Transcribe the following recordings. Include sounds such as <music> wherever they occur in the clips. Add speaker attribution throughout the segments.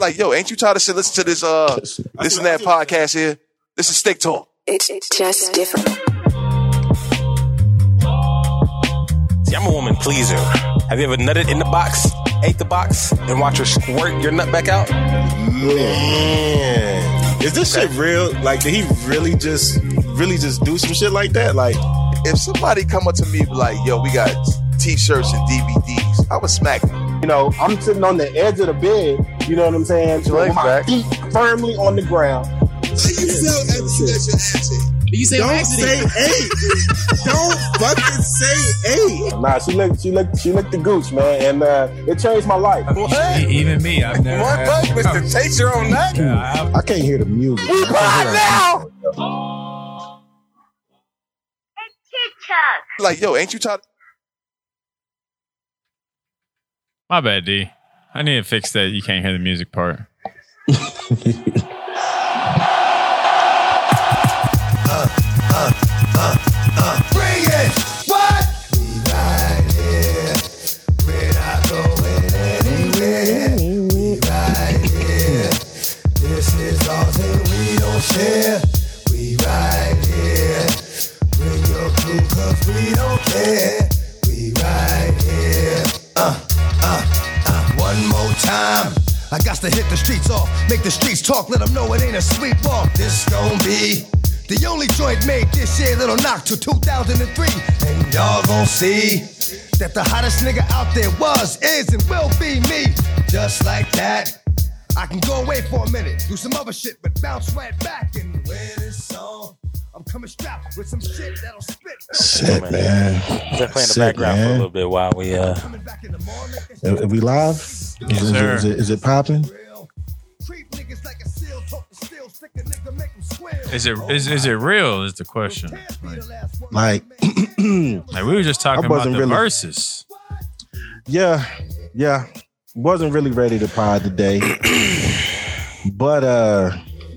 Speaker 1: Like, yo, ain't you tired of shit? Listen to this, uh, this and that podcast here. This is Stick Talk.
Speaker 2: It's just different.
Speaker 3: See, I'm a woman pleaser. Have you ever nutted in the box, ate the box, and watched her squirt your nut back out?
Speaker 4: Man, is this shit real? Like, did he really just, really just do some shit like that? Like,
Speaker 1: If somebody come up to me and be like, yo, we got t-shirts and DVDs, I would smack them.
Speaker 5: You know, I'm sitting on the edge of the bed. You know what I'm saying?
Speaker 1: Your legs
Speaker 5: With my
Speaker 1: back.
Speaker 5: feet firmly on the ground.
Speaker 6: You say
Speaker 7: Don't say eight. Don't fucking say eight.
Speaker 5: Nah, she licked, she licked, she licked the gooch, man, and uh, it changed my life.
Speaker 8: E- Even me, I've never.
Speaker 3: What
Speaker 8: had-
Speaker 3: fuck, Mister? Taste your own nut.
Speaker 8: Yeah, I have-
Speaker 7: I can't hear the music. We
Speaker 1: now!
Speaker 9: TikTok.
Speaker 1: Like, yo, ain't you tired?
Speaker 8: My bad, D. I need to fix that. You can't hear the music part.
Speaker 10: Bring it! What? We right here. We're not going anywhere. We right here. This is all that we don't share. We right here. Bring your crew 'cause we don't care. We right here. Uh, uh, uh. One more time. I got to hit the streets off, make the streets talk, let them know it ain't a sleepwalk. This gon' be the only joint made this year that'll knock to 2003. And y'all gon' see that the hottest nigga out there was, is, and will be me. Just like that. I can go away for a minute, do some other shit, but bounce right back. And when it's on, I'm coming strapped with some shit that'll spit.
Speaker 7: Shit, man.
Speaker 3: Just play in the
Speaker 7: Sick,
Speaker 3: background for a
Speaker 7: man.
Speaker 3: little bit while we uh.
Speaker 10: Coming back in the morning. it's
Speaker 7: Are- are we live? Is, is-
Speaker 8: sir.
Speaker 7: is it, is it popping?
Speaker 10: real. Creep niggas like a seal, talk to steel, stick a nigga, make 'em squeal.
Speaker 8: <laughs> Is it is, is it real? Is the question?
Speaker 10: Can't be the last one.
Speaker 7: Like,
Speaker 8: <clears throat> Like we were just talking about the
Speaker 7: wasn't really-
Speaker 8: verses.
Speaker 7: yeah, yeah. Wasn't really ready to pod
Speaker 8: <clears throat>
Speaker 7: today, but uh,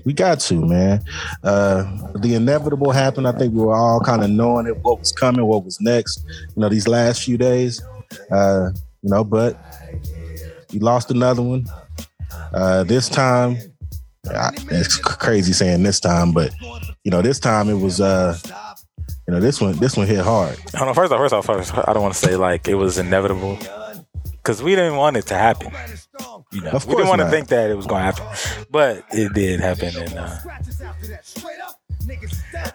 Speaker 7: we got to man. Uh, the inevitable happened. I think we were all kind of knowing it, what was coming, what was next. You know, these last few days. Uh, you know, but we lost another one. Uh, this time, I, it's c- crazy saying this time, but you know, this time it was. Uh, you know, this one, this one hit hard.
Speaker 3: Hold on. First off, first off, first. I don't want to say like it was inevitable because we didn't want it to happen. You know,
Speaker 7: Of
Speaker 3: we didn't
Speaker 7: course
Speaker 3: want to
Speaker 7: not.
Speaker 3: think that it was going to happen, but it did happen. And uh,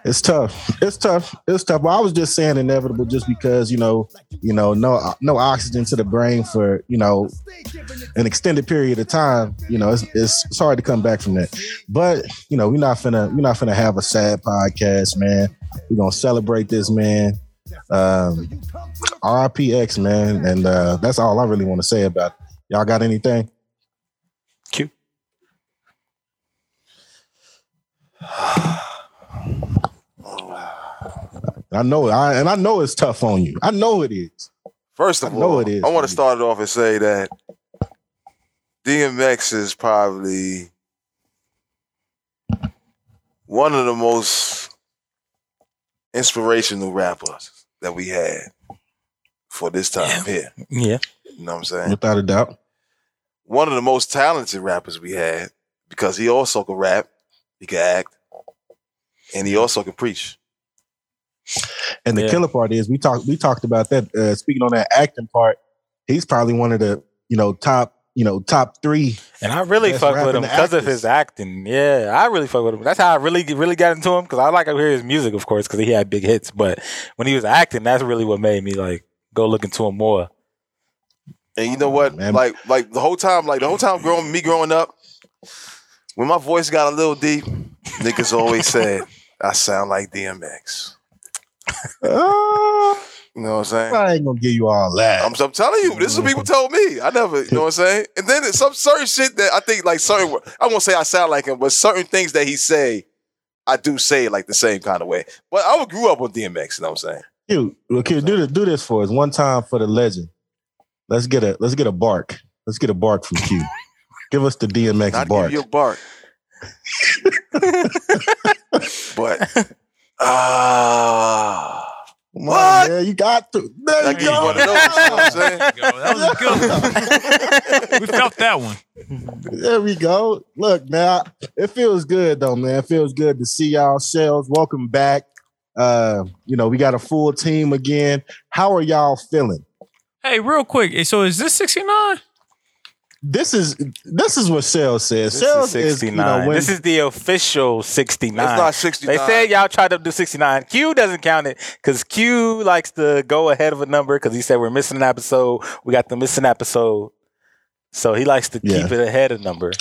Speaker 7: It's tough. It's tough. It's tough. Well, I was just saying inevitable, just because you know, you know, no, no oxygen to the brain for you know an extended period of time. You know, it's it's, it's hard to come back from that. But you know, we're not finna we're not finna have a sad podcast, man. We're gonna celebrate this, man. Um, RIPX, man, and uh, that's all I really want to say about it. Y'all got anything?
Speaker 3: Q.
Speaker 7: I know, I and I know it's tough on you. I know it is.
Speaker 1: First of
Speaker 7: I
Speaker 1: all,
Speaker 7: know it is.
Speaker 1: I want to start it off and say that DMX is probably one of the most inspirational rappers that we had for this time here.
Speaker 3: yeah,
Speaker 1: You know what I'm saying?
Speaker 7: Without a doubt.
Speaker 1: one of the most talented rappers we had because he also could rap, he could act, and he also could preach.
Speaker 7: And the
Speaker 3: Yeah.
Speaker 7: killer part is we talked we talked about that. Uh, speaking on that acting part, he's probably one of the you know top you know top three.
Speaker 3: and I really
Speaker 7: Best
Speaker 3: fuck
Speaker 7: rap
Speaker 3: with
Speaker 7: in
Speaker 3: him
Speaker 7: the
Speaker 3: because of
Speaker 7: actors.
Speaker 3: his acting. Yeah, I really fuck with him. That's how I really really got into him because I like to hear his music, of course, because he had big hits. But when he was acting, that's really what made me like go look into him more.
Speaker 1: And you know what?
Speaker 7: Oh, Man.
Speaker 1: Like, like the whole time, like the whole time growing me growing up, when my voice got a little deep, niggas always said, I sound like DMX.
Speaker 7: Uh,
Speaker 1: You know what I'm saying?
Speaker 7: I ain't gonna give you all that.
Speaker 1: I'm, I'm telling you, this is what people
Speaker 7: Mm-hmm.
Speaker 1: told me. I never, you know what I'm saying? And then it's some certain shit that I think, like certain, I won't say I sound like him, but certain things that he say, I do say like the same kind of way. But I grew up on DMX, you know what I'm saying?
Speaker 7: Cute. Well, cute. Do this. Do this for us. One time for the legend. Let's get a. Let's get a bark. Let's get a bark from
Speaker 1: <laughs>
Speaker 7: Q. Give us the DMX
Speaker 1: Not
Speaker 7: bark.
Speaker 1: give you a bark.
Speaker 7: <laughs>
Speaker 1: but ah,
Speaker 7: Come on,
Speaker 1: What?
Speaker 7: man, you got to. There
Speaker 1: Like
Speaker 7: you
Speaker 1: you
Speaker 7: go.
Speaker 1: one of those. You know what
Speaker 7: <laughs>
Speaker 1: I'm saying?
Speaker 8: that was good. we felt that one.
Speaker 7: <laughs> There we go. Look, man, I- it feels good though, man. It feels good to see y'all shells. Welcome back. Uh, you know, we got a full team again. How are y'all feeling?
Speaker 8: Hey, real quick. So is this 69?
Speaker 7: This is this is what Sales says.
Speaker 3: This
Speaker 7: Sales
Speaker 3: is
Speaker 7: is, you
Speaker 3: 69.
Speaker 7: know, when-
Speaker 3: this is the official 69.
Speaker 1: It's not 69.
Speaker 3: They said y'all tried to do 69. Q doesn't count it because Q likes to go ahead of a number because he said we're missing an episode. We got the missing episode. So he likes to
Speaker 7: Yeah.
Speaker 3: keep it ahead of number.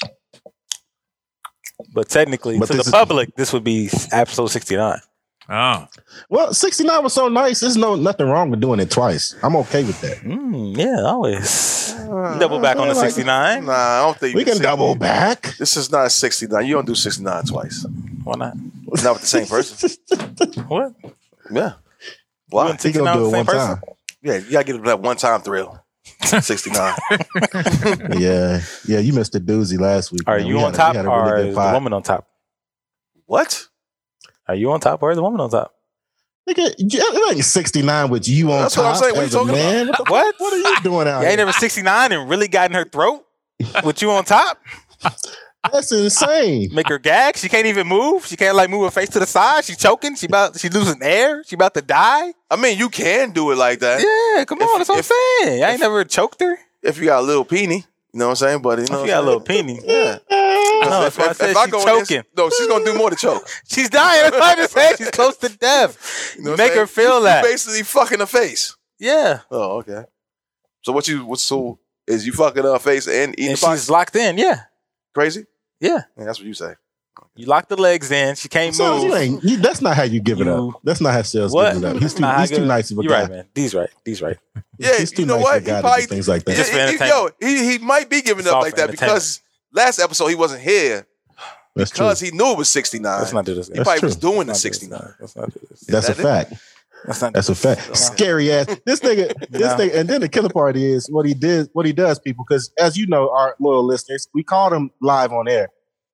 Speaker 3: But technically,
Speaker 7: But
Speaker 3: to the
Speaker 7: this is-
Speaker 3: public, this would be episode 69.
Speaker 8: Oh.
Speaker 7: well, 69 was so nice. There's no nothing wrong with doing it twice. I'm okay with that.
Speaker 3: Mm, yeah, always. Double back on
Speaker 7: I
Speaker 3: the
Speaker 7: feel like-
Speaker 3: 69.
Speaker 1: Nah, I don't think you
Speaker 7: We can
Speaker 1: say-
Speaker 7: double back.
Speaker 1: This is not 69. You don't do 69 twice.
Speaker 3: Why not?
Speaker 1: Not with the same person.
Speaker 3: <laughs> What?
Speaker 1: Yeah. Why?
Speaker 3: Wouldn't
Speaker 7: He gonna
Speaker 3: 69
Speaker 7: do it
Speaker 3: same
Speaker 7: one
Speaker 3: person?
Speaker 7: time.
Speaker 1: Yeah, you gotta get that one time
Speaker 3: <laughs>
Speaker 1: thrill. 69.
Speaker 7: <laughs> yeah, yeah. You missed a doozy last week.
Speaker 3: Are
Speaker 7: man.
Speaker 3: you
Speaker 7: We had a-
Speaker 3: on
Speaker 7: we
Speaker 3: top
Speaker 7: had a really
Speaker 3: or
Speaker 7: good
Speaker 3: is the
Speaker 7: pod.
Speaker 3: woman on top?
Speaker 1: what?
Speaker 3: Are you on top or is the woman on top?
Speaker 7: Nigga, it ain't 69 with you on
Speaker 1: That's what
Speaker 7: top.
Speaker 1: I'm saying. What
Speaker 7: as
Speaker 1: you
Speaker 7: a
Speaker 1: talking about?
Speaker 7: man. What, the,
Speaker 3: What?
Speaker 7: what are you
Speaker 3: <laughs>
Speaker 7: doing out
Speaker 3: You ain't
Speaker 7: here?
Speaker 3: never 69 and really got in her throat with you on top?
Speaker 7: <laughs> That's insane.
Speaker 3: Make her gag. She can't even move. She can't like move her face to the side. She choking. She about she losing air. <laughs> She about to die.
Speaker 1: I mean, you can do it like that
Speaker 3: Yeah, come
Speaker 1: If-
Speaker 3: on. That's what
Speaker 1: if-
Speaker 3: I'm saying. I ain't never choked her.
Speaker 1: if you got a little peenie. You know what I'm saying? But you know, what
Speaker 3: She got a
Speaker 1: I'm
Speaker 3: little
Speaker 1: saying?
Speaker 3: peony.
Speaker 1: Yeah.
Speaker 3: I know, that's why I said she
Speaker 1: in this-
Speaker 3: choking.
Speaker 1: no, she's gonna do more to choke.
Speaker 3: <laughs> She's dying. That's what I just said. She's close to death.
Speaker 1: <laughs> You know what I'm
Speaker 3: Make her
Speaker 1: saying?
Speaker 3: feel
Speaker 1: You
Speaker 3: that.
Speaker 1: basically fucking her face.
Speaker 3: Yeah.
Speaker 1: Oh, okay. So what you what so is you fucking her face and eating
Speaker 3: And
Speaker 1: the box
Speaker 3: she's locked in. Yeah.
Speaker 1: crazy?
Speaker 3: Yeah.
Speaker 1: Yeah, that's what you say.
Speaker 3: You lock the legs in. She can't
Speaker 7: Sales, you
Speaker 3: move.
Speaker 7: ain't, you, that's not how you give it
Speaker 3: You-
Speaker 7: up. That's not how Sales
Speaker 3: What?
Speaker 7: gives it up. He's too,
Speaker 3: Nah, I
Speaker 7: he's
Speaker 3: give
Speaker 7: too
Speaker 3: it-
Speaker 7: nice of a
Speaker 3: You're
Speaker 7: guy.
Speaker 3: right, man. D's right. D's right.
Speaker 1: Yeah,
Speaker 7: he's too
Speaker 1: you know
Speaker 7: nice
Speaker 1: what?
Speaker 7: of a guy
Speaker 1: He
Speaker 7: to do
Speaker 1: probably-
Speaker 7: things like that.
Speaker 3: Just for
Speaker 1: Yeah, he- yo,
Speaker 3: entertainment.
Speaker 1: he, he might be giving
Speaker 3: It's all
Speaker 1: up
Speaker 3: for
Speaker 1: like that because last episode he wasn't here
Speaker 7: That's true.
Speaker 1: because he knew it was 69.
Speaker 3: Let's not do this.
Speaker 1: he
Speaker 3: guys.
Speaker 1: probably
Speaker 7: true.
Speaker 1: was doing the
Speaker 3: Let's not do
Speaker 1: 69.
Speaker 3: this. Let's not do this.
Speaker 7: That's a
Speaker 1: that it?
Speaker 7: fact.
Speaker 3: Let's not do
Speaker 7: That's a fact. Scary ass. This nigga,
Speaker 3: <laughs>
Speaker 7: this
Speaker 3: No.
Speaker 7: nigga, and then the killer part is what he did, what he does, people, because as you know, our loyal listeners, we called him live on air.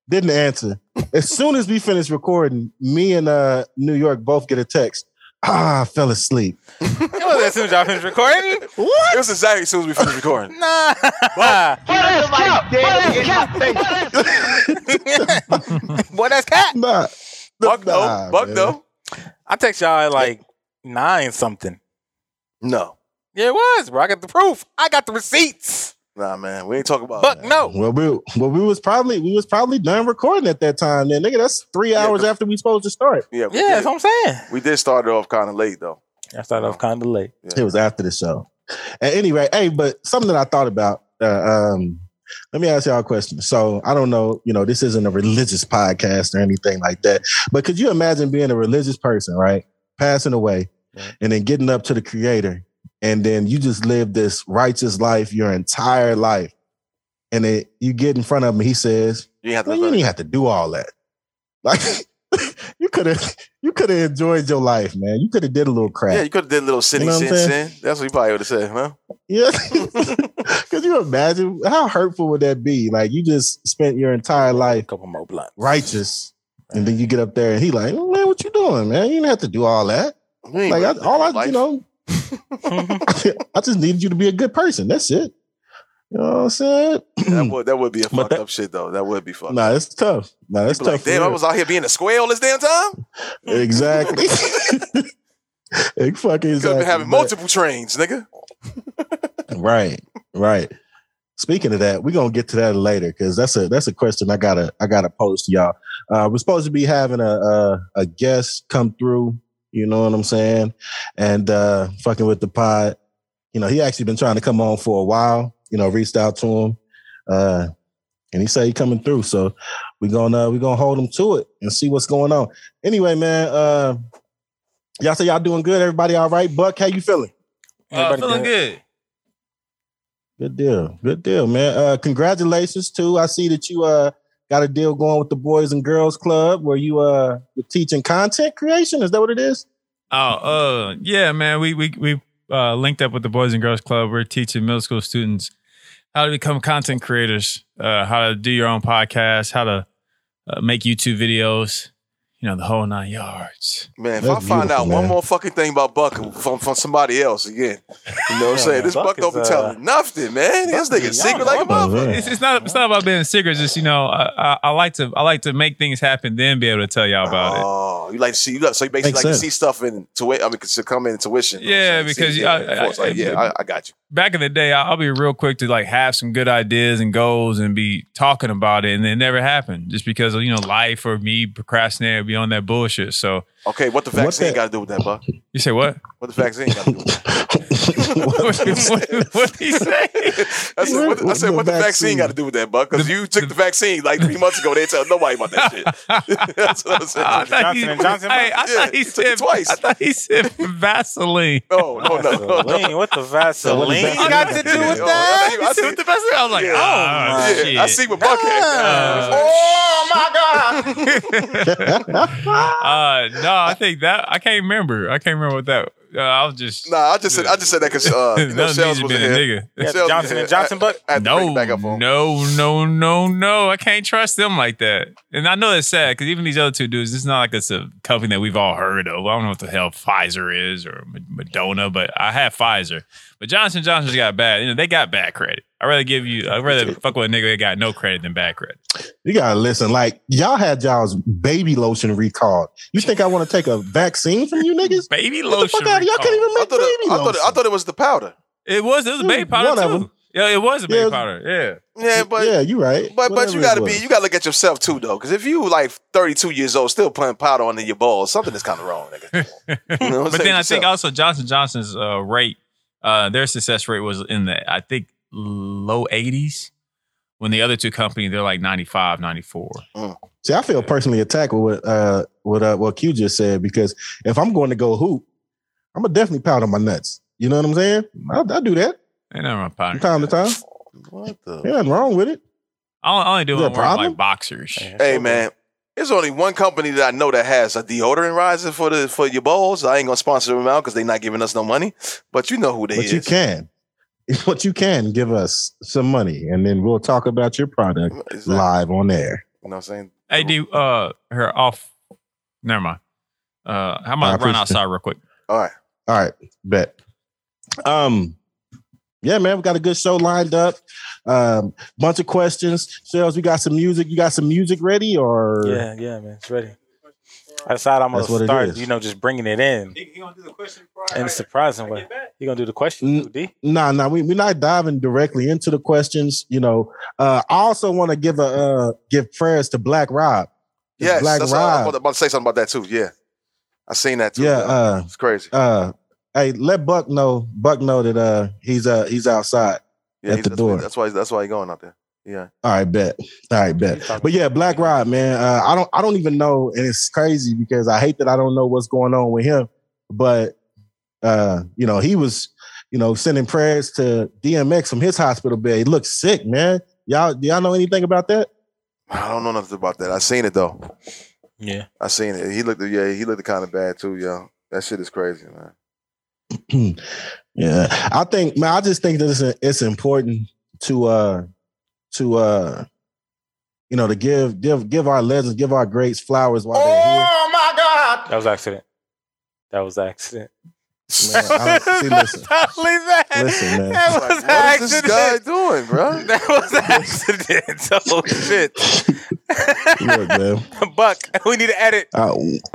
Speaker 7: Didn't answer. As soon as we finished recording, me and uh New York both get a text. Ah, I fell asleep.
Speaker 3: It wasn't as soon as y'all finished recording.
Speaker 1: It was exactly as soon as we
Speaker 7: <laughs>
Speaker 1: finished recording. <laughs>
Speaker 3: Nah. <laughs> Boy, that's cat.
Speaker 7: Nah.
Speaker 1: Buck
Speaker 7: Nah,
Speaker 1: no, Buck
Speaker 7: man.
Speaker 1: no,
Speaker 3: I text y'all at like nine something.
Speaker 1: no.
Speaker 3: Yeah, it was, bro. I got the proof. I got the receipts.
Speaker 1: Nah, man, we ain't talking about
Speaker 3: Buck
Speaker 1: that.
Speaker 3: no.
Speaker 7: Well, we well we was probably we was probably done recording at that time. Then nigga, that's three
Speaker 1: Yeah,
Speaker 7: hours
Speaker 1: the-
Speaker 7: after we supposed to start.
Speaker 1: Yeah, we,
Speaker 3: Yeah,
Speaker 1: did.
Speaker 3: that's what I'm saying.
Speaker 1: we did start it off kind of late though.
Speaker 3: I started off kind of late.
Speaker 7: It was after the show. At any rate, hey, but something that I thought about. Uh, um, let me ask y'all a question. So I don't know, you know, this isn't a religious podcast or anything like that. But could you imagine being a religious person, right, passing away, and then getting up to the Creator, and then you just live this righteous life your entire life, and then you get in front of him, and he says,
Speaker 1: You didn't have to.
Speaker 7: well, you didn't have to do all that. Like <laughs> you could have, you could have enjoyed your life, man. You could have did a little crap.
Speaker 1: yeah, you could have did a little sinning
Speaker 7: You know what
Speaker 1: sin,
Speaker 7: I'm
Speaker 1: sin. That's what you probably would have said, huh?
Speaker 7: Yeah. <laughs> Could you imagine how hurtful would that be? Like you just spent your entire life
Speaker 3: couple more blunts.
Speaker 7: righteous. And then you get up there and he like, "Oh, man, what you doing, man? You didn't have to do all that.
Speaker 1: You ain't
Speaker 7: Like I,
Speaker 1: really
Speaker 7: all I,
Speaker 1: living life.
Speaker 7: you know,
Speaker 1: <laughs>
Speaker 7: <laughs> I just needed you to be a good person. That's it. You know what I'm saying?
Speaker 1: that would that would be a
Speaker 3: But
Speaker 1: fucked
Speaker 3: that-
Speaker 1: up shit though. That would be fucked.
Speaker 7: <clears throat>
Speaker 1: up.
Speaker 7: Nah, it's tough. Nah, it's
Speaker 1: Be like,
Speaker 7: tough. for
Speaker 1: damn, I
Speaker 7: real.
Speaker 1: was out here being a square all this damn time. <laughs>
Speaker 7: exactly. <laughs> it fucking
Speaker 1: Could have
Speaker 7: exactly.
Speaker 1: been having
Speaker 7: But-
Speaker 1: multiple trains, nigga.
Speaker 7: Right, right. Speaking of that, we're gonna get to that later because that's a that's a question I gotta I gotta post to y'all. Uh, we're supposed to be having a, a a guest come through, you know what I'm saying, and uh, fucking with the pod. You know, he actually been trying to come on for a while. You know, reached out to him, uh, and he said he coming through. So we're gonna we're gonna hold him to it and see what's going on. Anyway, man, uh, y'all say y'all doing good. Everybody all right? Buck, how you feeling?
Speaker 3: Everybody
Speaker 8: Uh, feeling
Speaker 3: good?
Speaker 8: good.
Speaker 7: Good deal. Good deal, man. Uh congratulations too. I see that you uh got a deal going with the Boys and Girls Club where you uh you're teaching content creation. Is that what it is?
Speaker 8: Oh, uh, yeah, man. We we we uh, linked up with the Boys and Girls Club. We're teaching middle school students how to become content creators, uh, how to do your own podcast, how to uh, make YouTube videos. you know, the whole nine yards.
Speaker 1: Man, if
Speaker 7: That's
Speaker 1: I find out
Speaker 7: beautiful,
Speaker 1: one
Speaker 7: man.
Speaker 1: more fucking thing about Buck from, from somebody else again, you know what I'm saying? This
Speaker 3: Buck
Speaker 1: Buck don't
Speaker 3: is,
Speaker 1: be
Speaker 7: uh,
Speaker 1: telling nothing, man. This nigga secret like a motherfucker.
Speaker 8: It's, it's not it's not about being secret. It's just you know, I, I, I like to I like to make things happen, then be able to tell y'all about it.
Speaker 1: Oh, you like to see you like so you basically
Speaker 7: Makes
Speaker 1: like
Speaker 7: sense.
Speaker 1: to see stuff in to I mean to come in tuition. you know what
Speaker 8: Yeah,
Speaker 1: I'm saying?
Speaker 8: because
Speaker 1: See,
Speaker 8: you-
Speaker 1: yeah,
Speaker 8: I-
Speaker 1: of course,
Speaker 8: I-
Speaker 1: like, yeah, I, I got you.
Speaker 8: Back in the day, I- I'll be real quick to like have some good ideas and goals and be talking about it, and it never happened just because of, you know life or me procrastinating or be on that bullshit. So
Speaker 1: Okay, what the
Speaker 7: What
Speaker 1: vaccine
Speaker 7: that-
Speaker 1: got to do with that, Buck?
Speaker 8: you say what?
Speaker 1: What the vaccine got to do? with that?
Speaker 8: what <laughs> what he say?
Speaker 1: I said, what, I
Speaker 7: What
Speaker 1: said,
Speaker 7: the
Speaker 1: what the vaccine
Speaker 7: vaccine?
Speaker 1: got to do with that, Buck? Because you took the vaccine like three months ago. They tell nobody about that shit.
Speaker 8: <laughs>
Speaker 1: That's what I'm
Speaker 8: I
Speaker 1: saying.
Speaker 8: thought he,
Speaker 3: Johnson and Johnson,
Speaker 8: Hey, I
Speaker 1: bro?
Speaker 8: thought he
Speaker 1: Yeah, he took it
Speaker 8: said
Speaker 1: twice.
Speaker 8: I thought he said Vaseline.
Speaker 1: No, no, no, no, no.
Speaker 3: Vaseline, what the Vaseline
Speaker 7: Vaseline
Speaker 3: got to do with
Speaker 1: Oh,
Speaker 3: that? Ah,
Speaker 1: I, I see,
Speaker 8: What the best thing? I was like,
Speaker 1: Yeah.
Speaker 8: oh,
Speaker 1: yeah,
Speaker 8: shit.
Speaker 1: I see what Buck had.
Speaker 3: Oh my god! Ah.
Speaker 8: Uh, no, I think that I can't remember. I can't remember what that. Uh, I was just
Speaker 1: Nah, I just said I just said that because
Speaker 8: <laughs>
Speaker 1: uh, you know,
Speaker 8: None of these
Speaker 1: Shells
Speaker 8: have
Speaker 1: was in
Speaker 8: been a
Speaker 1: here.
Speaker 8: nigga.
Speaker 3: Yeah,
Speaker 1: Shells
Speaker 3: Johnson
Speaker 1: was
Speaker 3: and
Speaker 1: in here. I-
Speaker 3: Johnson, Buck.
Speaker 1: I had to bring
Speaker 8: No,
Speaker 1: it back up on.
Speaker 8: no, no, no, no. I can't trust them like that. And I know that's sad because even these other two dudes, it's not like it's a company that we've all heard of. I don't know what the hell Pfizer is or Madonna, but I have Pfizer. But Johnson Johnson's got bad. You know, they got bad credit. I'd rather give you. I'd rather fuck with a nigga that got no credit than bad credit.
Speaker 7: You gotta listen. Like y'all had y'all's baby lotion recalled. You think I want to take a vaccine from you niggas?
Speaker 8: <laughs> Baby
Speaker 7: Get the
Speaker 8: lotion.
Speaker 7: fuck out of y'all! Can't
Speaker 8: recall.
Speaker 7: even
Speaker 1: I
Speaker 7: make
Speaker 1: thought, it,
Speaker 7: baby
Speaker 1: I, thought it, I
Speaker 7: lotion.
Speaker 1: thought it was the powder.
Speaker 8: It was. It was a baby
Speaker 7: Mm,
Speaker 8: powder
Speaker 7: one of
Speaker 8: too.
Speaker 7: them.
Speaker 8: Yeah, it was a baby
Speaker 7: Yeah.
Speaker 8: powder. Yeah.
Speaker 1: Yeah, but
Speaker 7: yeah, you're right.
Speaker 1: <laughs> But but
Speaker 7: Whatever
Speaker 1: you
Speaker 7: it
Speaker 1: gotta be
Speaker 7: was.
Speaker 1: you gotta look at yourself too though, because if you like 32 years old still putting powder on your balls, something is kind of wrong, nigga. You
Speaker 8: <laughs>
Speaker 1: know what I'm
Speaker 8: but
Speaker 1: saying?
Speaker 8: then I think
Speaker 1: Yourself.
Speaker 8: also Johnson Johnson's uh, rate, uh, their success rate was in the I think low 80s. When the other two companies, they're like 95, 94.
Speaker 1: Mm.
Speaker 7: See, I feel personally attacked with what uh what uh what Q just said because if I'm going to go hoop, I'm gonna definitely powder my nuts. You know what I'm saying? I, I do that
Speaker 8: Ain't nothing wrong with powder.
Speaker 7: from time to time.
Speaker 1: What the?
Speaker 7: Yeah, nothing wrong with it.
Speaker 8: I only, I only do
Speaker 7: Is that
Speaker 8: it
Speaker 7: a
Speaker 8: when we're
Speaker 7: problem?
Speaker 8: like boxers.
Speaker 1: Hey man, there's only one company that I know that has a deodorant riser for the for your balls. I ain't gonna sponsor them out because they not giving us no money. But you know who they
Speaker 7: But
Speaker 1: is.
Speaker 7: you can, <laughs> but you can give us some money, and then we'll talk about your product
Speaker 1: Exactly.
Speaker 7: live on air.
Speaker 1: You know what I'm saying?
Speaker 8: Hey, do uh, her off. Never mind. Uh,
Speaker 7: I
Speaker 8: how about run
Speaker 7: appreciate
Speaker 8: outside real quick?
Speaker 1: All right.
Speaker 7: All right, bet. Um, yeah, man, we got a good show lined up. Um, bunch of questions. Shells, we got some music. You got some music ready, or
Speaker 3: Yeah, yeah, man, it's ready. I decided I'm gonna
Speaker 7: That's what it
Speaker 3: start,
Speaker 7: is.
Speaker 3: you know, just bringing it in in a surprising way. You gonna do the question,
Speaker 7: Mm.
Speaker 3: D?
Speaker 7: No, no, we, we're not diving directly into the questions. You know, uh, I also want to give a uh, give prayers to Black Rob.
Speaker 1: Yes,
Speaker 7: Black
Speaker 1: that's all, I'm
Speaker 7: Rob.
Speaker 1: about to- about to say something about that too. Yeah, I seen that too.
Speaker 7: yeah,
Speaker 1: though.
Speaker 7: uh,
Speaker 1: it's crazy.
Speaker 7: uh, hey, let Buck know. Buck know that uh, he's uh, he's outside.
Speaker 1: Yeah,
Speaker 7: at
Speaker 1: he's-
Speaker 7: the
Speaker 1: that's why-
Speaker 7: door.
Speaker 1: That's why. That's why he going out there. Yeah.
Speaker 7: All right, bet. All right, bet. But yeah, Black Rob, man. Uh, I don't I don't even know, and it's crazy because I hate that I don't know what's going on with him. But uh, you know, he was, you know, sending prayers to DMX from his hospital bed. He looked sick, man. Y'all, do y'all know anything about that?
Speaker 1: I don't know nothing about that. I seen it though.
Speaker 3: Yeah,
Speaker 1: I seen it. He looked. Yeah, he looked kind of bad too, yo. That shit is crazy, man.
Speaker 7: Yeah, I think man, I just think that it's it's important to uh to uh you know to give give give our legends, give our greats flowers while they're here.
Speaker 3: that was accident. That was accident.
Speaker 7: Man, I don't-
Speaker 1: <laughs>
Speaker 7: see, listen,
Speaker 3: totally that.
Speaker 7: Listen, man.
Speaker 3: That
Speaker 1: Like,
Speaker 3: was
Speaker 1: what is this guy
Speaker 3: accident.
Speaker 1: doing, bro?
Speaker 3: <laughs> That
Speaker 7: <laughs>
Speaker 3: was accident.
Speaker 7: look,
Speaker 3: <laughs> Oh shit.
Speaker 7: man.
Speaker 3: <laughs> Buck, we need to edit.
Speaker 7: Uh,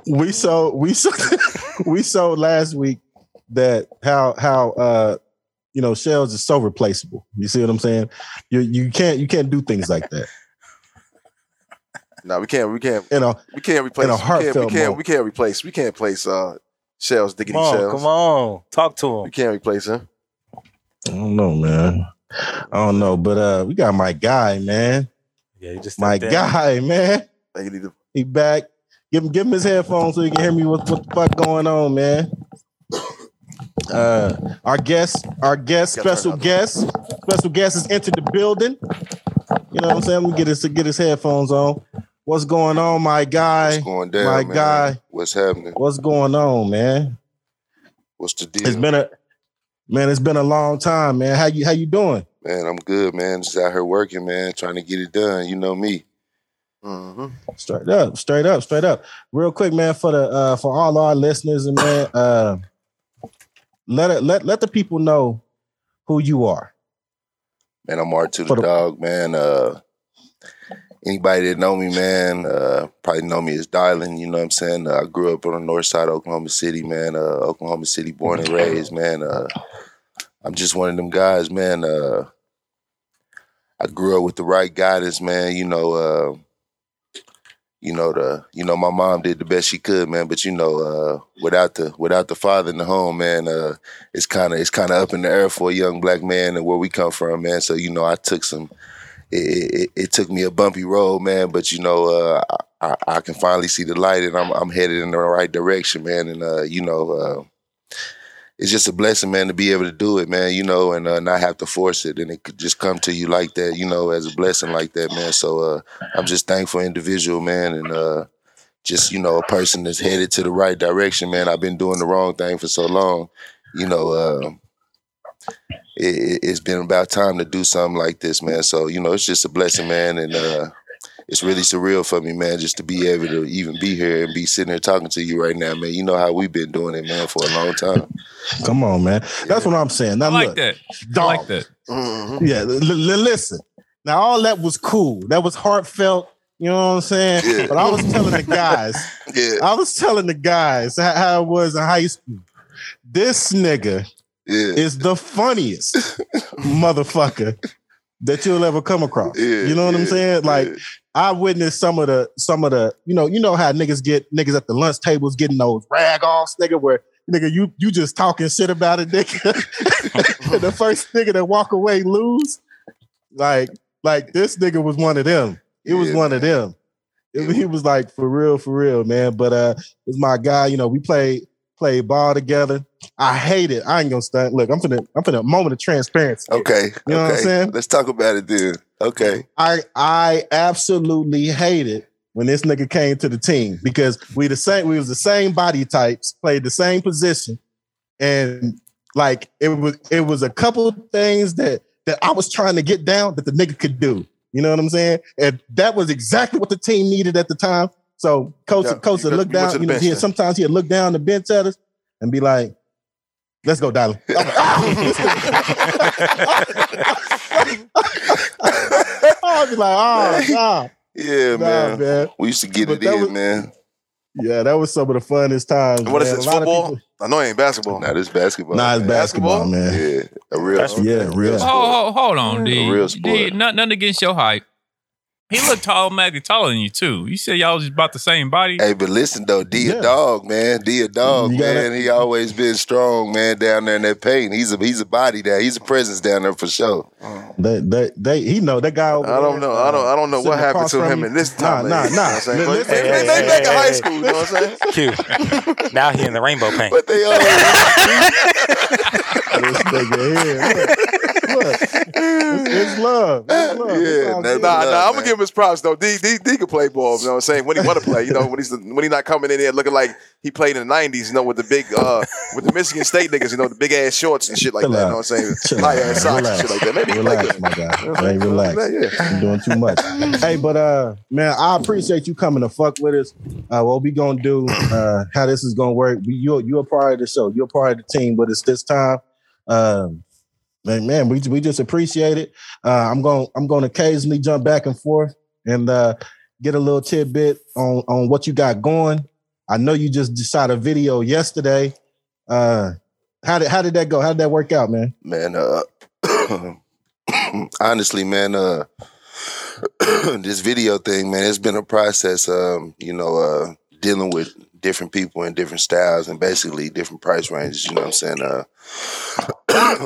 Speaker 7: we saw we saw <laughs> we saw last week that how how uh you know shells is so replaceable. You see what I'm saying? You you can't you can't do things like that.
Speaker 1: No, we can't. We can't.
Speaker 7: You know,
Speaker 1: We can't replace.
Speaker 7: In a
Speaker 1: we can't. We
Speaker 7: heartfelt
Speaker 1: can't.
Speaker 7: mode.
Speaker 1: We can't replace. We can't replace. Uh, shells, diggity
Speaker 3: Come on,
Speaker 1: shells.
Speaker 3: come on, talk to
Speaker 1: We
Speaker 3: him.
Speaker 1: can't replace him.
Speaker 7: I don't know, man. I don't know, but uh we got my guy, man.
Speaker 3: Yeah, you just
Speaker 7: My
Speaker 3: stepped in.
Speaker 7: guy, man.
Speaker 1: Like, you need to-
Speaker 7: He back. Give him give him his headphones so he can hear me what, what the fuck going on, man. Uh our guest, our guest,
Speaker 1: Gotta turn it
Speaker 7: special
Speaker 1: up.
Speaker 7: guest, special guest has entered the building. You know what I'm saying? Let me get his get his headphones on. What's going on, my guy?
Speaker 2: What's going down,
Speaker 7: my
Speaker 2: man?
Speaker 7: guy.
Speaker 2: What's happening?
Speaker 7: What's going on, man?
Speaker 2: What's the
Speaker 7: It's
Speaker 2: deal,
Speaker 7: been a man, it's been a long time, man. How you how you doing?
Speaker 2: man? I'm good, man. Just out here working, man, trying to get it done. You know me. Mm-hmm.
Speaker 7: Straight up, straight up, straight up. Real quick, man, for the uh for all our listeners and man, uh let it let let the people know who you are.
Speaker 2: Man, I'm Art to the
Speaker 7: For the-
Speaker 2: dog, man. Uh, anybody that know me, man, uh, probably know me as Dylan. You know what I'm saying? Uh, I grew up on the north side of Oklahoma City, man. Uh, Oklahoma City, born and raised, man. Uh, I'm just one of them guys, man. Uh, I grew up with the right guidance, man. You know, uh, you know the, you know, my mom did the best she could, man. But you know, uh, without the without the father in the home, man, uh, it's kind of it's kind of up in the air for a young black man and where we come from, man. So you know, I took some. It, it, it took me a bumpy road, man, but you know, uh, I, I I can finally see the light, and I'm I'm headed in the right direction, man. And uh, you know, uh, it's just a blessing, man, to be able to do it, man. You know, and uh, not have to force it, and it could just come to you like that, you know, as a blessing like that, man. So uh, I'm just thankful individual, man, and uh, just you know, a person that's headed to the right direction, man. I've been doing the wrong thing for so long, you know, uh, it, it- it's been about time to do something like this, man. So you know, it's just a blessing, man, and uh, it's really surreal for me, man, just to be able to even be here and be sitting here talking to you right now, man. You know how we've been doing it, man, for a long time.
Speaker 7: Come on, man. That's what I'm saying. Now
Speaker 8: I like
Speaker 7: look,
Speaker 8: that. I
Speaker 7: dog.
Speaker 8: like that.
Speaker 2: Mm-hmm.
Speaker 7: Yeah, l- l- listen. Now all that was cool. That was heartfelt. You know what I'm saying?
Speaker 2: Yeah.
Speaker 7: But I was telling the guys,
Speaker 2: <laughs> Yeah,
Speaker 7: I was telling the guys how, how it was in high school. This nigga
Speaker 2: yeah,
Speaker 7: is
Speaker 2: <laughs>
Speaker 7: the funniest motherfucker that you'll ever come across.
Speaker 2: Yeah,
Speaker 7: you know what I'm
Speaker 2: yeah,
Speaker 7: saying? Like
Speaker 2: yeah.
Speaker 7: I witnessed some of the some of the you know you know how niggas get niggas at the lunch tables getting those rag offs, nigga. <laughs> Where nigga you you just talking shit about it, nigga. <laughs> And the first nigga that walk away lose. Like like this nigga was one of them. It was
Speaker 2: Yeah,
Speaker 7: one of them. It- he was like for real, for real, man. But uh, it's my guy. You know, we played played ball together. I hate it. I ain't gonna stunt. Look, I'm finna I'm finna moment of transparency.
Speaker 2: Okay,
Speaker 7: You know what I'm
Speaker 2: okay.
Speaker 7: saying?
Speaker 2: Let's talk about it, dude. Okay,
Speaker 7: I I absolutely hated when this nigga came to the team because we the same we was the same body types, played the same position, and like it was it was a couple things that that I was trying to get down that the nigga could do. You know what I'm saying? And that was exactly what the team needed at the time. So coach
Speaker 2: Yeah,
Speaker 7: coach
Speaker 2: you
Speaker 7: would
Speaker 2: go-
Speaker 7: look
Speaker 2: you go to
Speaker 7: down.
Speaker 2: the
Speaker 7: You know,
Speaker 2: bench
Speaker 7: he
Speaker 2: then.
Speaker 7: sometimes he'd look down the bench at us and be like, "Let's
Speaker 2: <laughs>
Speaker 7: go, Dylan." I'm like, "Ah!" I'd be like, "Oh, nah,
Speaker 2: yeah,
Speaker 7: nah,
Speaker 2: man.
Speaker 7: man."
Speaker 2: We used to get
Speaker 7: But
Speaker 2: it
Speaker 7: that
Speaker 2: in,
Speaker 7: was-
Speaker 2: man.
Speaker 7: <laughs> Yeah, that was some of the funnest times.
Speaker 1: And what is
Speaker 7: man.
Speaker 1: this,
Speaker 7: A lot of
Speaker 1: football?
Speaker 7: people-
Speaker 1: I know it ain't basketball.
Speaker 2: Now this basketball.
Speaker 7: Nah, it's
Speaker 2: man.
Speaker 7: basketball,
Speaker 1: Basketball?
Speaker 7: man.
Speaker 2: Yeah, a real.
Speaker 7: Yeah, real.
Speaker 8: Oh, hold on, D.
Speaker 2: A real
Speaker 8: D,
Speaker 2: sport.
Speaker 8: not, nothing against your height. He looked tall, Maggie, taller than you too. You said y'all was about the same body.
Speaker 2: Hey, but listen though, D
Speaker 7: Yeah.
Speaker 2: a dog, man. D a dog,
Speaker 7: You gotta-
Speaker 2: man. He always been strong, man, down there in that paint. He's a he's a body down. He's a presence down there for sure.
Speaker 7: Oh, They, they, they, he know that guy. Over
Speaker 1: I don't
Speaker 7: there, uh,
Speaker 1: know. I don't. I don't know
Speaker 7: sitting
Speaker 1: what happened
Speaker 7: across
Speaker 1: to
Speaker 7: from
Speaker 1: him
Speaker 7: you.
Speaker 1: in this time.
Speaker 7: Nah,
Speaker 1: period,
Speaker 7: nah,
Speaker 1: <laughs> you know what I'm saying?
Speaker 7: nah. Listen,
Speaker 1: But they- they-
Speaker 7: hey,
Speaker 1: they
Speaker 7: hey,
Speaker 1: back in
Speaker 7: hey,
Speaker 1: high
Speaker 7: hey.
Speaker 1: school. <laughs> You know what I'm saying?
Speaker 3: Q.
Speaker 1: <laughs>
Speaker 3: now he in the rainbow paint.
Speaker 2: But they always
Speaker 7: this nigga here. Look, look. It's, it's love. It's love. It's
Speaker 2: Yeah, nah,
Speaker 7: all good.
Speaker 1: Nah,
Speaker 2: Love,
Speaker 1: nah. I'm gonna
Speaker 2: man.
Speaker 1: give him his props though. D, D, D can play ball. You know what I'm saying? When he want to play, you know, when he's when he's not coming in there looking like he played in the '90s, you know, with the big uh with the Michigan State niggas, you know, the big ass shorts and shit like that.
Speaker 7: Chill
Speaker 1: You
Speaker 7: out.
Speaker 1: know what I'm saying?
Speaker 7: Chill
Speaker 1: High
Speaker 7: out.
Speaker 1: ass socks and shit like that. Maybe he play
Speaker 7: relax,
Speaker 1: good.
Speaker 7: my
Speaker 1: <laughs>
Speaker 7: guy. Hey, relax.
Speaker 1: Yeah.
Speaker 7: You're doing too much. Hey, but uh, man, I appreciate you coming to fuck with us. Uh, what we gonna do? Uh, how this is gonna work? We, you're you're a part of the show. You're a part of the team, but it's this time. Um, man, man, we we just appreciate it. Uh, I'm gonna I'm gonna occasionally jump back and forth and uh, get a little tidbit on on what you got going. I know you just shot a video yesterday. Uh, how did how did that go? How did that work out, man?
Speaker 2: man, uh <coughs> honestly, man, uh <coughs> this video thing, man, it's been a process, um, you know, uh dealing with different people and different styles and basically different price ranges, you know what I'm saying? Uh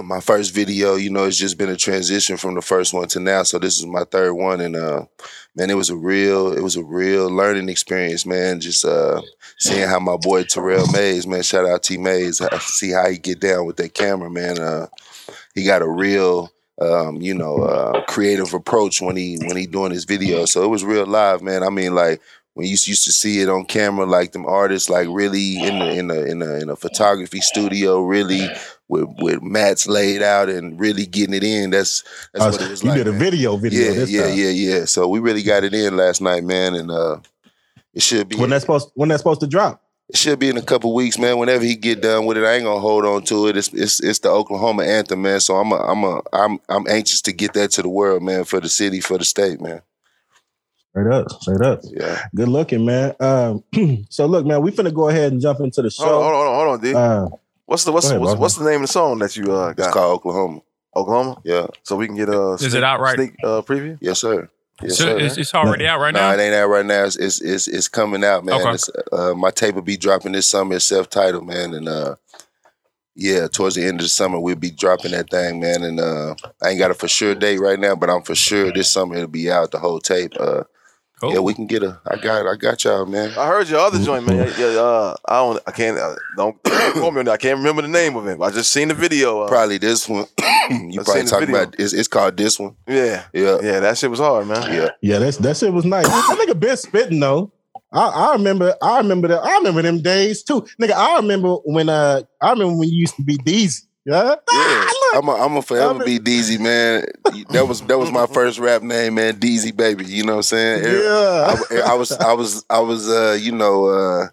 Speaker 2: <coughs> my first video, you know, it's just been a transition from the first one to now. So this is my third one and uh man, it was a real it was a real learning experience, man. Just uh seeing how my boy Terrell Mays, man, shout out T Mays, I see how he get down with that camera, man. Uh he got a real um, you know, uh, creative approach when he when he doing his video. So it was real live, man. I mean like when you used to see it on camera, like them artists, like really in the, in a in a in a photography studio, really with with mats laid out and really getting it in. That's that's
Speaker 7: Uh,
Speaker 2: what it was
Speaker 7: you
Speaker 2: like.
Speaker 7: did a
Speaker 2: man.
Speaker 7: video video
Speaker 2: yeah,
Speaker 7: this
Speaker 2: yeah,
Speaker 7: time.
Speaker 2: yeah, yeah. So we really got it in last night, man, and uh it should be
Speaker 7: When that's supposed when that's supposed to drop.
Speaker 2: it should be in a couple weeks, man. Whenever he get done with it, I ain't gonna hold on to it. It's it's, it's the Oklahoma anthem, man. So I'm a, I'm a, I'm I'm anxious to get that to the world, man. For the city, for the state, man.
Speaker 7: Straight up, straight up.
Speaker 2: Yeah,
Speaker 7: Good looking, man. Um, <clears throat> so look, man, we finna go ahead and jump into the show.
Speaker 1: Hold on, hold on, hold on, hold on, dude.
Speaker 7: Uh,
Speaker 1: What's the what's
Speaker 7: Go ahead,
Speaker 1: what's,
Speaker 7: Bosman.
Speaker 1: what's the name of the song that you uh,
Speaker 2: it's
Speaker 1: got?
Speaker 2: called Oklahoma.
Speaker 1: Oklahoma,
Speaker 2: Yeah,
Speaker 1: Uh-huh. so we can get a
Speaker 8: Is it outright?
Speaker 1: sneak uh, preview?
Speaker 2: yes sir. Yes,
Speaker 8: so
Speaker 2: sir.
Speaker 8: it's, it's already out right
Speaker 2: no,
Speaker 8: now.
Speaker 2: it ain't out right now. It's it's it's, it's coming out, man.
Speaker 8: Okay.
Speaker 2: It's, uh, my tape will be dropping this summer. It's self titled, man, and uh, yeah, towards the end of the summer we'll be dropping that thing, man. And uh, I ain't got a for sure date right now, but I'm for sure this summer it'll be out. The whole tape. Uh,
Speaker 8: Cool.
Speaker 2: Yeah, we can get a. I got. I got y'all, man. <coughs>
Speaker 1: I heard your other joint, man. Yeah, yeah, uh, I don't, I can't, uh, don't <coughs> call me on that. I can't remember the name of it. I just seen the video. Uh,
Speaker 2: Probably this one. you
Speaker 1: I've
Speaker 2: probably
Speaker 1: seen the
Speaker 2: talking
Speaker 1: video.
Speaker 2: about. It's, it's called this one.
Speaker 1: yeah,
Speaker 2: Yeah.
Speaker 1: yeah, that shit was hard, man.
Speaker 2: Yeah.
Speaker 7: yeah, that's that shit was nice. That nigga been spitting though. I, I remember, I remember that. I remember them days too, nigga. I remember when uh, I remember when you used to be Deezy. Yeah,
Speaker 2: Yeah. I'm a, I'm a forever
Speaker 7: I'm a-
Speaker 2: be DZ man. That was that was my first rap name, man. DZ baby. You know what I'm saying? Every-
Speaker 7: yeah.
Speaker 2: I, I was I was I was uh you know uh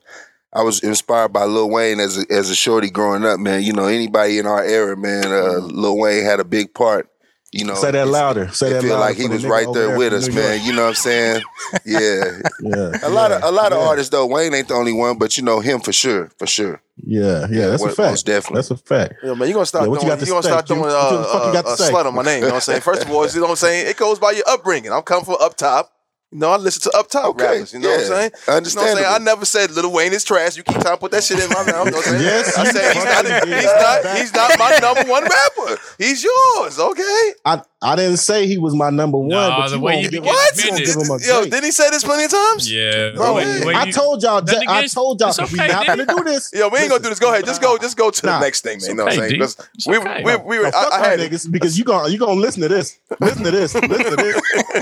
Speaker 2: I was inspired by Lil Wayne as a, as a shorty growing up, man. You know anybody in our era, man. Uh, Lil Wayne had a big part. You know,
Speaker 7: Say that
Speaker 2: It's-
Speaker 7: louder. Say
Speaker 2: It
Speaker 7: that
Speaker 2: feel
Speaker 7: louder
Speaker 2: like he
Speaker 7: for the
Speaker 2: was
Speaker 7: nigga
Speaker 2: right
Speaker 7: over
Speaker 2: there with
Speaker 7: from
Speaker 2: us,
Speaker 7: New
Speaker 2: man. You know what I'm
Speaker 7: <laughs>
Speaker 2: saying? Yeah.
Speaker 7: York. Yeah,
Speaker 2: A lot of
Speaker 7: yeah,
Speaker 2: a lot of
Speaker 7: yeah,
Speaker 2: artists though. Wayne ain't the only one, but you know him for sure, for sure.
Speaker 7: Yeah, yeah, that's a
Speaker 2: Most
Speaker 7: fact.
Speaker 2: definitely.
Speaker 7: That's a fact.
Speaker 1: Yeah, man, you gonna start
Speaker 7: Yeah, what
Speaker 1: doing
Speaker 7: you got
Speaker 1: you,
Speaker 7: to
Speaker 1: gonna
Speaker 7: say,
Speaker 1: start
Speaker 7: Q?
Speaker 1: doing uh,
Speaker 7: What the fuck you got
Speaker 1: uh,
Speaker 7: to
Speaker 1: uh,
Speaker 7: say?
Speaker 1: slut on my name. You know what I'm saying? First of all, you know what I'm saying. It goes by your upbringing. I'm coming from up top. You know, I listen to up top
Speaker 2: Okay,
Speaker 1: rappers. You know what I'm
Speaker 2: yeah,
Speaker 1: saying? You know what I'm saying? I
Speaker 2: understandable.
Speaker 1: never said Lil Wayne is trash. You keep trying to put that shit in my mouth. You know what I'm saying?
Speaker 7: Yes,
Speaker 1: I
Speaker 7: you
Speaker 1: said he's
Speaker 7: fucking
Speaker 1: not,
Speaker 7: did.
Speaker 1: he's not. He's
Speaker 7: <laughs>
Speaker 1: not my number one rapper. He's yours. Okay.
Speaker 7: I, I didn't say he was my number one.
Speaker 8: Nah,
Speaker 7: but
Speaker 8: Uh, the
Speaker 7: you
Speaker 8: way
Speaker 7: won't
Speaker 8: you
Speaker 7: give
Speaker 8: begin-
Speaker 7: him-
Speaker 1: What?
Speaker 7: you won't give him a
Speaker 1: Yo,
Speaker 7: break.
Speaker 1: didn't he say this plenty of times?
Speaker 8: Yeah,
Speaker 7: Bro,
Speaker 8: Wait, wait,
Speaker 7: I
Speaker 8: you-
Speaker 7: told y'all.
Speaker 8: That
Speaker 7: That, I
Speaker 8: nigga's-
Speaker 7: told y'all.
Speaker 8: it's
Speaker 7: we
Speaker 8: okay,
Speaker 7: not
Speaker 8: nigga.
Speaker 7: gonna do this.
Speaker 1: Yo, we ain't gonna do this. Go ahead. Just go. Just go to
Speaker 7: Nah.
Speaker 1: the next thing, man. You know what I'm
Speaker 8: Hey,
Speaker 1: saying?
Speaker 8: dude.
Speaker 1: 'Cause
Speaker 8: It's
Speaker 1: We,
Speaker 8: okay.
Speaker 1: we, we were.
Speaker 7: Now, fuck
Speaker 1: I, I had
Speaker 7: y'all niggas because you gonna you gonna listen to this. Listen to this. listen to
Speaker 1: <laughs>
Speaker 7: this.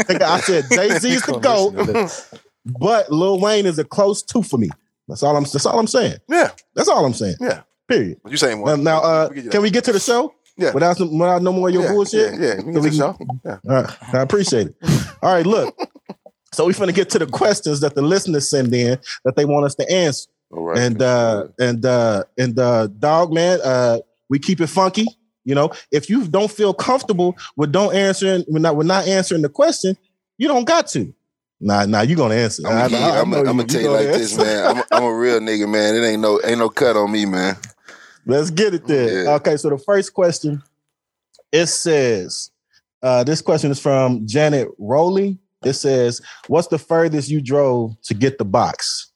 Speaker 7: Nigga, I said Jay Z's the goat, but Lil Wayne is a close two for me. That's all I'm. That's all I'm saying.
Speaker 1: Yeah.
Speaker 7: That's all I'm saying.
Speaker 1: Yeah.
Speaker 7: Period.
Speaker 1: You saying
Speaker 7: Now,
Speaker 1: one?
Speaker 7: now uh,
Speaker 1: get you
Speaker 7: can we get to the show?
Speaker 1: Yeah.
Speaker 7: Without some, without no more of your
Speaker 1: yeah,
Speaker 7: bullshit.
Speaker 1: Yeah, yeah. We can get to the show.
Speaker 7: <laughs>
Speaker 1: Yeah.
Speaker 7: All right. I appreciate it. All right, look. So we're gonna get to the questions that the listeners send in that they want us to answer.
Speaker 2: All right.
Speaker 7: And uh and uh and uh dog man, uh we keep it funky. You know, if you don't feel comfortable with don't answering we're not we're not answering the question, you don't got to. Nah, nah, you gonna answer.
Speaker 2: I'm
Speaker 7: I- I- I know
Speaker 2: gonna tell you
Speaker 7: gonna
Speaker 2: like this,
Speaker 7: answer.
Speaker 2: man. I'm, I'm a real nigga, man. It ain't no ain't no cut on me, man.
Speaker 7: Let's get it there.
Speaker 2: Yeah.
Speaker 7: Okay, so the first question it says, uh, this question is from Janet Rowley. It says, What's the furthest you drove to get the box?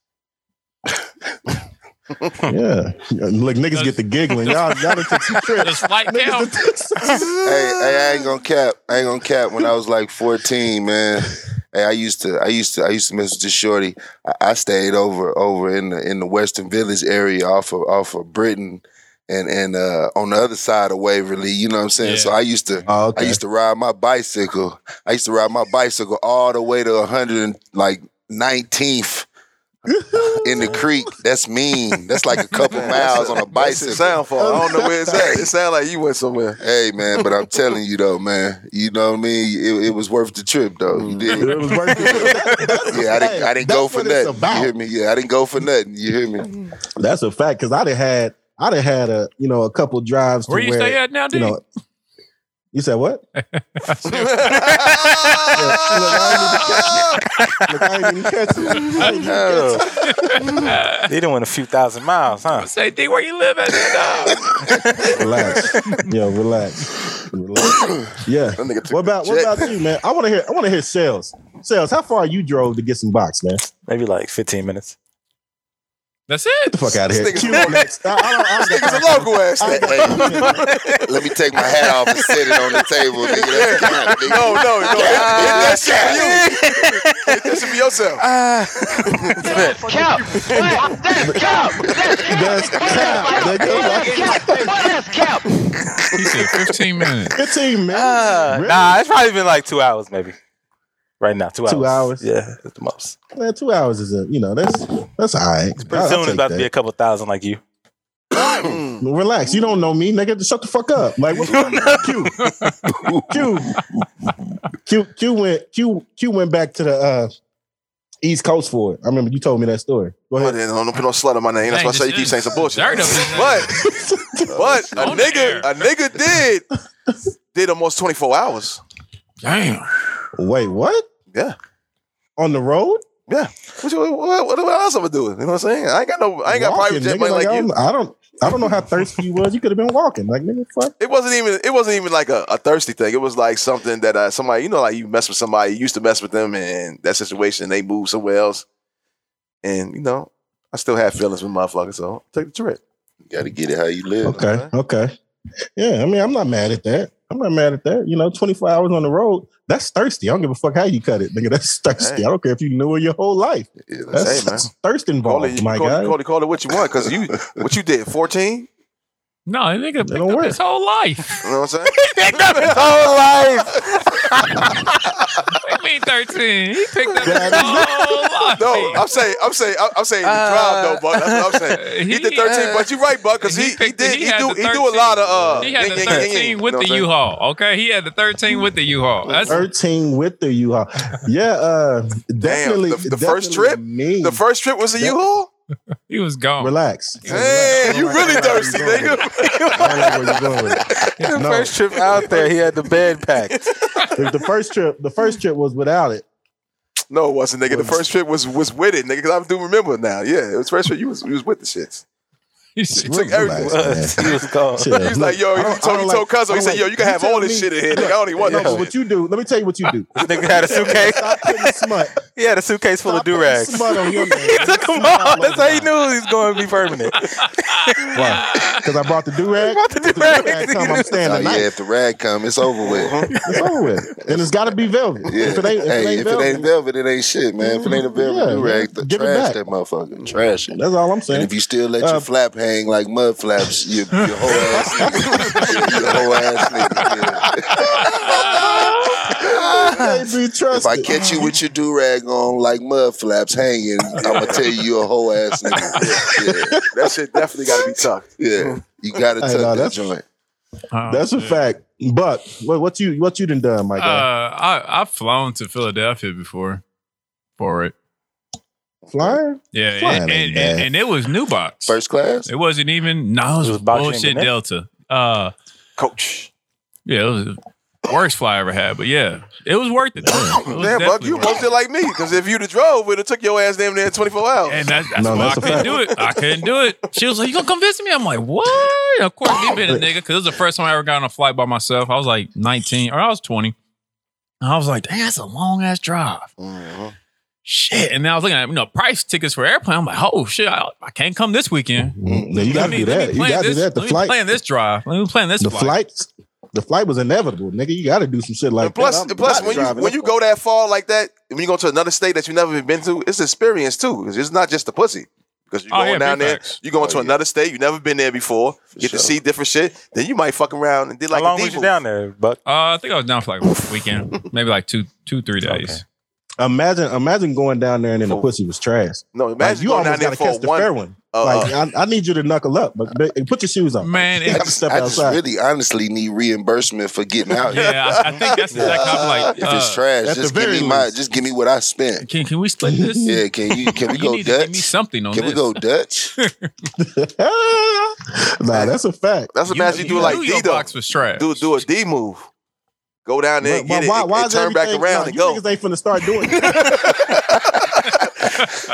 Speaker 7: yeah. Look, niggas get the giggling. Y'all, y'all done took some trips.
Speaker 8: Does flight
Speaker 7: Niggas done
Speaker 8: count?
Speaker 7: took some-
Speaker 2: hey, hey, I ain't gonna cap. I ain't gonna cap. When I was like 14, man, hey, I used to, I used to, I used to mess with this shorty. I, I stayed over, over in the in the Western Village area, off of off of Britain, and and uh, on the other side of Waverly. You know what I'm saying?
Speaker 8: Yeah.
Speaker 2: So I used to. I
Speaker 7: Oh, okay.
Speaker 2: used to ride my bicycle. I used to ride my bicycle all the way to 100 and like 19th in the creek. That's mean. That's like a couple miles on a
Speaker 1: That's the
Speaker 2: bicycle.
Speaker 1: sound for. I don't know where it's at. It sound like you went somewhere.
Speaker 2: Hey man, but I'm telling you though, man, you know what I mean. It, it was worth the trip though. You did,
Speaker 7: Mm. It was worth
Speaker 2: <laughs>
Speaker 7: it.
Speaker 2: yeah. I didn't, I didn't go
Speaker 7: That's
Speaker 2: for
Speaker 7: what it's
Speaker 2: nothing. You hear
Speaker 7: about.
Speaker 2: me? Yeah, I didn't go for nothing. You hear me?
Speaker 7: That's a fact because I'd have had, I'd have had a, you know, a couple drives to
Speaker 8: Where you stay at now,
Speaker 7: you
Speaker 8: dude?
Speaker 7: know. You said what? Look, I ain't even catch it. I ain't even catch it.
Speaker 3: They done went a few thousand miles, huh?
Speaker 8: Say, D, where you live at?
Speaker 1: <laughs>
Speaker 8: Now?
Speaker 7: relax. Yo, relax. Relax. Yeah.
Speaker 1: That nigga took
Speaker 7: What about what
Speaker 1: the
Speaker 7: about you, man? I want to hear. I want to hear sales. Sales. How far you drove to get some box, man? Get
Speaker 3: Maybe like 15 minutes.
Speaker 8: That's it.
Speaker 7: the fuck out of here.
Speaker 1: This nigga's
Speaker 7: Cue
Speaker 1: local.
Speaker 7: next. I- I don't- I don't
Speaker 1: This
Speaker 7: got
Speaker 1: nigga's a local ass.
Speaker 7: I
Speaker 1: nigga.
Speaker 7: ain't got- <laughs>
Speaker 2: Let me take my hat off and set it on the table. Nigga. That's cap,
Speaker 7: <laughs>
Speaker 2: nigga.
Speaker 1: No, no, no. Hit that shit for you. Hit that shit for yourself.
Speaker 7: That's cap. nigga. Like,
Speaker 8: He said 15
Speaker 7: <laughs>
Speaker 8: minutes.
Speaker 7: Fifteen minutes.
Speaker 3: Uh,
Speaker 7: Really?
Speaker 3: Nah, it's probably been like two hours, maybe. Right now, two hours.
Speaker 7: Two hours.
Speaker 3: Yeah, at the most.
Speaker 7: Man, two hours is a you know that's that's all right.
Speaker 3: Pretty soon it's about to be a couple thousand like you.
Speaker 7: Relax. You don't know me, nigga. Shut the fuck up. Like what Q. Q. Q Q went Q Q went back to the uh East Coast for it. I remember you told me that story. Go
Speaker 1: I
Speaker 7: ahead.
Speaker 1: didn't don't put no slut on my name. That's
Speaker 8: Dang,
Speaker 1: why I say you
Speaker 8: this
Speaker 1: keep
Speaker 8: is
Speaker 1: saying some bullshit.
Speaker 8: dirt up
Speaker 1: <laughs>
Speaker 8: in
Speaker 1: But but a
Speaker 8: On the air.
Speaker 1: nigga a nigga did did almost 24 hours.
Speaker 8: Damn.
Speaker 7: Wait, what?
Speaker 1: Yeah.
Speaker 7: On the road?
Speaker 1: Yeah. What, you, what, what, what else am I doing? You know what I'm saying? I ain't got no I ain't got
Speaker 7: Walking,
Speaker 1: private jet
Speaker 7: nigga,
Speaker 1: money like,
Speaker 7: I
Speaker 1: you.
Speaker 7: don't- I don't I don't know how thirsty you was. You could have been walking. Like nigga, fuck.
Speaker 1: It wasn't even it wasn't even like a, a thirsty thing. It was like something that uh, somebody you know like you mess with somebody, you used to mess with them and that situation they moved somewhere else. And you know, I still have feelings with motherfuckers, so I took the trip.
Speaker 2: You gotta get it how you live.
Speaker 7: Okay, okay. Yeah, I mean, I'm not mad at that. I'm not mad at that. You know, 24 hours on the road, that's thirsty. I don't give a fuck how you cut it, nigga. That's <laughs> thirsty.
Speaker 1: Hey.
Speaker 7: I don't care if you knew it your whole life.
Speaker 2: Yeah,
Speaker 7: That's,
Speaker 1: Hey, man.
Speaker 7: that's <laughs> thirst
Speaker 1: Call it,
Speaker 7: involved, my
Speaker 1: call,
Speaker 7: guy.
Speaker 1: It, call, it, call it what you want, because you what you did, 14?
Speaker 8: No, that nigga picked
Speaker 7: don't
Speaker 8: up
Speaker 7: work.
Speaker 8: his whole life.
Speaker 1: You know what I'm saying?
Speaker 8: <laughs>
Speaker 3: Picked up his whole life.
Speaker 8: What do you mean 13? He picked up his whole life.
Speaker 1: No, I'm saying, I'm saying, I'm- I'm saying the
Speaker 3: Uh,
Speaker 1: drive though, Buck. That's what I'm
Speaker 8: <laughs>
Speaker 1: saying. He,
Speaker 8: he,
Speaker 1: did 13,
Speaker 8: uh,
Speaker 1: but you're right, Buck, because he, he,
Speaker 8: picked-
Speaker 1: did he,
Speaker 8: had
Speaker 1: do
Speaker 8: the
Speaker 1: he do a lot of uh
Speaker 8: 13. He had the
Speaker 1: yin, yin, yin, yin,
Speaker 8: 13 with
Speaker 1: you know
Speaker 8: the
Speaker 1: what I'm saying?
Speaker 8: U-Haul. Okay, he had the 13 with the U-Haul. That's
Speaker 7: 13 with the U-Haul. Yeah, uh, definitely.
Speaker 1: the- the first
Speaker 7: definitely
Speaker 1: trip?
Speaker 7: me.
Speaker 1: The first trip was a
Speaker 7: That-
Speaker 1: U-Haul?
Speaker 8: he was gone.
Speaker 7: Relax.
Speaker 1: Damn, you really thirsty, nigga. <laughs>
Speaker 7: I don't like where you're going with it.
Speaker 3: The
Speaker 7: No,
Speaker 3: first trip out there, he had the bed packed.
Speaker 7: <laughs> the- the first trip, the first trip was without it.
Speaker 1: no, it wasn't, nigga. The first trip was was with it, nigga, because I do remember now. Yeah, it was first trip. You was, you was with the shit.
Speaker 8: He said,
Speaker 1: took everything.
Speaker 7: Relax, man.
Speaker 3: he was gone.
Speaker 7: Chill.
Speaker 1: He was like, yo,
Speaker 7: I
Speaker 1: he
Speaker 7: don't- I
Speaker 1: told,
Speaker 7: don't
Speaker 1: he told
Speaker 7: like-
Speaker 1: Cuzzo,
Speaker 7: I
Speaker 1: he
Speaker 7: don't
Speaker 1: said, yo,
Speaker 7: like-
Speaker 1: you can have
Speaker 7: tell
Speaker 1: all this
Speaker 7: me-
Speaker 1: shit in here, nigga. I don't even want
Speaker 7: No,
Speaker 1: no
Speaker 7: but
Speaker 1: shit.
Speaker 7: what you do, let me tell you what you do.
Speaker 3: This nigga had a suitcase.
Speaker 7: Stop putting smut.
Speaker 3: <laughs> He had a suitcase full of
Speaker 7: Stop putting
Speaker 3: do rags.
Speaker 7: smut on
Speaker 3: <laughs>
Speaker 7: your name.
Speaker 3: He took them all. That's how he knew he's going to be <laughs> permanent.
Speaker 7: Why? Because I brought the do rag.
Speaker 3: Brought the durag.
Speaker 7: Come,
Speaker 1: <laughs>
Speaker 7: I'm
Speaker 2: Oh,
Speaker 7: standing.
Speaker 2: yeah,
Speaker 7: nice. Uh-huh.
Speaker 2: if the rag come, it's over with.
Speaker 7: It's over with. And it's got to be velvet.
Speaker 2: Yeah.
Speaker 7: If it ain't, if
Speaker 2: hey,
Speaker 7: it ain't
Speaker 2: if
Speaker 7: velvet, Mm-hmm.
Speaker 2: it ain't velvet, it ain't shit, man. If it ain't a velvet
Speaker 7: Yeah,
Speaker 2: do rag,
Speaker 7: give it back.
Speaker 2: trash that motherfucker. Trash it.
Speaker 7: that's all I'm
Speaker 2: And
Speaker 7: saying.
Speaker 2: if you still let
Speaker 7: Uh,
Speaker 2: your flap hang like mud flaps, you, your whole
Speaker 7: <laughs>
Speaker 2: ass nigga. you your whole ass nigga. yeah.
Speaker 7: can't be
Speaker 2: If I
Speaker 7: trusted.
Speaker 2: catch you with your do rag on like mud flaps hanging, I'm gonna tell you you're a whole ass
Speaker 1: <laughs>
Speaker 2: nigga. Yeah,
Speaker 1: That shit definitely got to be tucked.
Speaker 2: yeah, yeah. you gotta
Speaker 7: Hey,
Speaker 2: tuck
Speaker 7: nah,
Speaker 2: that
Speaker 7: that's-
Speaker 2: joint.
Speaker 8: "Oh,
Speaker 7: That's a fact. But what, what you what you done done, my
Speaker 8: Uh,
Speaker 7: guy?
Speaker 8: I, I've flown to Philadelphia before for it.
Speaker 7: Flying?
Speaker 8: Yeah,
Speaker 7: Flying
Speaker 8: and,
Speaker 7: ain't
Speaker 8: and, and,
Speaker 7: bad.
Speaker 8: and it was new box.
Speaker 2: First class.
Speaker 8: It wasn't even no, it was,
Speaker 3: It was boxing,
Speaker 8: bullshit
Speaker 3: wasn't it?
Speaker 8: Delta. Uh,
Speaker 1: Coach.
Speaker 8: yeah, it was the worst fly I ever had, but yeah, <laughs> it was worth it. It was
Speaker 1: Damn, Buck,
Speaker 8: definitely
Speaker 1: you
Speaker 8: worth it.
Speaker 1: both did like me, because if you'd have drove, we'd have took your ass damn near 24 hours.
Speaker 8: And that's, that's
Speaker 7: No,
Speaker 8: why
Speaker 7: that's
Speaker 8: I
Speaker 7: a
Speaker 8: couldn't
Speaker 7: fact.
Speaker 8: do it. I couldn't do it. She was like, "You gonna come visit me?" I'm like, "What?" Of course, me being a nigga, because it was the first time I ever got on a flight by myself. I was like 19 or I was 20, and I was like, "Damn, that's a long ass drive."
Speaker 7: Uh-huh.
Speaker 8: Shit. And then I was looking at you know price tickets for airplane. I'm like, "Oh shit, I, I can't come this weekend."
Speaker 7: No, Mm-hmm. you got to do that. You
Speaker 8: plan
Speaker 7: got to do
Speaker 8: this-
Speaker 7: that. The
Speaker 8: let me
Speaker 7: flight,
Speaker 8: plan this drive. Let me plan this
Speaker 7: the
Speaker 8: flight.
Speaker 7: flights, the flight was inevitable, nigga. You got to do some shit like
Speaker 1: and plus,
Speaker 7: that.
Speaker 1: and plus when you when you go that far like that, when you go to another state that you never been to, it's experience too. It's- It's not just the pussy. Because you're
Speaker 8: Oh,
Speaker 1: going
Speaker 8: yeah,
Speaker 1: down
Speaker 8: big
Speaker 1: there,
Speaker 8: facts.
Speaker 1: you're going
Speaker 2: Oh,
Speaker 1: to
Speaker 2: yeah.
Speaker 1: another state, you've never been there before, get
Speaker 2: sure.
Speaker 1: to see different shit, then you might fuck around and did like
Speaker 3: how long
Speaker 1: a
Speaker 3: was you
Speaker 1: D-move.
Speaker 3: down there, Buck?
Speaker 8: Uh, I think I was down for like
Speaker 7: <laughs>
Speaker 8: a weekend, maybe like two, two, three days.
Speaker 7: imagine, imagine going down there and then the pussy was trash.
Speaker 1: No, imagine
Speaker 7: Like, you
Speaker 1: going down
Speaker 7: almost
Speaker 1: there
Speaker 7: got to
Speaker 1: for
Speaker 7: catch the
Speaker 1: one.
Speaker 7: fair one.
Speaker 1: uh,
Speaker 7: like I, I need you to knuckle up, but, but put your shoes on.
Speaker 8: Man,
Speaker 7: You
Speaker 8: it,
Speaker 7: have
Speaker 2: I
Speaker 7: to
Speaker 2: just,
Speaker 7: step
Speaker 2: I just
Speaker 7: outside. <laughs>
Speaker 2: really honestly need reimbursement for getting out here.
Speaker 8: yeah, I, I think that's exactly. I'm like,
Speaker 2: If it's
Speaker 8: uh,
Speaker 2: trash,
Speaker 7: At the
Speaker 2: just give me
Speaker 7: very
Speaker 2: my
Speaker 7: least.
Speaker 2: just give me what I spent.
Speaker 8: can, can
Speaker 1: <laughs>
Speaker 8: we split this?
Speaker 2: Yeah, can you can we
Speaker 8: <laughs> you
Speaker 2: go
Speaker 8: need to give me
Speaker 2: Dutch?
Speaker 8: something on
Speaker 2: Can
Speaker 8: this.
Speaker 2: we go Dutch?
Speaker 7: nah, that's a fact.
Speaker 1: That's what
Speaker 8: You-
Speaker 1: imagine you, do
Speaker 8: you
Speaker 1: like
Speaker 8: knew
Speaker 1: D
Speaker 8: your
Speaker 1: though.
Speaker 8: box was trash.
Speaker 1: Do do a D move. Go down there,
Speaker 7: But- but
Speaker 1: and get it, and- and
Speaker 7: is
Speaker 1: turn back
Speaker 7: everything-
Speaker 1: around
Speaker 7: nah,
Speaker 1: and
Speaker 7: you
Speaker 1: go.
Speaker 7: Niggas ain't finna start
Speaker 1: <laughs>
Speaker 7: doing it. <laughs>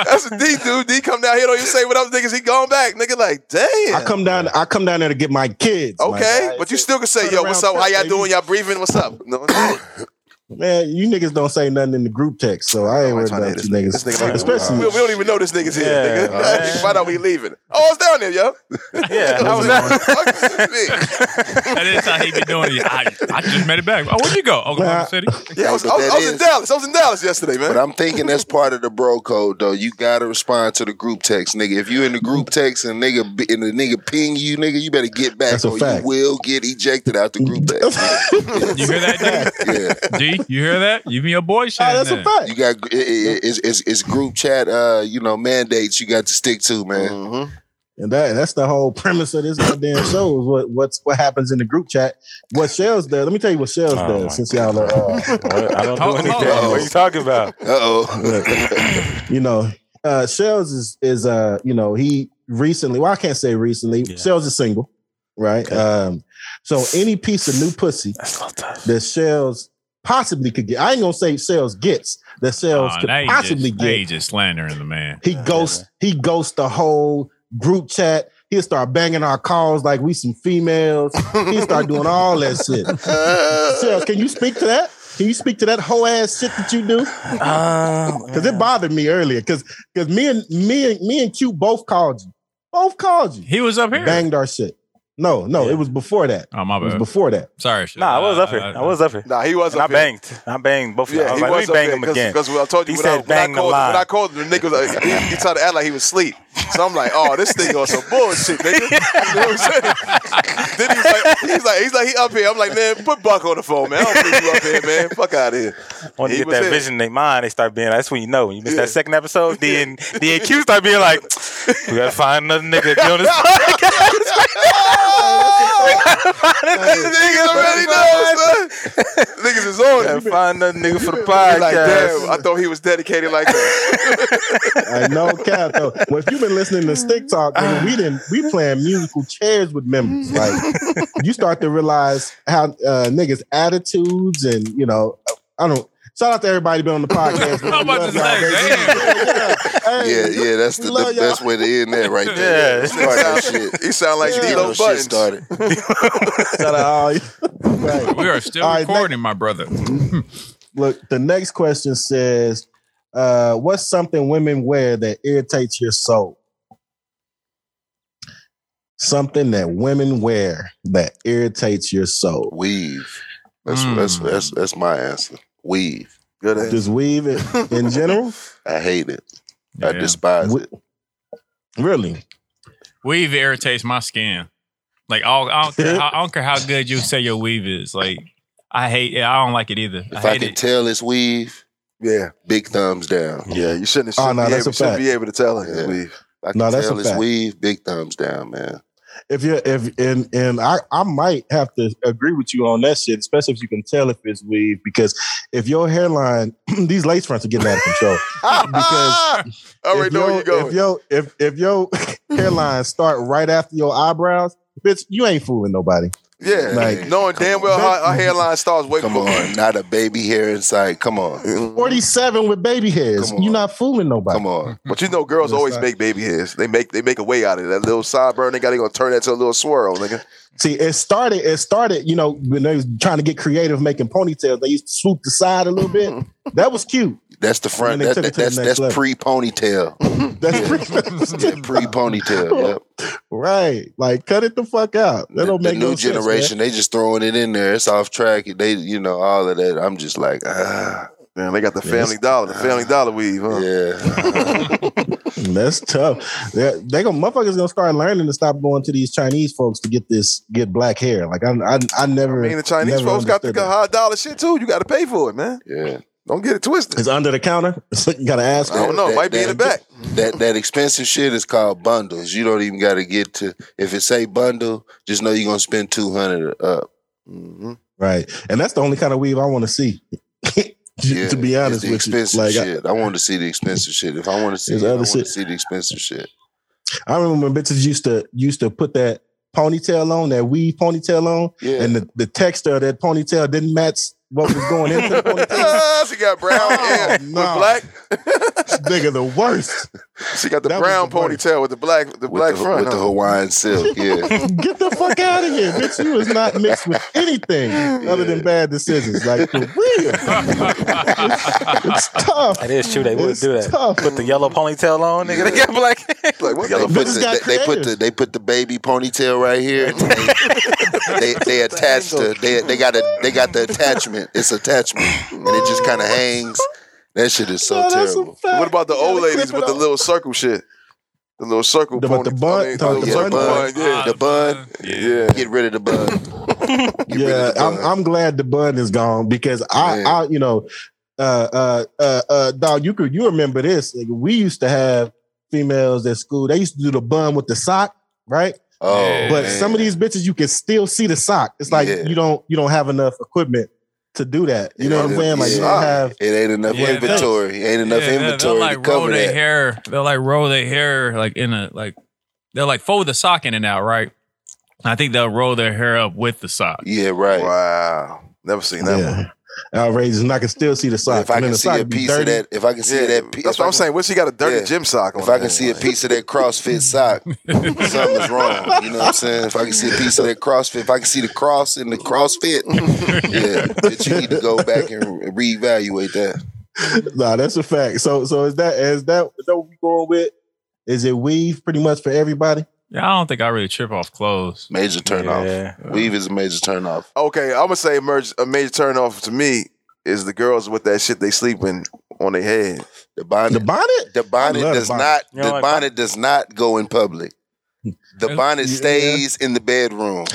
Speaker 1: That's a D dude. D come down here, don't you say what up, niggas? He gone back, nigga. Like damn.
Speaker 7: I come down. I come down there to get my kids. my
Speaker 1: okay,
Speaker 7: guy.
Speaker 1: but you still can say,
Speaker 7: Turn
Speaker 1: yo, what's
Speaker 7: around
Speaker 1: up? How y'all
Speaker 7: quick,
Speaker 1: doing? Y'all breathing? What's up?
Speaker 7: <laughs>
Speaker 1: No, no.
Speaker 7: man, you niggas don't say nothing in the group text, so I ain't
Speaker 1: I'm
Speaker 7: worried
Speaker 1: trying to
Speaker 7: about
Speaker 1: hit
Speaker 7: you
Speaker 1: this nigga.
Speaker 7: niggas.
Speaker 1: This nigga like-
Speaker 7: Especially,
Speaker 1: we, we don't even know this nigga's here,
Speaker 3: Yeah,
Speaker 1: nigga.
Speaker 3: man.
Speaker 1: <laughs> Find out we leaving. Oh, it's down there, yo.
Speaker 3: Yeah,
Speaker 1: <laughs> I
Speaker 3: I
Speaker 1: was
Speaker 3: was
Speaker 1: like,
Speaker 3: down.
Speaker 1: fuck this shit.
Speaker 8: And that's how he been doing it. I, I just made it back. Oh, where'd you go? Oklahoma
Speaker 7: Nah.
Speaker 8: City.
Speaker 1: Yeah, I was,
Speaker 2: but
Speaker 1: I was,
Speaker 2: that
Speaker 1: I was in
Speaker 2: is-
Speaker 1: Dallas. I was in Dallas yesterday, man.
Speaker 2: But I'm thinking that's part of the bro code though. You gotta respond to the group text, nigga. If you in the group text and nigga be- and the nigga ping you, nigga, you better get back
Speaker 7: That's a
Speaker 2: or
Speaker 7: fact.
Speaker 2: you will get ejected out the group
Speaker 7: <laughs>
Speaker 2: text.
Speaker 8: You hear that,
Speaker 2: yeah,
Speaker 8: D? D, you hear that? You be your boy shit.
Speaker 7: Nah, that's a fact.
Speaker 2: you got it, it, it's, it's it's group chat. Uh, you know mandates you got to stick to, man.
Speaker 1: Mhm.
Speaker 7: And that that's the whole premise of this goddamn show is what what's what happens in the group chat. What Shells does. Let me tell you what Shells
Speaker 3: Oh, my
Speaker 7: does since y'all are uh,
Speaker 3: <laughs> I don't
Speaker 8: Hold-
Speaker 3: do anything.
Speaker 8: hold
Speaker 2: on.
Speaker 3: What are you talking about?
Speaker 2: oh.
Speaker 3: <laughs>
Speaker 7: you know, uh Shells is is uh, you know, he recently, well, I can't say recently,
Speaker 3: Yeah.
Speaker 7: Shells is single, right? Um, so any piece of new pussy
Speaker 3: That's a little tough.
Speaker 7: that Shells possibly could get, I ain't gonna say Shells gets, that Shells
Speaker 8: Oh,
Speaker 7: could
Speaker 8: now you
Speaker 7: possibly
Speaker 8: just, now
Speaker 7: get.
Speaker 8: you just slandering the man.
Speaker 7: He ghosts. He ghosts the whole group chat. He'll start banging our calls like we some females. He'll start doing all that shit. Sales, can you speak to that? Can you speak to that whole ass shit that you do? Because it bothered me earlier. Because because me and me and me and Q both called you. Both called you.
Speaker 8: He was up here.
Speaker 7: Banged our shit. No, no,
Speaker 3: Yeah.
Speaker 7: it was before that.
Speaker 8: Oh my
Speaker 7: It was
Speaker 8: bad.
Speaker 7: before that.
Speaker 8: Sorry.
Speaker 3: Nah, I was up here. I was up here.
Speaker 1: Nah, he was
Speaker 3: And I
Speaker 1: up here.
Speaker 3: banged. I banged both of y'all. I
Speaker 1: Yeah,
Speaker 3: was
Speaker 1: he
Speaker 3: like,
Speaker 1: was
Speaker 3: let me
Speaker 1: up
Speaker 3: bang
Speaker 1: bang
Speaker 3: them again.
Speaker 1: Because I told you
Speaker 3: He
Speaker 1: when,
Speaker 3: said
Speaker 1: I, when, I
Speaker 3: bang the
Speaker 1: called,
Speaker 3: line.
Speaker 1: when I called him, the nigga was like, he, he tried to act like he was asleep. So I'm like, oh, this nigga on some bullshit, nigga. <laughs> You know what I'm saying? then he's like, he's like, he's like, he up here. I'm like, man, put Buck on the phone, man. I don't think you up here, man. Fuck out of here.
Speaker 3: When you
Speaker 1: He
Speaker 3: get
Speaker 1: was
Speaker 3: that
Speaker 1: in.
Speaker 3: vision in their mind, they start being. That's when you know when you miss
Speaker 1: Yeah.
Speaker 3: that second episode.
Speaker 1: <laughs>
Speaker 3: Then then Q start being like, we gotta find another nigga to be
Speaker 1: <laughs>
Speaker 3: on
Speaker 7: <laughs>
Speaker 3: this <laughs> podcast.
Speaker 1: Niggas already knows, man. Niggas is on.
Speaker 3: gotta
Speaker 1: it.
Speaker 3: find another nigga for the
Speaker 1: He like, damn,
Speaker 3: podcast.
Speaker 1: I thought he was dedicated like that.
Speaker 7: I know, cat though. Well, if you've been listening to Stick Talk, nigga, we didn't we playing musical chairs with members. Like you start to realize how uh, niggas' attitudes and you know, I don't. Shout out to everybody been on
Speaker 2: <laughs>
Speaker 7: the podcast.
Speaker 8: I'm about
Speaker 7: We
Speaker 8: to
Speaker 7: love y'all,
Speaker 8: say,
Speaker 7: baby. Yeah,
Speaker 2: Yeah,
Speaker 7: hey,
Speaker 2: yeah, that's the,
Speaker 7: we love
Speaker 2: the
Speaker 7: y'all.
Speaker 2: best way to end that right there.
Speaker 3: Yeah.
Speaker 2: Start that shit.
Speaker 1: he sound like
Speaker 7: Yeah.
Speaker 2: Get
Speaker 1: D-Lo
Speaker 2: those shit
Speaker 1: Buttons.
Speaker 2: started.
Speaker 7: <laughs> Shout out all you. Right.
Speaker 8: We are still
Speaker 7: All right,
Speaker 8: recording, my brother.
Speaker 7: Look, the next question says, uh, "What's something women wear that irritates your soul?" Something that women wear that irritates your soul.
Speaker 2: Weave. That's, that's
Speaker 8: Mm.
Speaker 2: that's that's my answer. Weave.
Speaker 1: Good answer.
Speaker 7: Just weave it
Speaker 2: <laughs>
Speaker 7: in general.
Speaker 2: I hate it. I
Speaker 8: Yeah.
Speaker 2: despise it.
Speaker 7: We- Really?
Speaker 8: Weave irritates my skin. Like all, I don't, care, I don't care how good you say your weave is. Like I hate it. I don't like it either. I
Speaker 2: If I,
Speaker 8: hate
Speaker 2: can
Speaker 8: it.
Speaker 2: tell it's weave,
Speaker 1: Yeah,
Speaker 2: big thumbs down.
Speaker 1: yeah. You shouldn't,
Speaker 7: Oh,
Speaker 1: shouldn't
Speaker 7: no,
Speaker 1: be,
Speaker 7: that's
Speaker 1: able,
Speaker 7: a
Speaker 1: shouldn't
Speaker 7: fact.
Speaker 1: be able to tell him.
Speaker 2: Yeah.
Speaker 1: Weave.
Speaker 2: I can
Speaker 7: No, that's a
Speaker 2: tell it's
Speaker 7: fact.
Speaker 2: weave, big thumbs down, man.
Speaker 7: If you're if and and I I might have to agree with you on that shit, especially if you can tell if it's weave, because if your hairline, <clears throat> these lace fronts are getting out of
Speaker 2: <laughs>
Speaker 7: control.
Speaker 1: <laughs>
Speaker 7: Because-
Speaker 1: I already
Speaker 7: if
Speaker 1: know
Speaker 7: your,
Speaker 1: where you going.
Speaker 7: If your if if your <laughs> hairline start right after your eyebrows, bitch, you ain't fooling nobody.
Speaker 1: Yeah,
Speaker 7: Like-
Speaker 1: knowing damn well how our hairline starts way
Speaker 2: Come
Speaker 1: before-
Speaker 8: <laughs>
Speaker 2: on, not a baby hair inside. Come on,
Speaker 7: Forty seven with baby hairs,
Speaker 2: Come on.
Speaker 7: you're not fooling nobody.
Speaker 2: come on.
Speaker 1: But you know, girls
Speaker 7: That's
Speaker 1: always
Speaker 7: right.
Speaker 1: make baby hairs. They make they make a way out of it. That little sideburn, they got to go turn that to a little swirl, nigga.
Speaker 7: See, it started. It started. You know, when they was trying to get creative, making ponytails, they used to swoop the side a little bit.
Speaker 2: <laughs>
Speaker 7: That was cute.
Speaker 2: That's the front.
Speaker 7: And
Speaker 2: That,
Speaker 7: then they
Speaker 2: that,
Speaker 7: took it
Speaker 2: that's
Speaker 7: to the next
Speaker 2: that's
Speaker 7: level.
Speaker 2: pre ponytail.
Speaker 7: <laughs> That's <laughs>
Speaker 2: Pre ponytail. Yep.
Speaker 7: Right. Like cut it the fuck out. That
Speaker 2: The-
Speaker 7: don't
Speaker 2: the
Speaker 7: make
Speaker 2: new
Speaker 7: no
Speaker 2: generation,
Speaker 7: Sense,
Speaker 2: they just throwing it in there. It's off track. They, you know, all of that. I'm just like, ah,
Speaker 1: Man, they got the
Speaker 7: Yeah, ah.
Speaker 1: Family Dollar, the Family Dollar weave. Huh?
Speaker 2: yeah.
Speaker 7: man. That's tough. They, they gonna motherfuckers gonna start learning to stop going to these Chinese folks to get this get black hair. Like I I, I never.
Speaker 1: I mean, the Chinese
Speaker 7: never
Speaker 1: folks got the
Speaker 7: understood that.
Speaker 1: high dollar shit too. You got to pay for it, man.
Speaker 2: Yeah.
Speaker 1: Don't get it twisted.
Speaker 7: It's under the
Speaker 1: <laughs>
Speaker 7: counter. So you gotta ask.
Speaker 1: I don't know.
Speaker 2: that-
Speaker 1: Might be in the back.
Speaker 2: That that expensive shit is called bundles. You don't even got to get to. If it say bundle, just know you're gonna spend two hundred up.
Speaker 7: Mm-hmm.
Speaker 1: hmm
Speaker 7: Right. And that's the only kind of weave I want to see.
Speaker 2: Yeah,
Speaker 7: to be
Speaker 2: it's
Speaker 7: honest
Speaker 2: the
Speaker 7: with you,
Speaker 2: expensive
Speaker 7: like I,
Speaker 2: shit. I, want to see the expensive shit. If I want to see,
Speaker 7: There's
Speaker 2: it, I
Speaker 7: other
Speaker 2: want to
Speaker 7: shit.
Speaker 2: see the expensive shit.
Speaker 7: I remember when bitches used to used to put that ponytail on, that weave ponytail on,
Speaker 2: Yeah.
Speaker 7: and the, the texture of that ponytail didn't match what was going into
Speaker 2: <laughs>
Speaker 7: the ponytail.
Speaker 1: Ah, she got brown hair with
Speaker 7: Oh, no.
Speaker 1: black.
Speaker 7: Nigga, the worst.
Speaker 1: <laughs> She got the
Speaker 7: That was
Speaker 1: brown
Speaker 7: the worst.
Speaker 1: ponytail with the black, the
Speaker 2: with
Speaker 1: black
Speaker 2: the,
Speaker 1: front.
Speaker 2: with the
Speaker 1: huh?
Speaker 2: Hawaiian silk.
Speaker 1: <laughs>
Speaker 2: Yeah.
Speaker 7: Get the fuck out of here, bitch. You is not mixed with anything other than bad decisions. Like for real.
Speaker 8: <laughs>
Speaker 7: it's tough.
Speaker 3: That is true. They wouldn't
Speaker 7: It's
Speaker 3: do that.
Speaker 7: tough.
Speaker 3: Put the yellow ponytail on, nigga. They
Speaker 7: <laughs>
Speaker 3: got black. hair.
Speaker 1: like what?
Speaker 2: They
Speaker 1: the-
Speaker 2: put,
Speaker 7: Bitches
Speaker 2: the,
Speaker 7: got
Speaker 2: they, they put the
Speaker 7: creative.
Speaker 2: they put the baby ponytail right here. <laughs> they they attach the they they got a they got the attachment. It's attachment, and it just kind of hangs. That shit is so
Speaker 7: No, that's a
Speaker 2: terrible.
Speaker 7: fact.
Speaker 1: What about the
Speaker 7: You gotta
Speaker 1: old ladies
Speaker 7: clip it
Speaker 1: with the
Speaker 7: on.
Speaker 1: little circle shit? The little circle
Speaker 7: The-
Speaker 1: ponytail.
Speaker 7: with the bun-
Speaker 1: I mean,
Speaker 7: the-
Speaker 1: the
Speaker 7: the
Speaker 1: circle
Speaker 2: bun?
Speaker 1: bun. Yeah,
Speaker 2: The bun.
Speaker 1: yeah.
Speaker 2: Get rid of the bun.
Speaker 1: <laughs>
Speaker 2: <laughs> Get rid
Speaker 7: yeah,
Speaker 2: of the
Speaker 7: I'm,
Speaker 2: bun.
Speaker 7: I'm glad the bun is gone because I,
Speaker 2: Yeah.
Speaker 7: I you know, uh, uh, uh, uh, dog, you could you remember this? Like, we used to have females at school. They used to do the bun with the sock, right?
Speaker 2: Oh,
Speaker 7: But
Speaker 2: man.
Speaker 7: some of these bitches, you can still see the sock. It's like
Speaker 2: Yeah.
Speaker 7: you don't you don't have enough equipment to do that. You know what I'm
Speaker 2: Yeah,
Speaker 7: saying? Like you
Speaker 2: yeah.
Speaker 7: don't have.
Speaker 2: It ain't enough
Speaker 8: Yeah,
Speaker 2: inventory. Ain't enough
Speaker 8: Yeah, they'll-
Speaker 2: inventory
Speaker 8: They'll like
Speaker 2: to
Speaker 8: roll
Speaker 2: cover
Speaker 8: their
Speaker 2: that.
Speaker 8: hair. They'll like roll their hair like in a like. They'll like fold the sock in and out, right? I think they'll roll their hair up with the sock.
Speaker 2: Yeah, right.
Speaker 1: Wow. Never seen that one.
Speaker 7: Yeah. Outrageous, and I can still see the sock.
Speaker 2: if I
Speaker 7: And then
Speaker 2: can
Speaker 7: the
Speaker 2: see
Speaker 7: sock
Speaker 2: a
Speaker 7: be
Speaker 2: piece of
Speaker 7: dirty.
Speaker 2: that, if I can see
Speaker 1: Yeah,
Speaker 2: that, piece,
Speaker 1: that's what I'm saying. What's he got a dirty
Speaker 2: Yeah.
Speaker 1: gym sock on?
Speaker 2: If I can
Speaker 1: man,
Speaker 2: see a
Speaker 1: like-
Speaker 2: piece of that CrossFit
Speaker 8: <laughs>
Speaker 2: sock, something's wrong. You know what I'm saying? If I can see a piece of that CrossFit, if I can see the cross in the
Speaker 8: <laughs>
Speaker 2: CrossFit, yeah, bitch, you need to go back and re- reevaluate that.
Speaker 7: <laughs> nah, that's a fact. So, so is that is that is that what we going with? Is it weave pretty much for everybody?
Speaker 8: Yeah, I don't think I really trip off clothes.
Speaker 2: Major turnoff.
Speaker 3: Yeah.
Speaker 2: Weave is a major turnoff.
Speaker 1: Okay, I'm gonna say merge, a major turnoff to me is the girls with that shit they sleeping on their head.
Speaker 2: The
Speaker 7: The
Speaker 2: bonnet,
Speaker 7: bonnet?
Speaker 2: the bonnet
Speaker 7: I love
Speaker 2: does
Speaker 7: bonnet.
Speaker 2: not.
Speaker 3: You
Speaker 2: the
Speaker 3: don't like
Speaker 2: bonnet does not go in public. The
Speaker 8: Yeah.
Speaker 2: bonnet stays in the bedroom.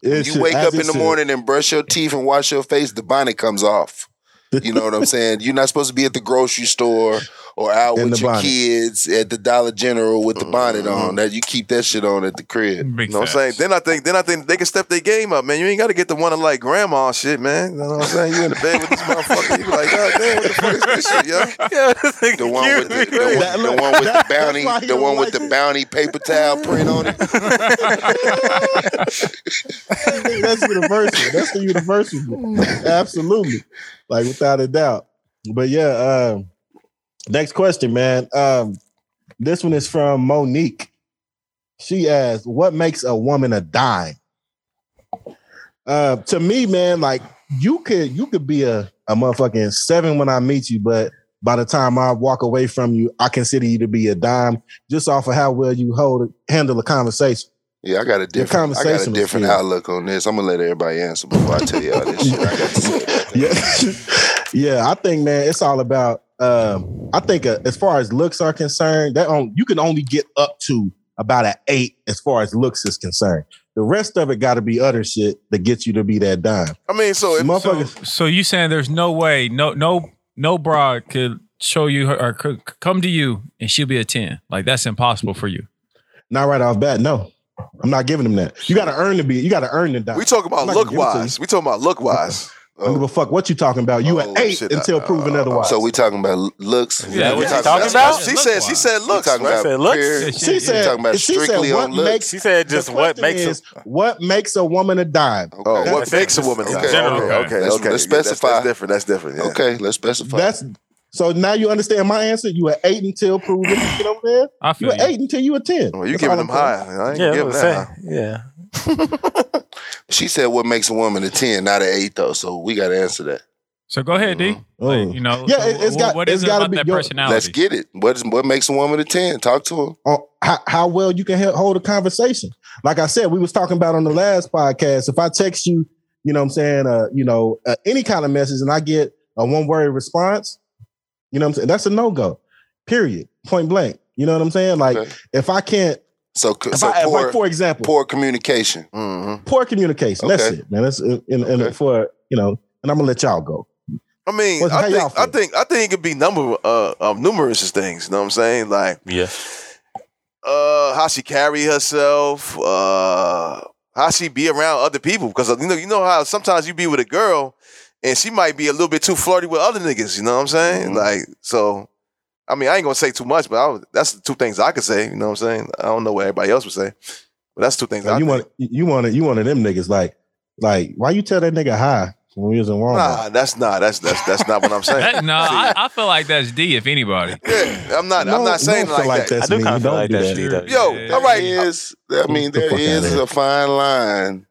Speaker 7: It
Speaker 2: you
Speaker 7: should-
Speaker 2: wake
Speaker 7: as
Speaker 2: up
Speaker 7: it
Speaker 2: in the
Speaker 7: should.
Speaker 2: morning and brush your teeth and wash your face, the bonnet comes off. You know what
Speaker 7: <laughs>
Speaker 2: I'm saying? You're not supposed to be at the grocery store or out
Speaker 7: In
Speaker 2: with
Speaker 7: the
Speaker 2: your
Speaker 7: bonnet. Mm-hmm.
Speaker 2: kids at the Dollar General with the bonnet on. That you keep that shit on at the crib.
Speaker 8: Big
Speaker 1: You know what I'm
Speaker 8: facts.
Speaker 1: saying? Then I think then I think they can step their game up, man. You ain't gotta get the one of like grandma shit, man. You know what I'm saying? You in the bed with this motherfucker, you be like, God damn, what the
Speaker 2: <laughs>
Speaker 1: fuck is this shit, yo?
Speaker 3: <laughs> Yeah, this nigga
Speaker 2: The one with the,
Speaker 3: cute.
Speaker 2: the, one-
Speaker 7: That
Speaker 2: the
Speaker 7: look-
Speaker 2: one
Speaker 7: <laughs>
Speaker 2: with the
Speaker 7: that's
Speaker 2: bounty,
Speaker 7: why you
Speaker 2: the one
Speaker 7: don't
Speaker 2: with
Speaker 7: like
Speaker 2: the
Speaker 7: it.
Speaker 2: bounty paper
Speaker 7: <laughs>
Speaker 2: towel print on it.
Speaker 7: That's universal. That's the universal. Absolutely. Like without a doubt. But yeah, um, next question, man. Um, this one is from Monique. She asked, What makes a woman a dime? Uh, to me, man, like you could you could be a, a motherfucking seven when I meet you, but by the time I walk away from you, I consider you to be a dime just off of how well you hold handle a conversation.
Speaker 2: Yeah, I got a different, I got a
Speaker 7: conversational
Speaker 2: different
Speaker 7: skill.
Speaker 2: outlook on this. I'm gonna let everybody answer before I tell you all this shit. I got to say.
Speaker 7: <laughs> yeah, <laughs> yeah. I think, man, it's all about. Um, I think uh, as far as looks are concerned, that on, you can only get up to about an eight as far as looks is concerned. The rest of it got to be other shit that gets you to be that dime.
Speaker 1: I mean, so if,
Speaker 8: So,
Speaker 7: Motherfuckers,
Speaker 8: so you saying there's no way, no, no, no broad could show you her, or could come to you and she'll be a ten. Like that's impossible for you.
Speaker 7: not right off bat. No, I'm not giving them that. You got to earn to be. You got to earn the dime.
Speaker 1: we
Speaker 7: I'm
Speaker 1: talking about
Speaker 7: not gonna
Speaker 1: look
Speaker 7: give it to
Speaker 1: wise. We talking about look wise.
Speaker 7: I don't give a fuck what you talking about. You
Speaker 1: Oh,
Speaker 7: an eight
Speaker 1: shit,
Speaker 7: until
Speaker 1: uh,
Speaker 7: proven otherwise.
Speaker 2: <laughs> So we talking about looks.
Speaker 8: Yeah,
Speaker 2: we
Speaker 8: yeah.
Speaker 2: talking about.
Speaker 3: Talking about-
Speaker 1: She said she said
Speaker 2: we
Speaker 1: looks.
Speaker 2: talking
Speaker 1: right?
Speaker 2: about
Speaker 3: said looks.
Speaker 2: peer-
Speaker 8: Yeah,
Speaker 7: she
Speaker 8: yeah.
Speaker 7: said,
Speaker 2: talking about
Speaker 7: she said,
Speaker 2: strictly
Speaker 7: what
Speaker 2: on looks.
Speaker 7: makes
Speaker 3: She said
Speaker 7: the
Speaker 3: just what
Speaker 7: question
Speaker 3: makes
Speaker 7: is, what makes a woman a dime?
Speaker 1: Oh,
Speaker 2: Okay.
Speaker 1: what
Speaker 3: That's
Speaker 1: makes a
Speaker 3: it.
Speaker 1: woman?
Speaker 2: Okay.
Speaker 1: Okay, okay,
Speaker 3: General.
Speaker 1: okay. okay.
Speaker 2: Let's-
Speaker 1: okay.
Speaker 2: let's
Speaker 1: Yeah, that's-
Speaker 2: specify.
Speaker 1: That's, different. That's different. Yeah.
Speaker 2: Okay, let's specify.
Speaker 7: That's so now you understand my answer. You an eight until proven. You know what I'm saying?
Speaker 8: I feel
Speaker 7: You an
Speaker 8: you.
Speaker 7: eight until you a ten.
Speaker 1: Well, you
Speaker 7: That's
Speaker 1: giving
Speaker 7: all
Speaker 1: them
Speaker 7: I'm saying.
Speaker 1: high. I ain't
Speaker 3: Yeah, that's
Speaker 1: giving
Speaker 3: what
Speaker 1: that
Speaker 3: I'm
Speaker 1: high.
Speaker 3: saying. Yeah.
Speaker 2: <laughs> she said what makes a woman a ten, not an eight though. So we got to answer that.
Speaker 8: So go ahead, D. Like,
Speaker 7: Mm.
Speaker 8: you know,
Speaker 7: Yeah,
Speaker 8: so
Speaker 7: it- it's
Speaker 8: wh-
Speaker 7: got-
Speaker 8: what is
Speaker 7: it's
Speaker 8: it
Speaker 7: gotta
Speaker 8: about
Speaker 7: be
Speaker 8: that
Speaker 7: your-
Speaker 8: personality?
Speaker 2: Let's get it. What is what makes a woman a ten? Talk to her.
Speaker 7: On how, how well you can he- hold a conversation. Like I said, we was talking about on the last podcast. If I text you, you know what I'm saying, uh, you know, uh, any kind of message, and I get a one word response, you know what I'm saying? That's a no go. Period. Point blank. You know what I'm saying? Like
Speaker 2: Okay.
Speaker 7: if I can't,
Speaker 2: So c-
Speaker 7: if
Speaker 2: so
Speaker 7: I,
Speaker 2: poor
Speaker 7: like for example, Mm-hmm.
Speaker 2: poor communication.
Speaker 1: Mhm.
Speaker 7: poor communication. That's
Speaker 2: Okay.
Speaker 7: it, man. That's in, in,
Speaker 2: Okay.
Speaker 7: for you know. And I'm gonna let y'all go.
Speaker 1: I mean,
Speaker 7: Well, how
Speaker 1: I
Speaker 7: y'all
Speaker 1: think,
Speaker 7: feel?
Speaker 1: I think I think it could be number uh, um, numerous of things. You know what I'm saying? Like
Speaker 3: Yeah.
Speaker 1: uh, how she carry herself, uh, how she be around other people. Because you know, you know how sometimes you be with a girl and she might be a little bit too flirty with other niggas. You know what I'm saying?
Speaker 2: Mhm.
Speaker 1: Like so. I mean, I ain't gonna say too much, but I was, that's the two things I could say. You know what I'm saying? I don't know what everybody else would say, but that's two things. I
Speaker 7: you
Speaker 1: think.
Speaker 7: want you wanted you wanted them niggas like like why you tell that nigga hi when we was in Walmart?
Speaker 1: Nah, that's not. That's that's that's not what I'm saying.
Speaker 8: <laughs> That- no, I, I feel like that's D if anybody.
Speaker 1: Yeah, I'm not. I'm not saying it
Speaker 7: don't
Speaker 1: like,
Speaker 7: feel
Speaker 1: that.
Speaker 3: I
Speaker 7: That's
Speaker 3: do
Speaker 7: mean.
Speaker 3: kind
Speaker 7: You
Speaker 3: of feel
Speaker 7: don't
Speaker 3: like
Speaker 7: do
Speaker 3: that's
Speaker 7: that.
Speaker 3: D though.
Speaker 1: Yo,
Speaker 8: Yeah.
Speaker 1: all right.
Speaker 2: Is I mean
Speaker 7: Get the
Speaker 2: there
Speaker 7: fuck
Speaker 2: is
Speaker 7: outta here.
Speaker 2: a fine line.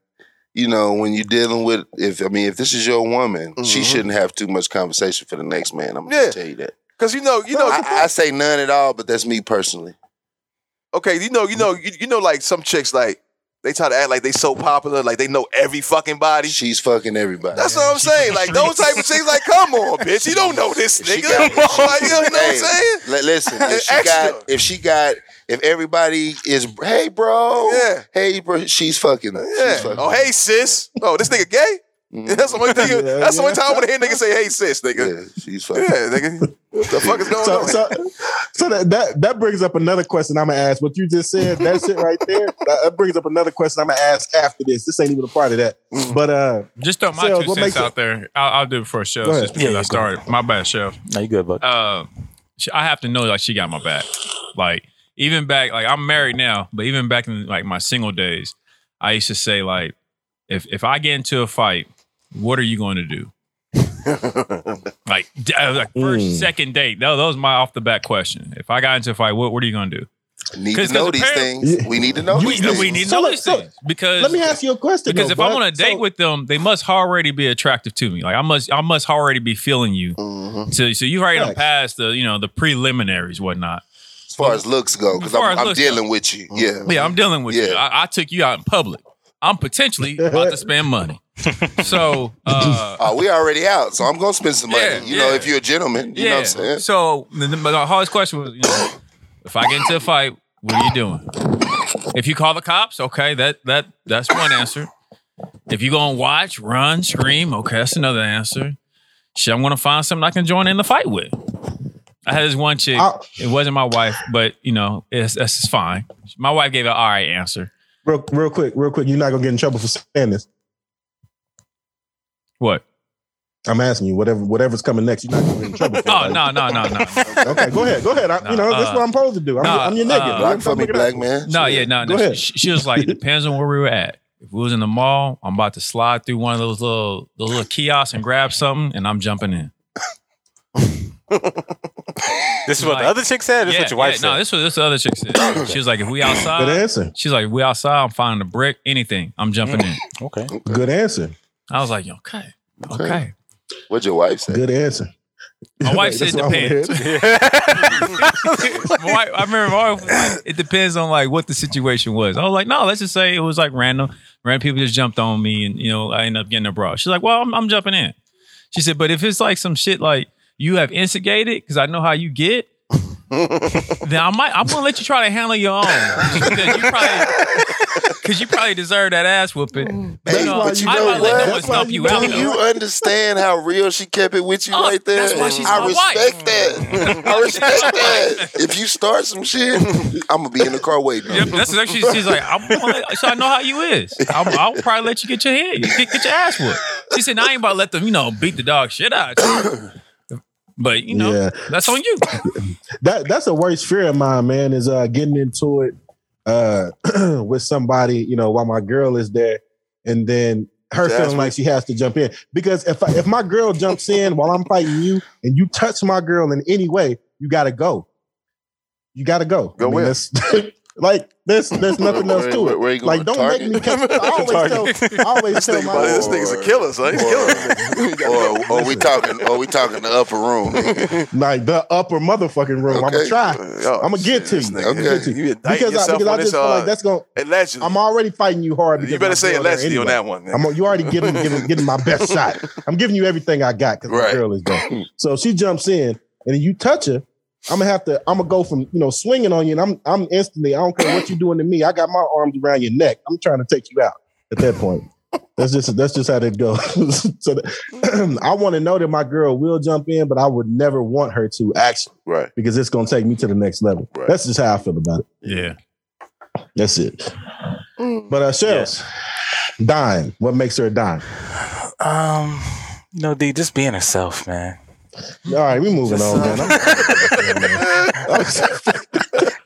Speaker 2: You know when you're dealing with if I mean if this is your woman, she
Speaker 1: Mhm.
Speaker 2: shouldn't have too much conversation for the next man. I'm gonna
Speaker 1: Yeah.
Speaker 2: just tell you that.
Speaker 1: Cause you know, you know,
Speaker 2: I, I say none at all, but that's me personally.
Speaker 1: okay, you know, you know, you, you know, like some chicks, like they try to act like they so popular, like they know every fucking body.
Speaker 2: She's fucking everybody.
Speaker 1: That's what I'm saying. Like those type of chicks, like
Speaker 7: <laughs>
Speaker 1: come on, bitch, you don't know this
Speaker 2: She
Speaker 1: nigga.
Speaker 2: got-
Speaker 1: <laughs> like, you know what I'm
Speaker 2: Hey,
Speaker 1: saying?
Speaker 2: li- listen, if she
Speaker 1: Extra.
Speaker 2: got, if she got, if everybody is, hey bro,
Speaker 1: Yeah.
Speaker 2: hey bro, she's fucking. She's
Speaker 1: Yeah.
Speaker 2: fucking.
Speaker 1: Oh, hey sis. Oh, this nigga gay.
Speaker 2: Mhm.
Speaker 1: That's the only thing.
Speaker 7: Yeah,
Speaker 1: that's the only
Speaker 7: yeah.
Speaker 1: time I want to hear niggas say, "Hey sis, nigga."
Speaker 2: yeah, she's
Speaker 1: Yeah,
Speaker 2: fucking. <laughs>
Speaker 1: nigga. What the fuck is going
Speaker 7: So,
Speaker 1: on?
Speaker 7: so, So that, that that brings up another question I'm gonna ask. What you just said, that shit right
Speaker 2: <laughs>
Speaker 7: there, that, that brings up another question I'm gonna ask after this. This ain't even a part of that.
Speaker 2: Mm.
Speaker 7: But uh,
Speaker 8: Just throw my
Speaker 7: Shells,
Speaker 8: two
Speaker 7: what
Speaker 8: cents
Speaker 7: makes it-
Speaker 8: out there. I'll, I'll do it for Chef
Speaker 7: Go ahead.
Speaker 8: just because
Speaker 3: Yeah,
Speaker 8: I
Speaker 3: yeah, go ahead.
Speaker 8: started. My bad, Chef.
Speaker 3: No, you good, bud.
Speaker 8: Uh, she- I have to know like she got my back. Like even back, like I'm married now, but even back in like my single days, I used to say like, if if I get into a fight, what are you going to do? like, d- uh, like first,
Speaker 5: Mm.
Speaker 8: second date. No, that was my off the bat question. If I got into a fight, what what are you going to do?
Speaker 2: Need
Speaker 8: Cause-
Speaker 2: to know
Speaker 8: cause
Speaker 2: these
Speaker 8: apparently-
Speaker 2: things. We need to know
Speaker 8: We,
Speaker 2: these things.
Speaker 8: we need to
Speaker 7: So
Speaker 8: know
Speaker 7: let-
Speaker 8: these
Speaker 7: so
Speaker 8: things because
Speaker 7: let me ask you a question.
Speaker 8: because
Speaker 7: though,
Speaker 8: if I'm
Speaker 7: bud.
Speaker 8: on a date
Speaker 7: So-
Speaker 8: with them, they must already be attractive to me. Like I must, I must already be feeling you.
Speaker 2: Mhm.
Speaker 8: So, so you've already done
Speaker 7: Facts.
Speaker 8: passed the, you know, the preliminaries, whatnot.
Speaker 2: As far as looks go, because
Speaker 8: As far
Speaker 2: I'm,
Speaker 8: as
Speaker 2: I'm
Speaker 8: looks
Speaker 2: dealing with you. Yeah.
Speaker 1: Mm-hmm.
Speaker 8: Yeah, I'm dealing with you.
Speaker 2: Yeah.
Speaker 8: I, I took you out in public. I'm potentially about to spend money. So,
Speaker 2: <laughs>
Speaker 8: uh,
Speaker 2: Oh, we already out, so I'm gonna spend some money.
Speaker 8: Yeah,
Speaker 2: you know,
Speaker 8: yeah.
Speaker 2: if you're a gentleman, you
Speaker 8: yeah.
Speaker 2: know what I'm saying.
Speaker 8: So the, the, my hardest question was, you know, if I get into a fight, what are you doing? If you call the cops, okay, that that that's one answer. If you gonna watch, run, scream, okay, that's another answer. Shit, I'm gonna find something I can join in the fight with. I had this one chick.
Speaker 2: Oh.
Speaker 7: I'll-
Speaker 8: It wasn't my wife, but you know, it's, it's fine. My wife gave an all right answer.
Speaker 7: real, real quick, real quick, you're not gonna get in trouble for saying this.
Speaker 8: What?
Speaker 7: I'm asking you, whatever, whatever's coming next, you're not gonna
Speaker 2: <laughs>
Speaker 7: get in trouble. For
Speaker 8: Oh
Speaker 7: it.
Speaker 8: no no no no uh, no.
Speaker 7: Okay, go ahead, go ahead. I, you know,
Speaker 8: Nah,
Speaker 7: that's what I'm supposed to do. I'm,
Speaker 8: nah,
Speaker 7: I'm your nigga.
Speaker 8: uh,
Speaker 2: Block for me,
Speaker 7: Look it
Speaker 2: black
Speaker 7: up.
Speaker 2: man.
Speaker 8: No, yeah, no.
Speaker 7: Go
Speaker 8: no.
Speaker 7: ahead.
Speaker 8: She, she was like, depends on where we were at. If we was in the mall, I'm about to slide through one of those little those little kiosks and grab something, and I'm jumping in.
Speaker 3: <laughs> This is what
Speaker 8: like-
Speaker 3: the other chick said. This is what your wife
Speaker 8: No,
Speaker 3: said.
Speaker 8: this was this other chick said. She was like, if we
Speaker 7: Good
Speaker 8: outside,
Speaker 7: answer.
Speaker 8: she's like, if we outside, I'm finding a brick, anything, I'm jumping in.
Speaker 3: okay.
Speaker 7: Good answer.
Speaker 8: I was like, okay,
Speaker 2: Okay.
Speaker 8: okay.
Speaker 2: What'd your wife say?
Speaker 7: Good answer.
Speaker 8: My
Speaker 7: <laughs>
Speaker 8: wife
Speaker 7: Like,
Speaker 8: said
Speaker 7: that's what I wanna
Speaker 8: depends.
Speaker 7: hear.
Speaker 8: <laughs> my wife, I remember my wife was like, it depends on like what the situation was. I was like, no, let's just say it was like random. Random people just jumped on me and you know, I ended up getting a bra. She's like, well, I'm, I'm jumping in. She said, but if it's like some shit like you have instigated, because I know how
Speaker 7: <laughs>
Speaker 8: you get, then I might I'm gonna let you try to handle your own. Because you probably, 'cause you probably deserve that ass whooping.
Speaker 2: Hey,
Speaker 8: know,
Speaker 2: but you
Speaker 8: I
Speaker 2: know
Speaker 8: might let
Speaker 2: what?
Speaker 8: no one
Speaker 7: That's why
Speaker 8: stump
Speaker 7: you
Speaker 8: you out.
Speaker 2: Do
Speaker 8: though.
Speaker 2: you understand how real she kept it with you
Speaker 8: Oh,
Speaker 2: right there?
Speaker 8: that's why she's
Speaker 2: I
Speaker 8: my wife.
Speaker 2: respect
Speaker 7: Mm.
Speaker 2: that. I
Speaker 8: <laughs>
Speaker 2: respect that. If you start some shit, I'm gonna be in the car waiting. on
Speaker 8: Yep,
Speaker 2: you.
Speaker 8: that's what she, she's like. I'm gonna let, so I know how you is. I'm, I'll probably let you get your head, get, get your ass whooped. She said, "Now I ain't about to let them, you know, beat the dog shit out." of you." But you know,
Speaker 7: Yeah.
Speaker 8: that's on you.
Speaker 7: that that's a worst fear of mine, man, is uh getting into it uh <clears throat> with somebody, you know, while my girl is there and then her
Speaker 2: Jasmine.
Speaker 7: feeling like she has to jump in. Because if I, if my girl jumps in while I'm fighting you and you touch my girl in any way, you gotta go. You gotta go.
Speaker 2: Go where?
Speaker 7: that's- <laughs> like there's
Speaker 2: <laughs>
Speaker 7: there's nothing else to
Speaker 2: Where-
Speaker 7: it.
Speaker 2: where you
Speaker 7: Like
Speaker 2: going?
Speaker 7: don't make me
Speaker 2: <laughs>
Speaker 7: catch I always tell <laughs> I always tell
Speaker 1: Think
Speaker 7: my
Speaker 1: about it. This nigga's a killer, son. He's killing. them. <laughs>
Speaker 2: or, or oh, we talking? Or we talking the upper
Speaker 7: <laughs>
Speaker 2: room?
Speaker 7: like the upper motherfucking room. I'm
Speaker 2: Okay.
Speaker 7: gonna try.
Speaker 1: Yo,
Speaker 7: I'm gonna get to
Speaker 1: this
Speaker 7: you.
Speaker 1: nigga,
Speaker 7: I'm gonna get to
Speaker 1: You
Speaker 7: you.
Speaker 1: indicting
Speaker 7: Because I,
Speaker 1: yourself
Speaker 7: because I
Speaker 1: on
Speaker 7: just
Speaker 1: this,
Speaker 7: feel like
Speaker 1: uh,
Speaker 7: that's gonna
Speaker 1: allegedly.
Speaker 7: I'm already fighting you hard. Because
Speaker 1: You better
Speaker 7: my
Speaker 1: say
Speaker 7: girl there
Speaker 1: allegedly on
Speaker 7: anyway.
Speaker 1: that one. nigga.
Speaker 7: I'm, you already giving, giving giving my
Speaker 1: <laughs>
Speaker 7: best shot. I'm giving you everything I got because
Speaker 2: Right.
Speaker 7: my girl is there. So she jumps in, and then you touch her. I'm gonna have to. I'm gonna go from you know swinging on you, and I'm I'm instantly. I don't care what you're doing to me. I got my arms around your neck. I'm trying to take you out at that point. That's just that's just how that goes. <laughs> so <clears throat> that, I want to know that my girl will jump in, but I would never want her to actually
Speaker 2: Right.
Speaker 7: because it's gonna take me to the next level.
Speaker 2: Right.
Speaker 7: That's just how I feel about it.
Speaker 8: Yeah,
Speaker 7: That's it.
Speaker 2: Mm.
Speaker 7: But uh, Shells, dime. What makes her a dime?
Speaker 3: <coughs> Um, no, D, just being herself, man.
Speaker 7: <laughs> All right, we moving on, man.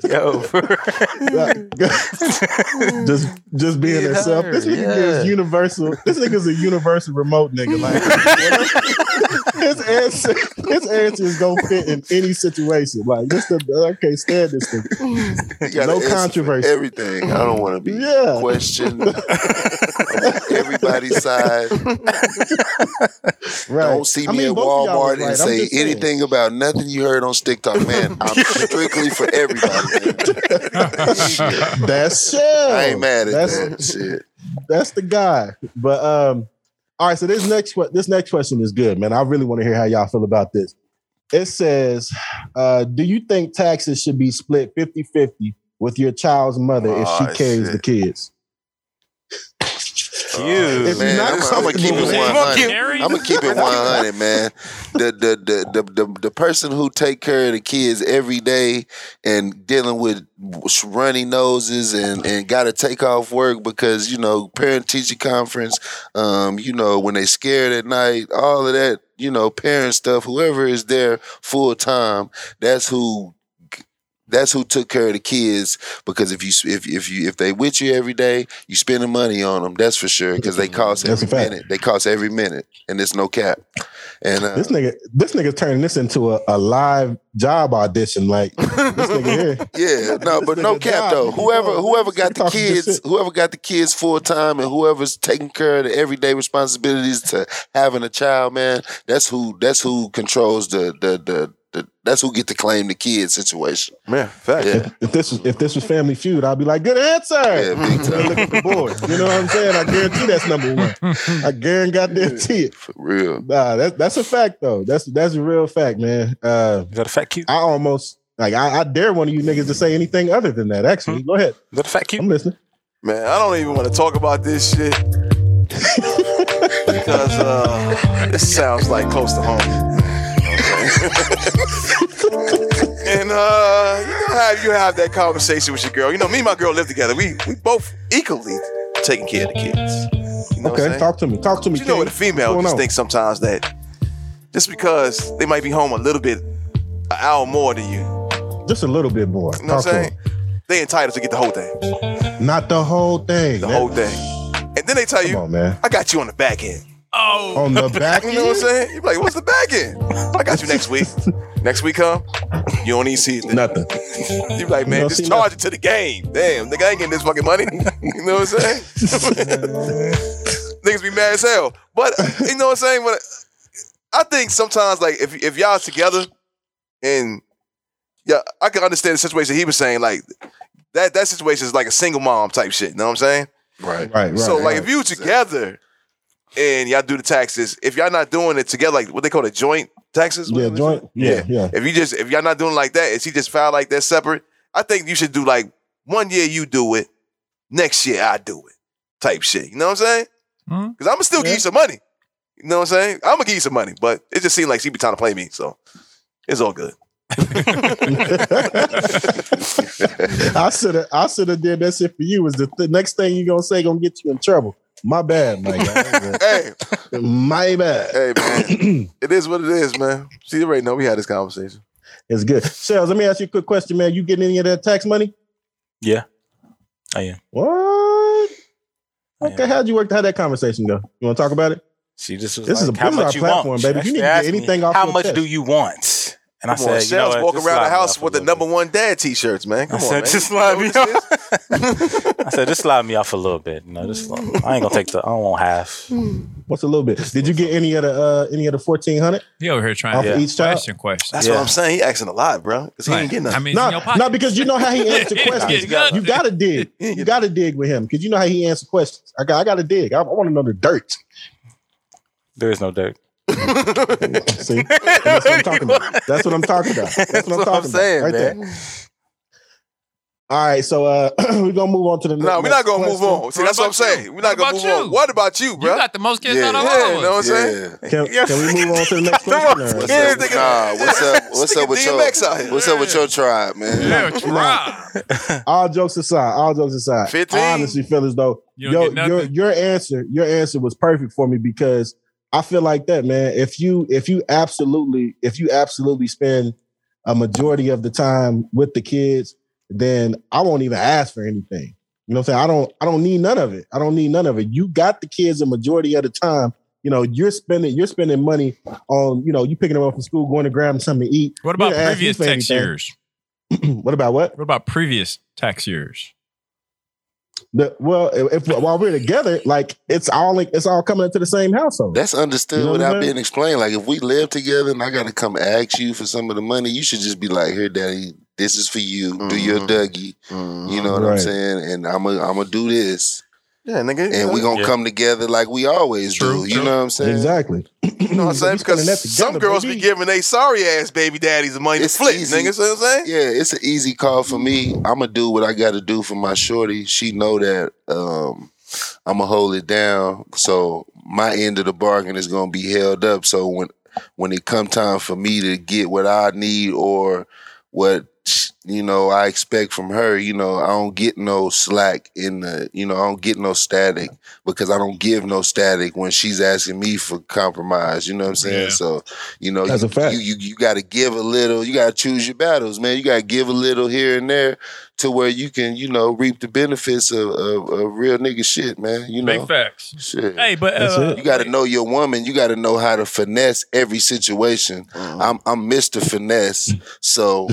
Speaker 3: Yo,
Speaker 7: <laughs> I'm- <laughs> just just being herself. This nigga gives universal. This nigga's a universal remote nigga. Like <laughs> his answer, his answer is gonna fit in any situation. Like this, the, I can't stand this thing.
Speaker 2: You gotta
Speaker 7: No
Speaker 2: answer for
Speaker 7: controversy. <laughs>
Speaker 2: Everything. I don't want to be
Speaker 7: Yeah. <laughs>
Speaker 2: questioned. I'm on everybody's side.
Speaker 7: Right?
Speaker 2: Don't see
Speaker 7: I
Speaker 2: me
Speaker 7: mean,
Speaker 2: at
Speaker 7: both of y'all
Speaker 2: Walmart
Speaker 7: was right.
Speaker 2: and
Speaker 7: I'm
Speaker 2: say
Speaker 7: just saying.
Speaker 2: anything about nothing you heard on TikTok, man. I'm strictly for everybody. man. Shit.
Speaker 7: That's Shells.
Speaker 2: I
Speaker 7: <laughs>
Speaker 2: ain't mad at
Speaker 7: That's-
Speaker 2: that shit.
Speaker 7: that's the guy. But um, all right. So this next que- this next question is good, man. I really want to hear how y'all feel about this. It says, uh, "Do you think taxes should be split 50-50 with your child's mother if
Speaker 1: Oh,
Speaker 7: she carries
Speaker 1: shit.
Speaker 7: the kids?"
Speaker 3: Huge.
Speaker 2: Man,
Speaker 7: not
Speaker 2: I'm, I'm gonna keep it
Speaker 7: acceptable.
Speaker 3: It's not
Speaker 2: 100.
Speaker 8: scary.
Speaker 2: I'm gonna keep it 100, man. The the, the the the the person who take care of the kids every day and dealing with runny noses and and got to take off work because you know parent teacher conference, um, you know when they scared at night, all of that, you know parent stuff. Whoever is there full time, that's who. That's who took care of the kids because if you if if you if they with you every day, you spending money on them. That's for sure because they cost
Speaker 7: That's
Speaker 2: every
Speaker 7: a fact.
Speaker 2: minute. They cost every minute, and it's no cap. And uh,
Speaker 7: This nigga, this nigga's turning this into a, a live job audition.
Speaker 2: <laughs>
Speaker 7: Like this nigga here.
Speaker 2: Yeah, no,
Speaker 7: This
Speaker 2: but no
Speaker 7: nigga
Speaker 2: cap
Speaker 7: died
Speaker 2: though.
Speaker 7: before.
Speaker 2: Whoever whoever got
Speaker 7: He
Speaker 2: the
Speaker 7: talking good
Speaker 2: kids,
Speaker 7: shit.
Speaker 2: whoever got the kids full time, and whoever's taking care of the everyday responsibilities to having a child, man, that's who that's who controls the the the, the that's who get to claim the kid situation.
Speaker 1: Man, fact.
Speaker 2: Yeah,
Speaker 7: If this was if this was Family Feud, I'd be like, good answer.
Speaker 2: yeah, big
Speaker 7: They look
Speaker 2: time
Speaker 7: at the board. You know what I'm saying? I guarantee that's
Speaker 2: <laughs>
Speaker 7: number one. I guarantee it.
Speaker 2: for real.
Speaker 7: Nah, that's that's a fact though. That's that's a real fact, man. Uh,
Speaker 3: Is that a fat cute?
Speaker 7: I almost like I, I dare one of you niggas to say anything other than that. Actually,
Speaker 1: Hmm?
Speaker 7: go ahead.
Speaker 3: Is that a fat
Speaker 7: I'm
Speaker 3: cute?
Speaker 7: listening.
Speaker 1: Man, I don't even want to talk about this shit because uh, this sounds like close to home. and uh, you know how you have that conversation with your girl. You know, me and my girl live together. We we both equally taking care of the kids. You know what
Speaker 7: Okay,
Speaker 1: I'm saying?
Speaker 7: talk to me. Talk to me.
Speaker 1: But you know
Speaker 7: King.
Speaker 1: what a female
Speaker 7: What's
Speaker 1: just
Speaker 7: going
Speaker 1: thinks sometimes that just because they might be home a little bit, an hour more than you. You
Speaker 7: on? Just a little bit more.
Speaker 1: know
Speaker 7: Talk
Speaker 1: what
Speaker 7: to
Speaker 1: I'm saying? They entitled to get the whole thing.
Speaker 7: me. Not the whole thing.
Speaker 1: The
Speaker 7: man.
Speaker 1: whole thing. And then they tell you,
Speaker 7: Come on, man.
Speaker 1: I got you on the back end.
Speaker 8: Oh,
Speaker 1: <laughs>
Speaker 7: On the back.
Speaker 1: You know what I'm saying? You're like, what's the back end? I got you next week. Next week come, you don't even see it.
Speaker 7: Nothing.
Speaker 1: You're like,
Speaker 7: You
Speaker 1: man,
Speaker 7: don't
Speaker 1: just
Speaker 7: see
Speaker 1: charge it to the game. Damn, nigga, I ain't getting this fucking money. <laughs> You know what I'm saying? <laughs> Niggas be mad as hell. But you know what I'm saying? But I think sometimes, like, if if y'all together and yeah, I can understand the situation he was saying, like that that situation is like a single mom type shit. You know what I'm saying?
Speaker 2: Right.
Speaker 7: Right. Right.
Speaker 1: so like
Speaker 7: right.
Speaker 1: if you together and y'all do the taxes, if y'all not doing it together, like what they call the joint taxes,
Speaker 7: yeah,
Speaker 1: whatever it's
Speaker 7: joint.
Speaker 1: called?
Speaker 7: Yeah, yeah.
Speaker 1: If you just if y'all not doing it like that, if she just filed like that separate, I think you should do like one year you do it, next year I do it, type shit. You know what I'm saying? Because
Speaker 3: Mm-hmm.
Speaker 8: Mhm.
Speaker 1: I'm gonna still give you some money. You know what I'm saying? I'm gonna give you some money, but it just seemed like she be trying to play me, so it's all good.
Speaker 7: <laughs> I should have. I should have did that shit for you. Is the th- next thing you gonna say gonna get you in trouble? My bad,
Speaker 1: <laughs>
Speaker 7: my guy.
Speaker 1: Hey,
Speaker 7: <laughs> my bad.
Speaker 1: hey,
Speaker 7: <clears throat>
Speaker 1: man, it is what it is, man. She already know we had this conversation.
Speaker 7: It's good. Sales. Let me ask you a quick question, man. You getting any of that tax money?
Speaker 3: Yeah, I am. Oh,
Speaker 7: What?
Speaker 3: I am.
Speaker 7: Okay, how'd you work? How'd that conversation go? You want to talk about it?
Speaker 3: She just was
Speaker 7: This is
Speaker 3: like,
Speaker 7: a-
Speaker 3: "How
Speaker 7: this is our
Speaker 3: much you
Speaker 7: platform,
Speaker 3: want,
Speaker 7: baby.
Speaker 3: She
Speaker 7: You need to
Speaker 3: asked
Speaker 7: get
Speaker 3: me,
Speaker 7: anything off
Speaker 3: How
Speaker 7: your
Speaker 3: much
Speaker 7: chest."
Speaker 3: do you want?" And I
Speaker 1: Come on,
Speaker 3: said, "You know
Speaker 1: Shell's
Speaker 3: what,
Speaker 1: walking
Speaker 3: just
Speaker 1: around the
Speaker 3: slide me
Speaker 1: house
Speaker 3: off a
Speaker 1: with the
Speaker 3: little
Speaker 1: number
Speaker 3: bit."
Speaker 1: one dad T-shirts, man. Come
Speaker 3: I
Speaker 1: on,
Speaker 3: said,
Speaker 1: man.
Speaker 3: "Just
Speaker 1: You know
Speaker 3: slide me
Speaker 1: what this is?
Speaker 3: I said, "Just slide me off a little bit. No,
Speaker 7: <laughs>
Speaker 3: just I ain't gonna take the. I don't want half.
Speaker 7: Hmm. What's a little bit? Did you get any of the uh any of the fourteen hundred?
Speaker 8: he over here trying
Speaker 7: Off
Speaker 8: to
Speaker 7: of each child?
Speaker 8: question question.
Speaker 1: That's
Speaker 3: Yeah.
Speaker 1: what I'm saying. He asking a lot, bro. Because he ain't getting
Speaker 8: I
Speaker 1: nothing.
Speaker 8: mean, it's
Speaker 7: No,
Speaker 8: in your
Speaker 7: no,
Speaker 8: pocket.
Speaker 7: because you know how
Speaker 8: <laughs>
Speaker 7: he answered questions.
Speaker 1: <laughs>
Speaker 8: You got-
Speaker 7: you gotta dig. You gotta dig with him because you know how he answered questions. I got. I gotta dig. I, I want to know the
Speaker 1: <laughs>
Speaker 7: dirt.
Speaker 3: There is no dirt.
Speaker 7: <laughs> See, And that's what I'm talking about. That's what I'm talking about. That's what I'm talking about.
Speaker 3: saying,
Speaker 7: right there.
Speaker 3: man.
Speaker 7: All right, so uh, <clears throat> we're gonna move on to the.
Speaker 1: No, we're not gonna move on. See,
Speaker 8: What
Speaker 1: that's what I'm
Speaker 8: about you?
Speaker 1: saying. We're not
Speaker 8: What
Speaker 1: gonna move
Speaker 8: about
Speaker 1: on.
Speaker 8: you?
Speaker 1: What about you,
Speaker 8: you
Speaker 1: bro?
Speaker 8: got the most kids
Speaker 2: Yeah.
Speaker 8: out of
Speaker 1: Yeah,
Speaker 8: all
Speaker 1: you
Speaker 8: of
Speaker 1: know what
Speaker 8: us.
Speaker 1: I'm saying?
Speaker 2: Yeah.
Speaker 7: Can,
Speaker 3: Yes.
Speaker 7: can we move on to the next
Speaker 3: <laughs> Come
Speaker 7: question?
Speaker 3: on.
Speaker 7: or-
Speaker 2: What's
Speaker 3: Yeah,
Speaker 2: up?
Speaker 3: this nigga-
Speaker 2: Nah, what's up? What's
Speaker 1: This
Speaker 2: up
Speaker 1: nigga
Speaker 2: with
Speaker 1: DMX out
Speaker 2: your
Speaker 1: here.
Speaker 2: What's up with your tribe, man?
Speaker 8: Yeah, try.
Speaker 7: <laughs> All jokes aside, all jokes aside.
Speaker 1: 15?
Speaker 7: I honestly feel as though
Speaker 8: You don't
Speaker 7: yo,
Speaker 8: get
Speaker 7: your
Speaker 8: nothing.
Speaker 7: your answer, your answer was perfect for me because I feel like that, man. If you if you absolutely if you absolutely spend a majority of the time with the kids, then I won't even ask for anything. You know what I'm saying? I don't I don't need none of it. I don't need none of it. You got the kids a majority of the time. You know, you're spending you're spending money on, you know, you picking them up from school, going to grab them something to eat.
Speaker 8: What about
Speaker 7: You didn't ask me
Speaker 8: previous
Speaker 7: for
Speaker 8: tax
Speaker 7: anything.
Speaker 8: years?
Speaker 7: <clears throat> what about what?
Speaker 8: What about previous tax years?
Speaker 7: The, well, if, if- while we're together, like it's all like it's all coming into the same household.
Speaker 2: That's understood
Speaker 7: You know what
Speaker 2: without
Speaker 7: I'm saying?
Speaker 2: being explained. Like if we live together and I gotta come ask you for some of the money, you should just be like, "Here, daddy, this is for you. Do your
Speaker 1: Mhm.
Speaker 2: Dougie." You know what I'm
Speaker 7: Right.
Speaker 2: saying? And I'm gonna I'm gonna do this,
Speaker 1: Yeah, nigga.
Speaker 2: and we gonna
Speaker 3: Yeah.
Speaker 2: come together like we always
Speaker 8: True,
Speaker 2: do. You
Speaker 8: true.
Speaker 2: know what I'm saying?
Speaker 7: exactly.
Speaker 1: You know what I'm saying? <laughs> Because some girls be
Speaker 7: begin.
Speaker 1: giving they sorry ass baby daddies the money to
Speaker 2: It's
Speaker 1: flip,
Speaker 2: easy.
Speaker 1: nigga. See what I'm saying?
Speaker 2: Yeah, it's an easy call for me. I'm gonna do what I got to do for my shorty. She know that um, I'm gonna hold it down. So my end of the bargain is gonna be held up. So when when it come time for me to get what I need or what you know I expect from her, you know I don't get no slack in the you know I don't get no static because I don't give no static when she's asking me for compromise. You know what I'm saying?
Speaker 8: Yeah.
Speaker 2: So you know
Speaker 7: That's
Speaker 2: you,
Speaker 7: a fact.
Speaker 2: you you you got to give a little. You got to choose your battles, man. You got to give a little here and there to where you can you know reap the benefits of of, of real nigga shit, man. You know.
Speaker 8: Big facts.
Speaker 2: Shit.
Speaker 8: Hey, but
Speaker 7: That's
Speaker 8: uh,
Speaker 7: it.
Speaker 2: You got to know your woman. You got to know how to finesse every situation.
Speaker 7: Mm-hmm.
Speaker 2: I'm I'm Mr. Finesse,
Speaker 7: <laughs>
Speaker 2: so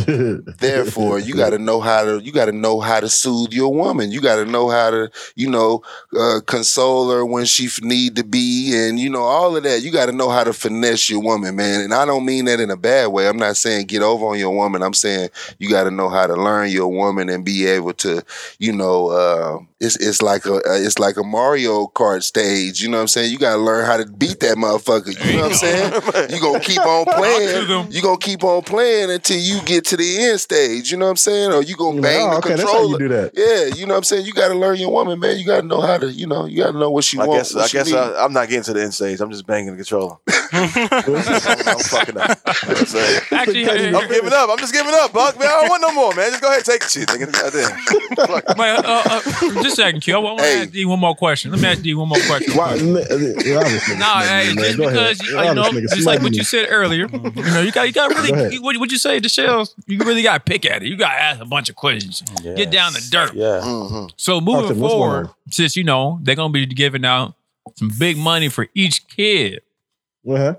Speaker 2: therefore you got to know how to you got to know how to soothe your woman. You got to know how to you know uh, console her when she f- need to be, and you know all of that. You got to know how to finesse your woman, man. And I don't mean that in a bad way. I'm not saying get over on your woman. I'm saying you got to know how to learn your woman and be able to you know, uh, it's it's like a uh, it's like a Mario Kart stage. You know what I'm saying? You gotta learn how to beat that motherfucker. You know what I'm
Speaker 1: <laughs>
Speaker 8: <laughs>
Speaker 2: saying? You gonna keep on playing. You gonna keep on playing until you get to the end stage. You know what I'm saying? Or you gonna
Speaker 7: You're
Speaker 2: bang
Speaker 7: like, oh,
Speaker 2: the
Speaker 7: okay, that's how you
Speaker 2: controller.
Speaker 7: do that.
Speaker 2: Yeah, you know what I'm saying? You gotta learn your woman, man. You gotta know how to. You know, you gotta know what she
Speaker 1: I
Speaker 2: wants.
Speaker 1: guess
Speaker 2: what
Speaker 1: I
Speaker 2: she
Speaker 1: guess uh,
Speaker 2: need.
Speaker 1: I, I'm not getting to the end stage. I'm just banging the controller. <laughs> I'm, I'm fucking up. You know what I'm saying?
Speaker 8: actually, hey,
Speaker 1: I'm giving up. I'm just giving up, Buck. Man, I don't want no more, man. Just go ahead, and take the shit, nigga. Goddamn. Fuck.
Speaker 8: but, uh, uh, just a second, Q. I want to
Speaker 2: Hey.
Speaker 8: ask D one more question. Let me ask D one more question.
Speaker 7: Why? n- uh, yeah, all this nigga
Speaker 8: No,
Speaker 7: smutty, man.
Speaker 8: hey, just
Speaker 7: Go ahead.
Speaker 8: because you,
Speaker 7: All
Speaker 8: you
Speaker 7: this
Speaker 8: know,
Speaker 7: nigga
Speaker 8: just like
Speaker 7: smutty.
Speaker 8: what you said earlier,
Speaker 7: <laughs>
Speaker 8: you know, you got you got
Speaker 7: Go ahead.
Speaker 8: really what would you say to shells? You really got to pick at it. You got to ask a bunch of questions. Get down to dirt.
Speaker 3: Yeah.
Speaker 7: Mm-hmm.
Speaker 8: So
Speaker 7: Austin,
Speaker 8: moving
Speaker 7: what's going
Speaker 8: forward,
Speaker 7: on?
Speaker 8: since you know they're gonna be giving out some big money for each kid,
Speaker 7: Uh-huh.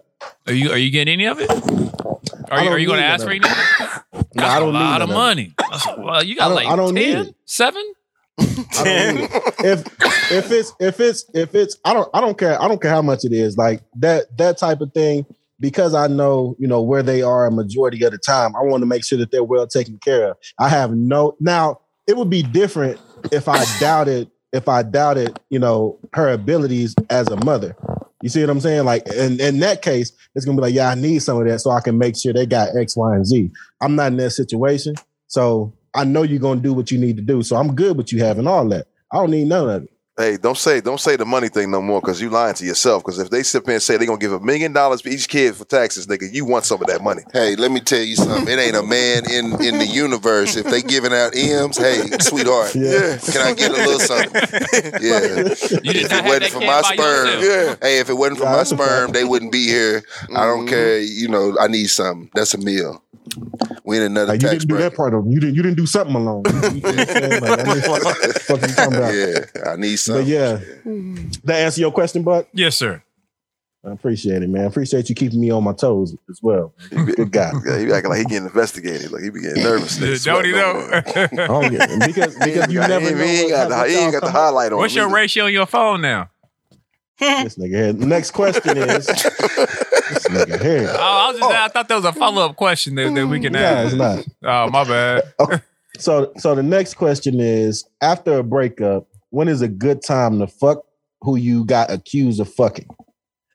Speaker 8: are you are you getting any of it? Are
Speaker 7: I
Speaker 8: you
Speaker 7: don't
Speaker 8: are you gonna
Speaker 7: need
Speaker 8: ask for
Speaker 7: none
Speaker 8: any? of it?
Speaker 7: No,
Speaker 8: That's
Speaker 7: I don't
Speaker 8: a
Speaker 7: need
Speaker 8: lot
Speaker 7: none
Speaker 8: of
Speaker 7: of it.
Speaker 8: money. That's a- well, you got
Speaker 7: I don't-
Speaker 8: like
Speaker 7: I don't need
Speaker 8: 10,
Speaker 7: it.
Speaker 8: seven.
Speaker 7: I don't need it. if if it's if it's if it's I don't I don't care I don't care how much it is like that that type of thing because I know you know where they are a majority of the time I want to make sure that they're well taken care of I have no now it would be different if I doubted if I doubted you know her abilities as a mother you see what I'm saying like in in that case it's gonna be like yeah I need some of that so I can make sure they got X Y and Z I'm not in that situation so. I know you're gonna do what you need to do, so I'm good with you having all that. I don't need none of it.
Speaker 1: Hey, don't say don't say the money thing no more because you lying to yourself. Because if they sit there and say they're gonna give a million dollars for each kid for taxes, nigga, you want some of that money.
Speaker 2: Hey, let me tell you
Speaker 1: <laughs>
Speaker 2: something. It ain't a man in in the universe. If they giving out M's, hey, <laughs> sweetheart,
Speaker 7: Yeah.
Speaker 2: can I get a little
Speaker 8: <laughs>
Speaker 2: something? Yeah.
Speaker 8: You did
Speaker 2: If it
Speaker 8: not have
Speaker 2: wasn't
Speaker 8: that
Speaker 2: for
Speaker 8: kid
Speaker 2: my
Speaker 8: by
Speaker 2: sperm,
Speaker 8: yourself.
Speaker 1: Yeah.
Speaker 2: hey, if it wasn't for
Speaker 7: Yeah,
Speaker 2: my
Speaker 7: that's a
Speaker 2: sperm, they wouldn't be here. I don't care. You know, I need something. That's a meal. We in another
Speaker 7: Like you
Speaker 2: tax
Speaker 7: didn't do
Speaker 2: break.
Speaker 7: that part of you didn't you didn't do something
Speaker 2: <laughs>
Speaker 7: alone. You, you, you know what I'm saying? Like, I mean, what the fuck you talking about?
Speaker 2: Yeah, I need
Speaker 7: But
Speaker 2: something.
Speaker 7: yeah, that answer your question, Buck.
Speaker 8: Yes, sir.
Speaker 7: I appreciate it, man. I appreciate you keeping me on my toes as well.
Speaker 2: <laughs>
Speaker 7: Good guy.
Speaker 1: Yeah, he acting like he getting investigated. Like he be getting nervous. nigga,
Speaker 8: Don't
Speaker 1: sweating
Speaker 8: you
Speaker 1: over
Speaker 8: <laughs>
Speaker 1: it.
Speaker 8: know?
Speaker 7: I don't get it. Oh, because
Speaker 1: He
Speaker 7: because
Speaker 1: ain't
Speaker 7: you
Speaker 1: got-
Speaker 7: never
Speaker 1: he
Speaker 7: know
Speaker 1: ain't
Speaker 7: what
Speaker 1: got the-
Speaker 7: happened
Speaker 1: he ain't got the
Speaker 7: outside.
Speaker 1: highlight on.
Speaker 8: What's your
Speaker 1: either.
Speaker 8: ratio on your
Speaker 1: <laughs>
Speaker 8: phone now?
Speaker 3: Mm-hmm.
Speaker 7: This nigga here. Next
Speaker 2: <laughs>
Speaker 7: question is this nigga here.
Speaker 8: Oh, I was just I thought that was a follow up question that, that we can
Speaker 7: Yeah, it's
Speaker 8: ask.
Speaker 7: not.
Speaker 8: Oh, my
Speaker 1: <laughs>
Speaker 8: bad.
Speaker 7: So so the next question is after a breakup, when is a good time to fuck who you got accused of fucking?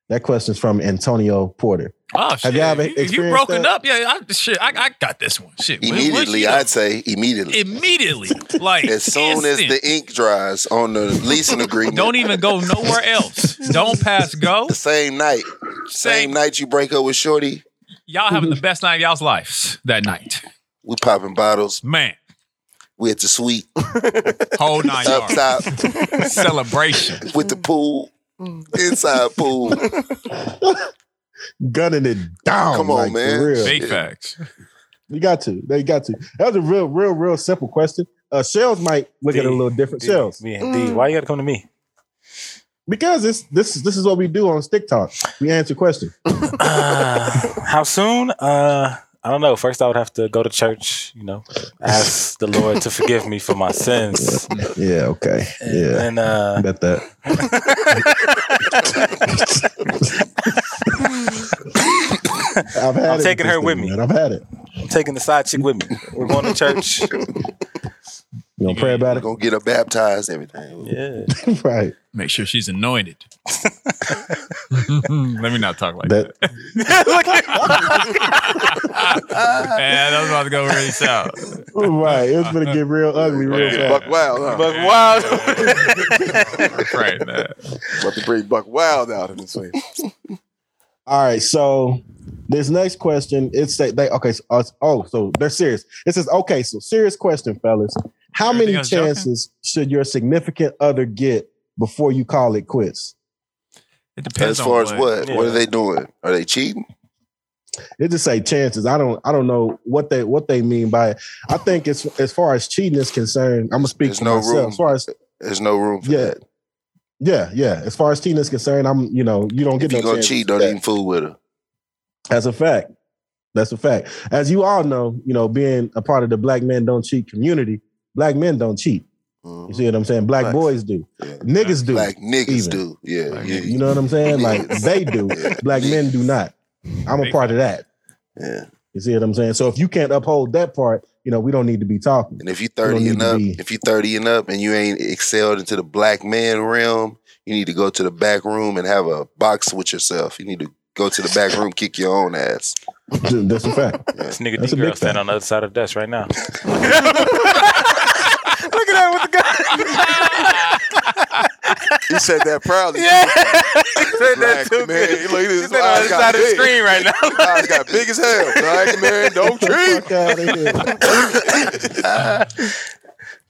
Speaker 7: That question's from Antonio Porter.
Speaker 8: Oh, shit.
Speaker 7: you ever
Speaker 8: if you
Speaker 7: experienced
Speaker 8: broken
Speaker 7: that?
Speaker 8: up, yeah, I, shit, I, I got this one. Shit, when- when
Speaker 2: Immediately,
Speaker 8: she-
Speaker 2: I'd say immediately.
Speaker 8: immediately, like
Speaker 2: As soon as
Speaker 8: instant.
Speaker 2: the ink dries on the leasing agreement,
Speaker 8: <laughs> don't even go nowhere else. Don't
Speaker 2: <laughs>
Speaker 8: pass go.
Speaker 2: the same night, same
Speaker 8: Same.
Speaker 2: night you break up with Shorty,
Speaker 8: Y'all having the best night of y'all's lives that night,
Speaker 2: we popping bottles.
Speaker 8: man.
Speaker 2: We at the suite
Speaker 8: <laughs> Whole nine
Speaker 2: up
Speaker 8: yards
Speaker 2: top
Speaker 8: celebration.
Speaker 2: with the pool,
Speaker 7: Mm.
Speaker 2: inside pool.
Speaker 7: gunning it down.
Speaker 2: Come on,
Speaker 7: like, for
Speaker 2: man.
Speaker 7: real.
Speaker 8: Big facts.
Speaker 7: You got to. They got to. That was a real, real, real simple question. Uh, shells might look at it a little different.
Speaker 3: D,
Speaker 7: Shells,
Speaker 3: me and D. Why you gotta come to me?
Speaker 7: because it's this is this is what we do on Stick Talk. We answer questions.
Speaker 3: Uh, how soon? Uh, I don't know. First, I would have to go to church. You know, ask the Lord to forgive me for my sins.
Speaker 7: Yeah. Okay.
Speaker 3: And, then, uh,
Speaker 7: bet
Speaker 3: <laughs>
Speaker 7: that. I've had
Speaker 3: I'm
Speaker 7: it
Speaker 3: taking
Speaker 7: with
Speaker 3: her
Speaker 7: this
Speaker 3: with
Speaker 7: nigga,
Speaker 3: me.
Speaker 7: man. I've had it.
Speaker 3: I'm taking the side chick with me. We're going to church.
Speaker 7: You gonna pray about
Speaker 2: We're
Speaker 7: it?
Speaker 2: gonna get her baptized, everything.
Speaker 3: Yeah.
Speaker 7: <laughs> right.
Speaker 8: <laughs> Make sure
Speaker 1: <laughs>
Speaker 8: she's anointed. Let me not talk like that.
Speaker 7: That-
Speaker 8: Man, that was about to go really
Speaker 7: <laughs>
Speaker 8: south. Oh,
Speaker 7: right. It's gonna get real ugly real
Speaker 8: Yeah.
Speaker 7: fast.
Speaker 1: Buck Wild, huh?
Speaker 3: But wow.
Speaker 8: Right. man.
Speaker 1: About to bring Buck Wild out in this way.
Speaker 7: All right, so this next question, it's say they okay. So, uh, oh, so they're serious. It says okay. So serious question, fellas. How
Speaker 8: Everything
Speaker 7: many
Speaker 8: else joking?
Speaker 7: chances should your significant other get before you call it quits?
Speaker 8: It
Speaker 2: As
Speaker 8: depends
Speaker 2: far
Speaker 8: on
Speaker 2: as what? What are they doing? Are they cheating?
Speaker 7: It just say chances. I don't. I don't know what they what they mean by it. I think it's as far as cheating is concerned. I'm gonna speak
Speaker 2: There's
Speaker 7: for
Speaker 2: no
Speaker 7: myself.
Speaker 2: room.
Speaker 7: As far as
Speaker 2: There's no room for
Speaker 7: yeah,
Speaker 2: that.
Speaker 7: yeah, yeah. As far as cheating is concerned, I'm you know you don't
Speaker 2: If
Speaker 7: get
Speaker 2: you're
Speaker 7: no
Speaker 2: gonna
Speaker 7: chances
Speaker 2: cheat,
Speaker 7: for
Speaker 2: don't
Speaker 7: that.
Speaker 2: even fool with her.
Speaker 7: That's a fact. That's a fact. As you all know, you know, being a part of the Black Men Don't Cheat community, black men don't cheat. You see what I'm saying? Black
Speaker 2: Mm-hmm. Facts.
Speaker 7: boys do.
Speaker 2: Yeah.
Speaker 7: Niggas do.
Speaker 2: Like niggas
Speaker 7: even.
Speaker 2: do. Yeah.
Speaker 8: Like
Speaker 2: yeah.
Speaker 7: You know what I'm saying? Like they
Speaker 2: <laughs>
Speaker 7: do. Black men do not. I'm a part of that.
Speaker 2: yeah.
Speaker 7: You see what I'm saying? So if you can't uphold that part, you know, we don't need to be talking. <laughs>
Speaker 2: And if you
Speaker 7: don't
Speaker 2: 30
Speaker 7: need
Speaker 2: and
Speaker 7: to
Speaker 2: up,
Speaker 7: be-
Speaker 2: if you 30 and up and you ain't excelled into the black man realm, you need to go to the back room and have a box with yourself. You need to go to the back room, kick your own ass.
Speaker 7: That's a fact.
Speaker 3: This nigga
Speaker 7: That's
Speaker 3: D
Speaker 7: a
Speaker 3: girl
Speaker 7: big
Speaker 3: standing
Speaker 7: fact.
Speaker 3: on the other side of the desk right now.
Speaker 1: Look at that with the gun. he said that proudly.
Speaker 3: Yeah.
Speaker 1: Said
Speaker 3: that too
Speaker 1: man.
Speaker 3: good.
Speaker 1: Look at this.
Speaker 3: He's standing on the
Speaker 1: Eyes
Speaker 3: other
Speaker 1: got
Speaker 3: side of the
Speaker 1: big.
Speaker 3: screen right now.
Speaker 1: Eyes got big as hell. Black man, don't treat.
Speaker 7: Fuck out of here.
Speaker 8: Oh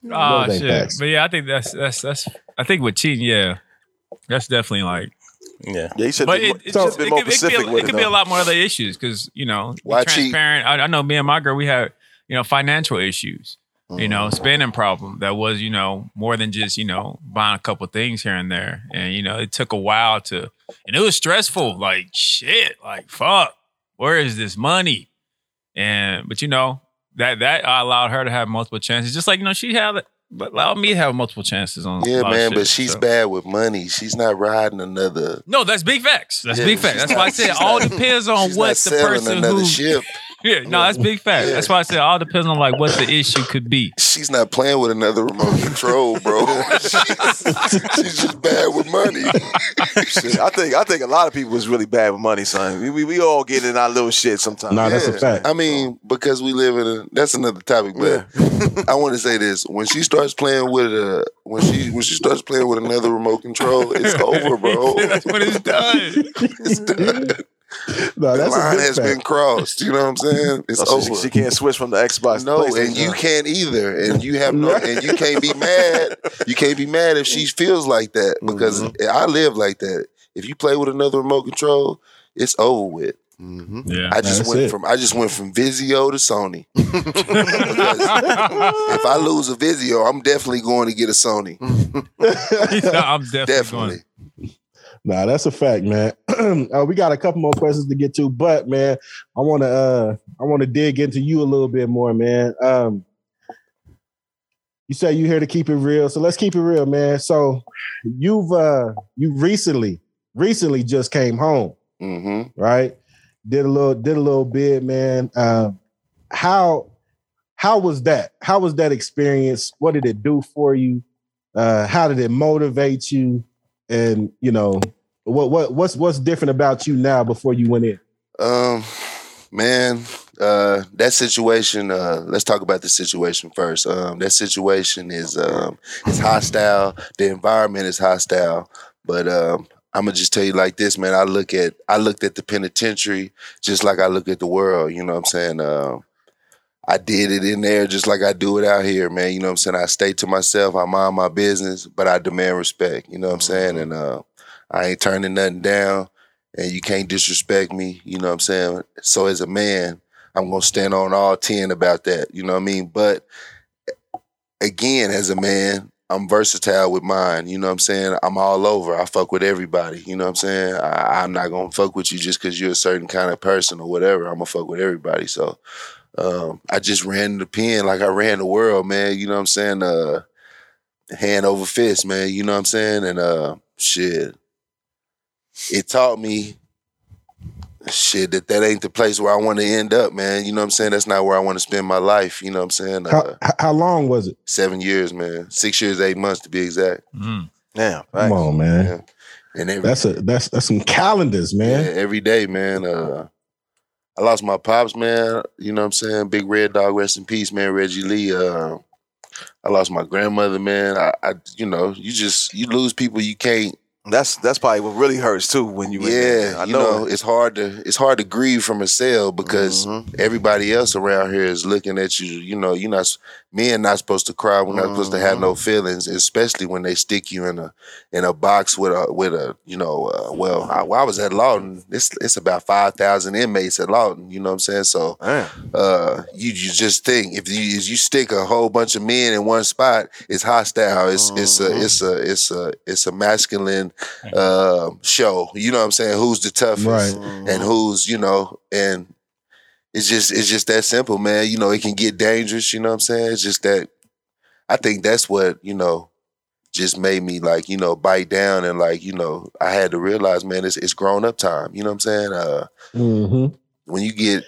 Speaker 7: Those ain't
Speaker 8: Ah, shit!
Speaker 7: facts.
Speaker 8: But yeah, I think that's that's that's. I think with cheating, yeah, that's definitely like.
Speaker 3: Yeah.
Speaker 1: Yeah, he should
Speaker 8: But
Speaker 1: be
Speaker 8: it,
Speaker 1: more,
Speaker 8: it's
Speaker 1: should've
Speaker 8: just,
Speaker 1: been
Speaker 8: it,
Speaker 1: more
Speaker 8: could, it, could be
Speaker 1: specific
Speaker 8: a,
Speaker 1: with
Speaker 8: it
Speaker 1: it.
Speaker 8: could be
Speaker 1: though.
Speaker 8: a lot more other issues because you know, be
Speaker 2: Why cheat?
Speaker 8: transparent. I, I know me and my girl, we had you know financial issues. You
Speaker 1: Mm.
Speaker 8: know, spending problem that was you know more than just you know buying a couple things here and there, and you know it took a while to, and it was stressful. Like shit, like fuck, where is this money? And but you know that that allowed her to have multiple chances, just like you know she had allowed me to have multiple chances on. <laughs> a
Speaker 2: Yeah,
Speaker 8: lot of
Speaker 2: man, but
Speaker 8: shit,
Speaker 2: she's
Speaker 8: so.
Speaker 2: bad with money. She's not riding another.
Speaker 8: No, that's big facts. That's
Speaker 2: Yeah,
Speaker 8: big
Speaker 2: she's
Speaker 8: facts. That's
Speaker 2: not-
Speaker 8: why I said
Speaker 2: she's
Speaker 8: it all
Speaker 2: not-
Speaker 8: depends on
Speaker 2: she's
Speaker 8: what
Speaker 2: not
Speaker 8: the
Speaker 2: selling
Speaker 8: person
Speaker 2: another
Speaker 8: who.
Speaker 2: ship.
Speaker 8: <laughs> Yeah, no, that's big facts.
Speaker 2: Yeah.
Speaker 8: That's why I said it all depends on like what the issue could be.
Speaker 2: She's not playing with another remote
Speaker 8: <laughs>
Speaker 2: control, bro.
Speaker 7: <laughs>
Speaker 2: <laughs> she's, she's just bad with money.
Speaker 1: Shit, I think I think a lot of people is really bad with money, son. We, we, we all get in our little shit sometimes.
Speaker 7: Nah, that's a
Speaker 2: Yeah.
Speaker 7: fact.
Speaker 2: I mean, because we live in a that's another topic, but I want to say this: when she starts playing with a when she when she starts playing with another remote control,
Speaker 7: <laughs>
Speaker 2: it's over, bro.
Speaker 8: that's what it's done.
Speaker 2: It's done.
Speaker 7: No,
Speaker 2: The
Speaker 7: that's a
Speaker 2: line
Speaker 7: big
Speaker 2: has been
Speaker 7: fact.
Speaker 2: crossed. You know what I'm saying? It's
Speaker 1: Oh, she,
Speaker 2: over.
Speaker 1: she can't switch from the Xbox. to
Speaker 2: no,
Speaker 1: PlayStation,
Speaker 2: and you
Speaker 1: huh?
Speaker 2: can't either, and you have no, and you can't be mad. You can't be mad if she feels like that because
Speaker 7: Mm-hmm.
Speaker 2: I live like that. If you play with another remote control, it's over with.
Speaker 8: Yeah.
Speaker 2: I just
Speaker 7: Mm-hmm. that's
Speaker 2: went
Speaker 7: it.
Speaker 2: from I just went from Vizio to Sony. Because if I lose a Vizio, I'm definitely going to get a
Speaker 8: <laughs>
Speaker 2: Sony.
Speaker 8: I'm definitely,
Speaker 2: Definitely.
Speaker 8: going.
Speaker 7: Nah, that's a fact, man. <clears throat> uh, we got a couple more questions to get to, but man, I want to uh, I want to dig into you a little bit more, man. Um, you say you're here to keep it real, so let's keep it real, man. So you've uh, you recently recently just came home,
Speaker 2: Mm-hmm.
Speaker 7: right? Did a little did a little bit, man. Um, how how was that? How was that experience? What did it do for you? Uh, how did it motivate you? And you know, what what what's what's different about you now before you went in?
Speaker 2: Um, man, uh, that situation. Uh, let's talk about the situation first. Um, that situation is um, it's hostile. The environment is hostile. But um, I'm gonna just tell you like this, man. I look at I looked at the penitentiary just like I look at the world. You know what I'm saying? Um, I did it in there just like I do it out here, man. You know what I'm saying? I stay to myself. I mind my business, but I demand respect. You know what I'm saying? And uh, I ain't turning nothing down. And you can't disrespect me. You know what I'm saying? So as a man, I'm gonna stand on all ten about that. You know what I mean? But again, as a man, I'm versatile with mine. You know what I'm saying? I'm all over. I fuck with everybody. You know what I'm saying? I, I'm not gonna fuck with you just because you're a certain kind of person or whatever. I'm gonna fuck with everybody. So um, I just ran the pen like I ran the world, man. You know what I'm saying? Uh, hand over fist, man. You know what I'm saying? And uh, shit, it taught me shit, that that ain't the place where I want to end up, man. You know what I'm saying? That's not where I want to spend my life. You know what I'm saying? Uh,
Speaker 7: How, how long was it?
Speaker 2: seven years, man. Six years, eight months to be exact.
Speaker 8: Mm.
Speaker 1: Damn.
Speaker 7: Come
Speaker 1: Right.
Speaker 7: on, man.
Speaker 2: Yeah. And every,
Speaker 7: That's a that's that's some calendars,
Speaker 2: yeah,
Speaker 7: man.
Speaker 2: every day, man. Uh, I lost my pops, man. You know what I'm saying? Big Red Dog, rest in peace, man. Reggie Lee. Uh, I lost my grandmother, man. I, I, you know, you just you lose people you can't
Speaker 1: That's that's probably what really hurts too when you. in
Speaker 2: yeah,
Speaker 1: there. I
Speaker 2: you
Speaker 1: know.
Speaker 2: know, it's hard to it's hard to grieve from a sale because
Speaker 1: Mm-hmm.
Speaker 2: everybody else around here is looking at you. You know, you're not s- men not supposed to cry. We're not supposed to have no
Speaker 1: Mm-hmm.
Speaker 2: feelings, especially when they stick you in a in a box with a with a you know. Uh, well, I, well, I was at Lawton. It's it's about five thousand inmates at Lawton. You know what I'm saying? So
Speaker 1: Damn.
Speaker 2: uh, you, you just think if you if you stick a whole bunch of men in one spot, it's hostile. It's it's a it's a it's a it's a masculine uh, show. You know what I'm saying? Who's the toughest
Speaker 7: Right.
Speaker 2: and who's you know and it's just it's just that simple, man. You know it can get dangerous. You know what I'm saying? It's just that I think that's what you know just made me like you know bite down and like you know I had to realize, man, it's it's grown up time. You know what I'm saying? Uh,
Speaker 7: Mm-hmm.
Speaker 2: when you get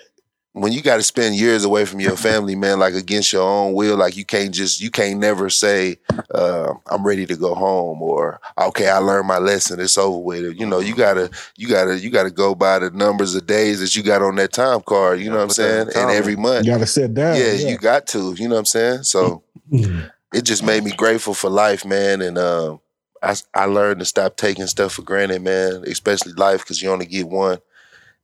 Speaker 2: when you got to spend years away from your family, man, like against your own will, like you can't just you can't never say uh, I'm ready to go home or okay, I learned my lesson, it's over with. You know, you
Speaker 1: Mm-hmm.
Speaker 2: gotta you gotta you gotta go by the numbers of days that you got on that time card. You know what I'm
Speaker 1: Put that
Speaker 2: saying?
Speaker 1: time
Speaker 2: And every month,
Speaker 7: You gotta sit down.
Speaker 2: yeah, you got to. You know what I'm saying? So it just made me grateful for life, man. And um, I I learned to stop taking stuff for granted, man. Especially life, because you only get one.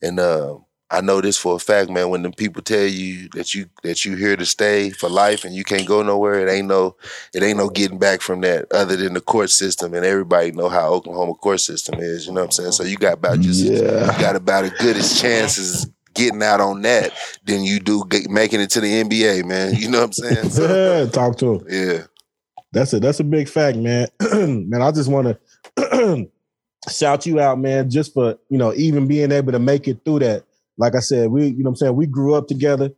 Speaker 2: And um, I know this for a fact, man. When the people tell you that you that you here to stay for life and you can't go nowhere, it ain't no it ain't no getting back from that other than the court system. And everybody know how Oklahoma court system is. You know what I'm saying? So you got about just
Speaker 7: Yeah.
Speaker 2: you got about as good as chances getting out on that than you do get, making it to the NBA, man. You know what I'm <laughs> saying?
Speaker 7: <laughs>
Speaker 2: So,
Speaker 7: Yeah, talk to him.
Speaker 2: yeah.
Speaker 7: That's a that's a big fact, man. <clears throat> man, I just want to <clears throat> shout you out, man, just for you know even being able to make it through that. Like I said, we you know what I'm saying we grew up together,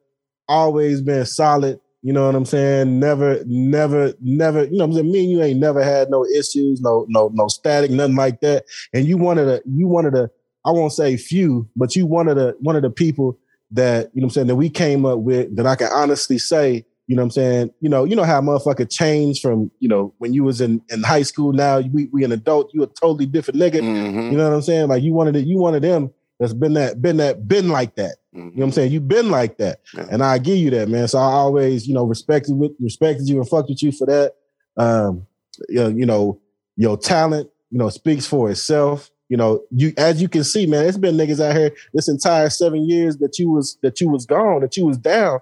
Speaker 7: always been solid. You know what I'm saying? Never, never, never. You know what I'm saying? Me and you ain't never had no issues, no, no, no static, nothing like that. And you wanted to, you wanted to. I won't say few, but you one of the one of the people that you know what I'm saying that we came up with that I can honestly say you know what I'm saying? You know, you know how motherfucker changed from, you know, when you was in, in high school, now we we an adult, you a totally different nigga.
Speaker 2: Mhm.
Speaker 7: You know what I'm saying? Like you wanted it, you one of them that's been that, been that, been like that. You know what I'm saying? You've been like that.
Speaker 2: Yeah.
Speaker 7: And I give you that, man. So I always, you know, respected with respected you and fucked with you for that. Um, you know, you know, your talent, you know, speaks for itself. You know, you as you can see, man, it's been niggas out here this entire seven years that you was that you was gone, that you was down.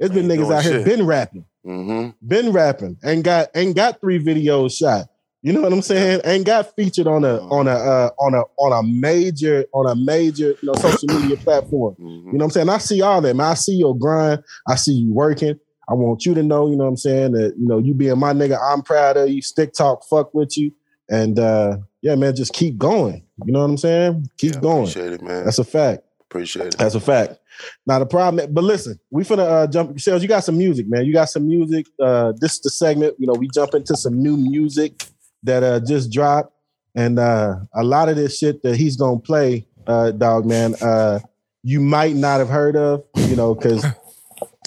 Speaker 7: It's been
Speaker 1: Ain't
Speaker 7: niggas
Speaker 1: doing
Speaker 7: out here
Speaker 1: shit.
Speaker 7: been rapping
Speaker 1: Mm-hmm.
Speaker 2: Mhm.
Speaker 7: been rapping, ain't got ain't got three videos shot. You know what I'm saying? Ain't got featured on
Speaker 2: Oh.
Speaker 7: a on a uh, on a on a major on a major you know, social
Speaker 2: <coughs>
Speaker 7: media platform.
Speaker 2: Mhm.
Speaker 7: You know what I'm saying? I see all that, man. I see your grind. I see you working. I want you to know, you know what I'm saying, that you know you being my nigga. I'm proud of you. Stick talk, fuck with you, and uh, yeah, man, just keep going. You know what I'm saying? Keep
Speaker 2: Yeah,
Speaker 7: going.
Speaker 2: Appreciate it, man.
Speaker 7: That's a fact.
Speaker 2: appreciate it.
Speaker 7: That's a fact. Now the problem, but listen, we finna uh, jump. Sales, you got some music, man. You got some music. Uh, this is the segment. You know, we jump into some new music that uh, just dropped, and uh, a lot of this shit that he's gonna play, uh, dog man. Uh, you might not have heard of, you know, because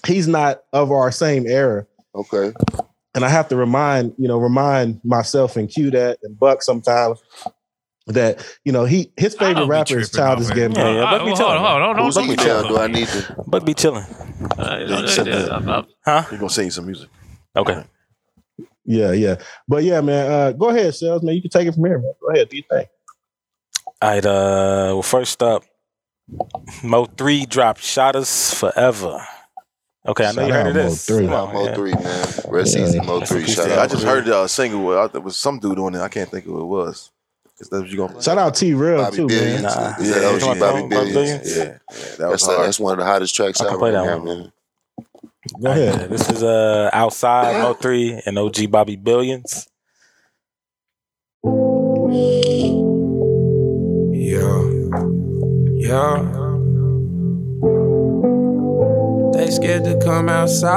Speaker 7: he's not of our same era
Speaker 2: Okay.
Speaker 7: and I have to remind you know remind myself and Q that and Buck sometimes that you know he his favorite
Speaker 8: I'll be
Speaker 7: rapper is
Speaker 8: tripping
Speaker 7: Childish
Speaker 8: over it.
Speaker 7: Gambino.
Speaker 3: Yeah, yeah,
Speaker 8: Uh,
Speaker 3: let me
Speaker 8: uh,
Speaker 3: tell
Speaker 8: hold
Speaker 3: him.
Speaker 8: on, hold on,
Speaker 2: Who's
Speaker 8: don't
Speaker 2: he
Speaker 8: be
Speaker 2: tell?
Speaker 8: telling
Speaker 2: Do I
Speaker 8: me.
Speaker 2: need to?
Speaker 3: But be chilling.
Speaker 8: Uh,
Speaker 1: you said that.
Speaker 8: I'm- I'm-
Speaker 3: Huh?
Speaker 1: He gonna sing some music.
Speaker 3: Okay.
Speaker 7: Yeah, yeah. But yeah, man, uh, go ahead, Sales, man. You can take it from here, man. Go ahead, do your thing.
Speaker 3: All right. Uh, well, first up, Mo three dropped "Shot Us Forever." Okay, I know
Speaker 7: Shout
Speaker 3: you heard
Speaker 7: out
Speaker 3: of
Speaker 7: Mo
Speaker 3: this.
Speaker 7: 3.
Speaker 3: Come
Speaker 7: Shout
Speaker 2: Wow,
Speaker 3: on,
Speaker 2: Mo
Speaker 3: yeah.
Speaker 2: three, man. Rest
Speaker 7: Yeah.
Speaker 2: easy, Mo three. Shout
Speaker 1: Yeah,
Speaker 2: out.
Speaker 1: I just heard a single. I, there was some dude on it. I can't think who it was. Is that what you gonna?
Speaker 7: Shout out T Real
Speaker 2: Bobby
Speaker 7: too,
Speaker 2: Billions.
Speaker 7: man.
Speaker 3: Nah.
Speaker 2: Is that
Speaker 1: Yeah,
Speaker 2: OG
Speaker 1: come on,
Speaker 2: Bobby
Speaker 3: come on, Bobby
Speaker 2: Billions?
Speaker 3: Billions.
Speaker 1: Yeah, yeah,
Speaker 2: Yeah.
Speaker 1: that was
Speaker 2: That's the-
Speaker 1: hard.
Speaker 2: that's one of the hottest tracks
Speaker 3: I
Speaker 2: out
Speaker 3: can play
Speaker 2: right
Speaker 3: that
Speaker 2: now,
Speaker 3: one.
Speaker 2: man.
Speaker 7: Go
Speaker 3: Alright,
Speaker 7: ahead.
Speaker 3: yeah, This is uh outside Mo three and OG Bobby Billions.
Speaker 10: Yeah, yeah. They scared to come outside.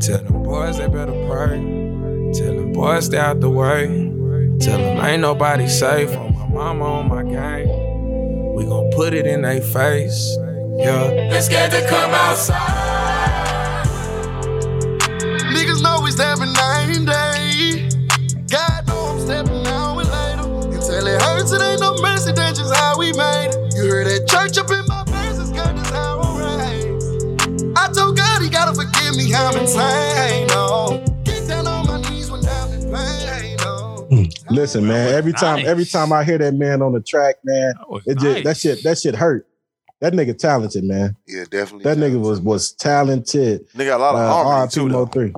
Speaker 10: Tell them boys they better pray. Tell them boys stay out the way. Tell them ain't nobody safe. On my mama, on my gang.
Speaker 6: We gon' put it in their face. Yeah.
Speaker 11: They're scared to come outside. Niggas know it's every nine day. God know I'm stepping out with later. Until it hurts, it ain't no mercy. That's just how we made it. You heard that church up in my faces, God, that's how I raise. I told God he gotta forgive me. I'm insane. No, get down on my knees when I'm in pain. No,
Speaker 7: Listen, man. Every time, every time I hear that man on the track, man,
Speaker 12: was
Speaker 7: it just, that
Speaker 12: nice.
Speaker 7: shit, that shit hurt. That nigga talented, man.
Speaker 2: Yeah, definitely.
Speaker 7: That nigga was was talented.
Speaker 1: Nigga got a lot of
Speaker 7: Uh,
Speaker 1: harmony too. though.
Speaker 7: R203.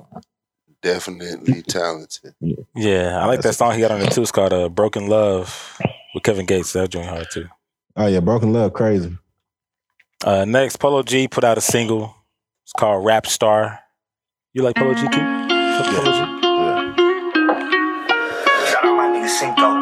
Speaker 2: Definitely talented.
Speaker 3: Yeah, I like that song he got on it too. It's called uh, "Broken Love" with Kevin Gates. That joint hard too.
Speaker 7: Oh yeah, Broken Love, crazy.
Speaker 3: Uh, next, Polo G put out a single. It's called "Rap Star." You like Polo G? Q? Polo G?
Speaker 11: Shout out my nigga Cinco.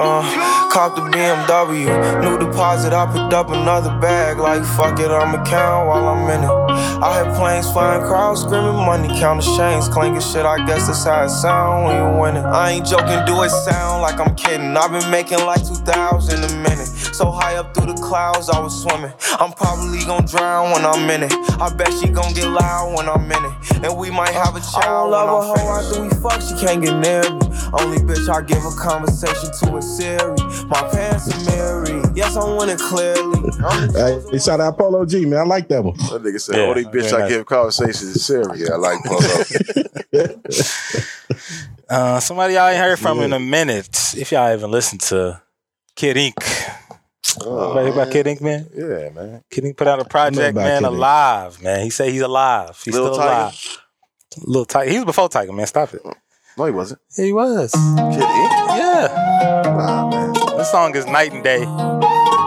Speaker 6: Uh, cop the BMW. New deposit, I picked up another bag. Like, fuck it, I'ma count while I'm in it. I had planes flying, crowds screaming, money counting chains, clanking shit. I guess that's how it sound when you winning. I ain't joking, do it sound like I'm kidding. I've been making like 2,000 a minute. So high up through the clouds, I was swimming. I'm probably gonna drown when I'm in it. I bet she gon' get loud when I'm in it. And we might have a child. I love a hoe after we fuck, she can't get near me. Only bitch I give a conversation to a Siri. My pants are married. Yes, I'm winning clearly. I'm
Speaker 7: Hey, hey, shout out Polo G, man. I like that one.
Speaker 1: That nigga said,
Speaker 3: Yeah,
Speaker 1: "Only bitch
Speaker 3: very
Speaker 1: I
Speaker 3: nice.
Speaker 1: give conversations is serious."
Speaker 2: Yeah, I like Polo.
Speaker 3: Uh, somebody y'all ain't heard from in a minute. If y'all even listen to Kid Ink,
Speaker 2: oh,
Speaker 3: Everybody hear about
Speaker 2: man.
Speaker 3: Kid Ink, man?
Speaker 1: Yeah, man.
Speaker 3: Kid Ink put out a project,
Speaker 7: about
Speaker 3: man.
Speaker 7: Kid Ink.
Speaker 3: Alive, man. He said he's alive. He's
Speaker 1: Lil
Speaker 3: still
Speaker 1: Tiger?
Speaker 3: alive. Little Tiger. He was before Tiger, man. Stop it.
Speaker 1: No, he wasn't.
Speaker 3: Yeah, he was.
Speaker 1: Kid Ink?
Speaker 3: Yeah.
Speaker 1: Nah, man.
Speaker 3: This song is Night and Day.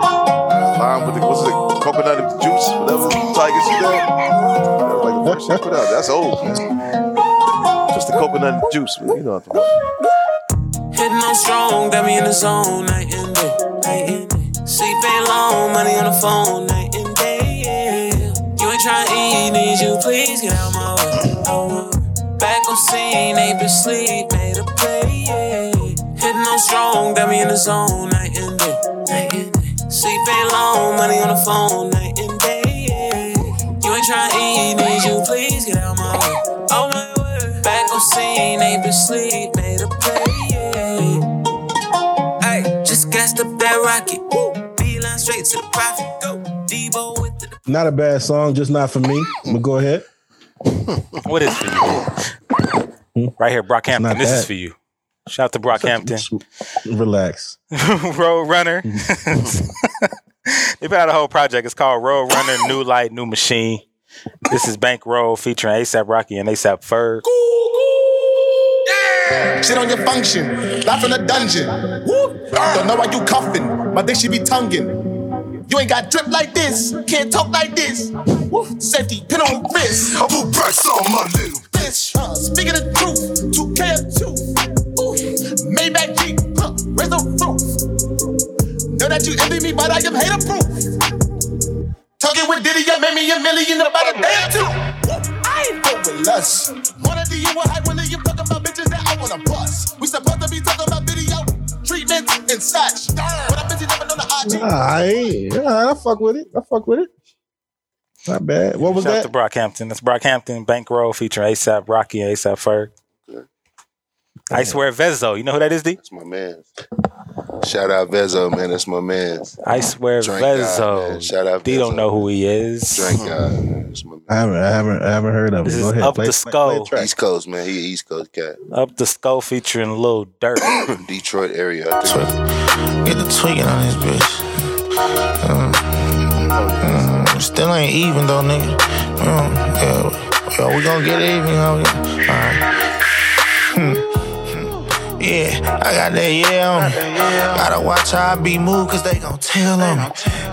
Speaker 1: Lime with the what's it? Coconut and juice, whatever. Tiger she done. That was like the first she put out. That's old, man. Just the coconut and juice, man. You know what I'm talking about.
Speaker 6: Hitting on strong, got me in the zone, night and day, night and day. Sleeping long, money on the phone, night and day, yeah. You ain't tryna eat, need you, please get out my way, out my way. Back on scene, ain't been sleep, made a play, yeah. Hitting on strong, got me in the zone, night and day, night and day. Sleeping long, money on the phone, night and day, yeah. You ain't tryna eat, need you, please get out my way, out my way. Back on scene, ain't been sleep, made a play, yeah. Ay, just gassed up that rocket. Woo. Beeline straight to the profit. Go. Debo with the.
Speaker 7: Not a bad song, just not for me. But go ahead.
Speaker 3: What is for you? right here, Brockhampton.
Speaker 7: Not
Speaker 3: This is
Speaker 7: bad.
Speaker 3: for you. Shout out to Brockhampton. <laughs>
Speaker 7: Relax.
Speaker 3: Road Runner. they put out a whole project. It's called Road Runner, New Light, New Machine. This is Bankroll featuring ASAP Rocky and ASAP Ferg.
Speaker 11: Shit on your function, life in a dungeon. Don't know why you coughing, my dick should be tonguing. You ain't got drip like this, can't talk like this. Woof, Safety pin on wrist. I put press on my little bitch. Uh, speaking the truth, 2K of two. Ooh, Maybach Jeep, huh, raise the roof. Know that you envy me, but I am hater proof. Talking with Diddy, you made me a million in about a day or two. I ain't fuck with us. Wanna do you a hype when you talking about bitches that I wanna bust? We supposed to be talking about video treatments and such. But I bitches never know the IG.
Speaker 7: Nah, I ain't. Nah, I fuck with it. I fuck with it. Not bad. What was
Speaker 3: Shout
Speaker 7: that?
Speaker 3: out to Brockhampton. That's Brockhampton Bankroll featuring ASAP Rocky and ASAP Ferg. I swear Vezzo. You know who that is, D?
Speaker 2: That's my man. Shout out Vezo, man. That's my man.
Speaker 3: I swear
Speaker 2: Drink God, man.
Speaker 3: Vezzo.
Speaker 2: Shout out
Speaker 3: D
Speaker 2: Vezzo.
Speaker 3: don't know who he is.
Speaker 2: Drink
Speaker 1: uh,
Speaker 2: God, man. That's my
Speaker 7: I
Speaker 2: man.
Speaker 7: haven't, I haven't, I haven't heard of it.
Speaker 3: This
Speaker 7: Go
Speaker 3: is
Speaker 7: ahead.
Speaker 3: Up
Speaker 7: play, play- play
Speaker 3: the
Speaker 7: a
Speaker 3: Skull.
Speaker 7: track.
Speaker 2: East Coast, man. He an East Coast cat.
Speaker 3: Up the Skull featuring Lil
Speaker 2: <coughs>
Speaker 3: Durk.
Speaker 2: Detroit area. I think.
Speaker 6: Get the tweaking on this bitch. Mm. Mm. Still ain't even though, nigga. Mm. Yeah, yeah, we gon' get even. Alright. Hmm. Yeah, I got that yeah on me. Gotta watch how I be moved, cause they gon' tell on me.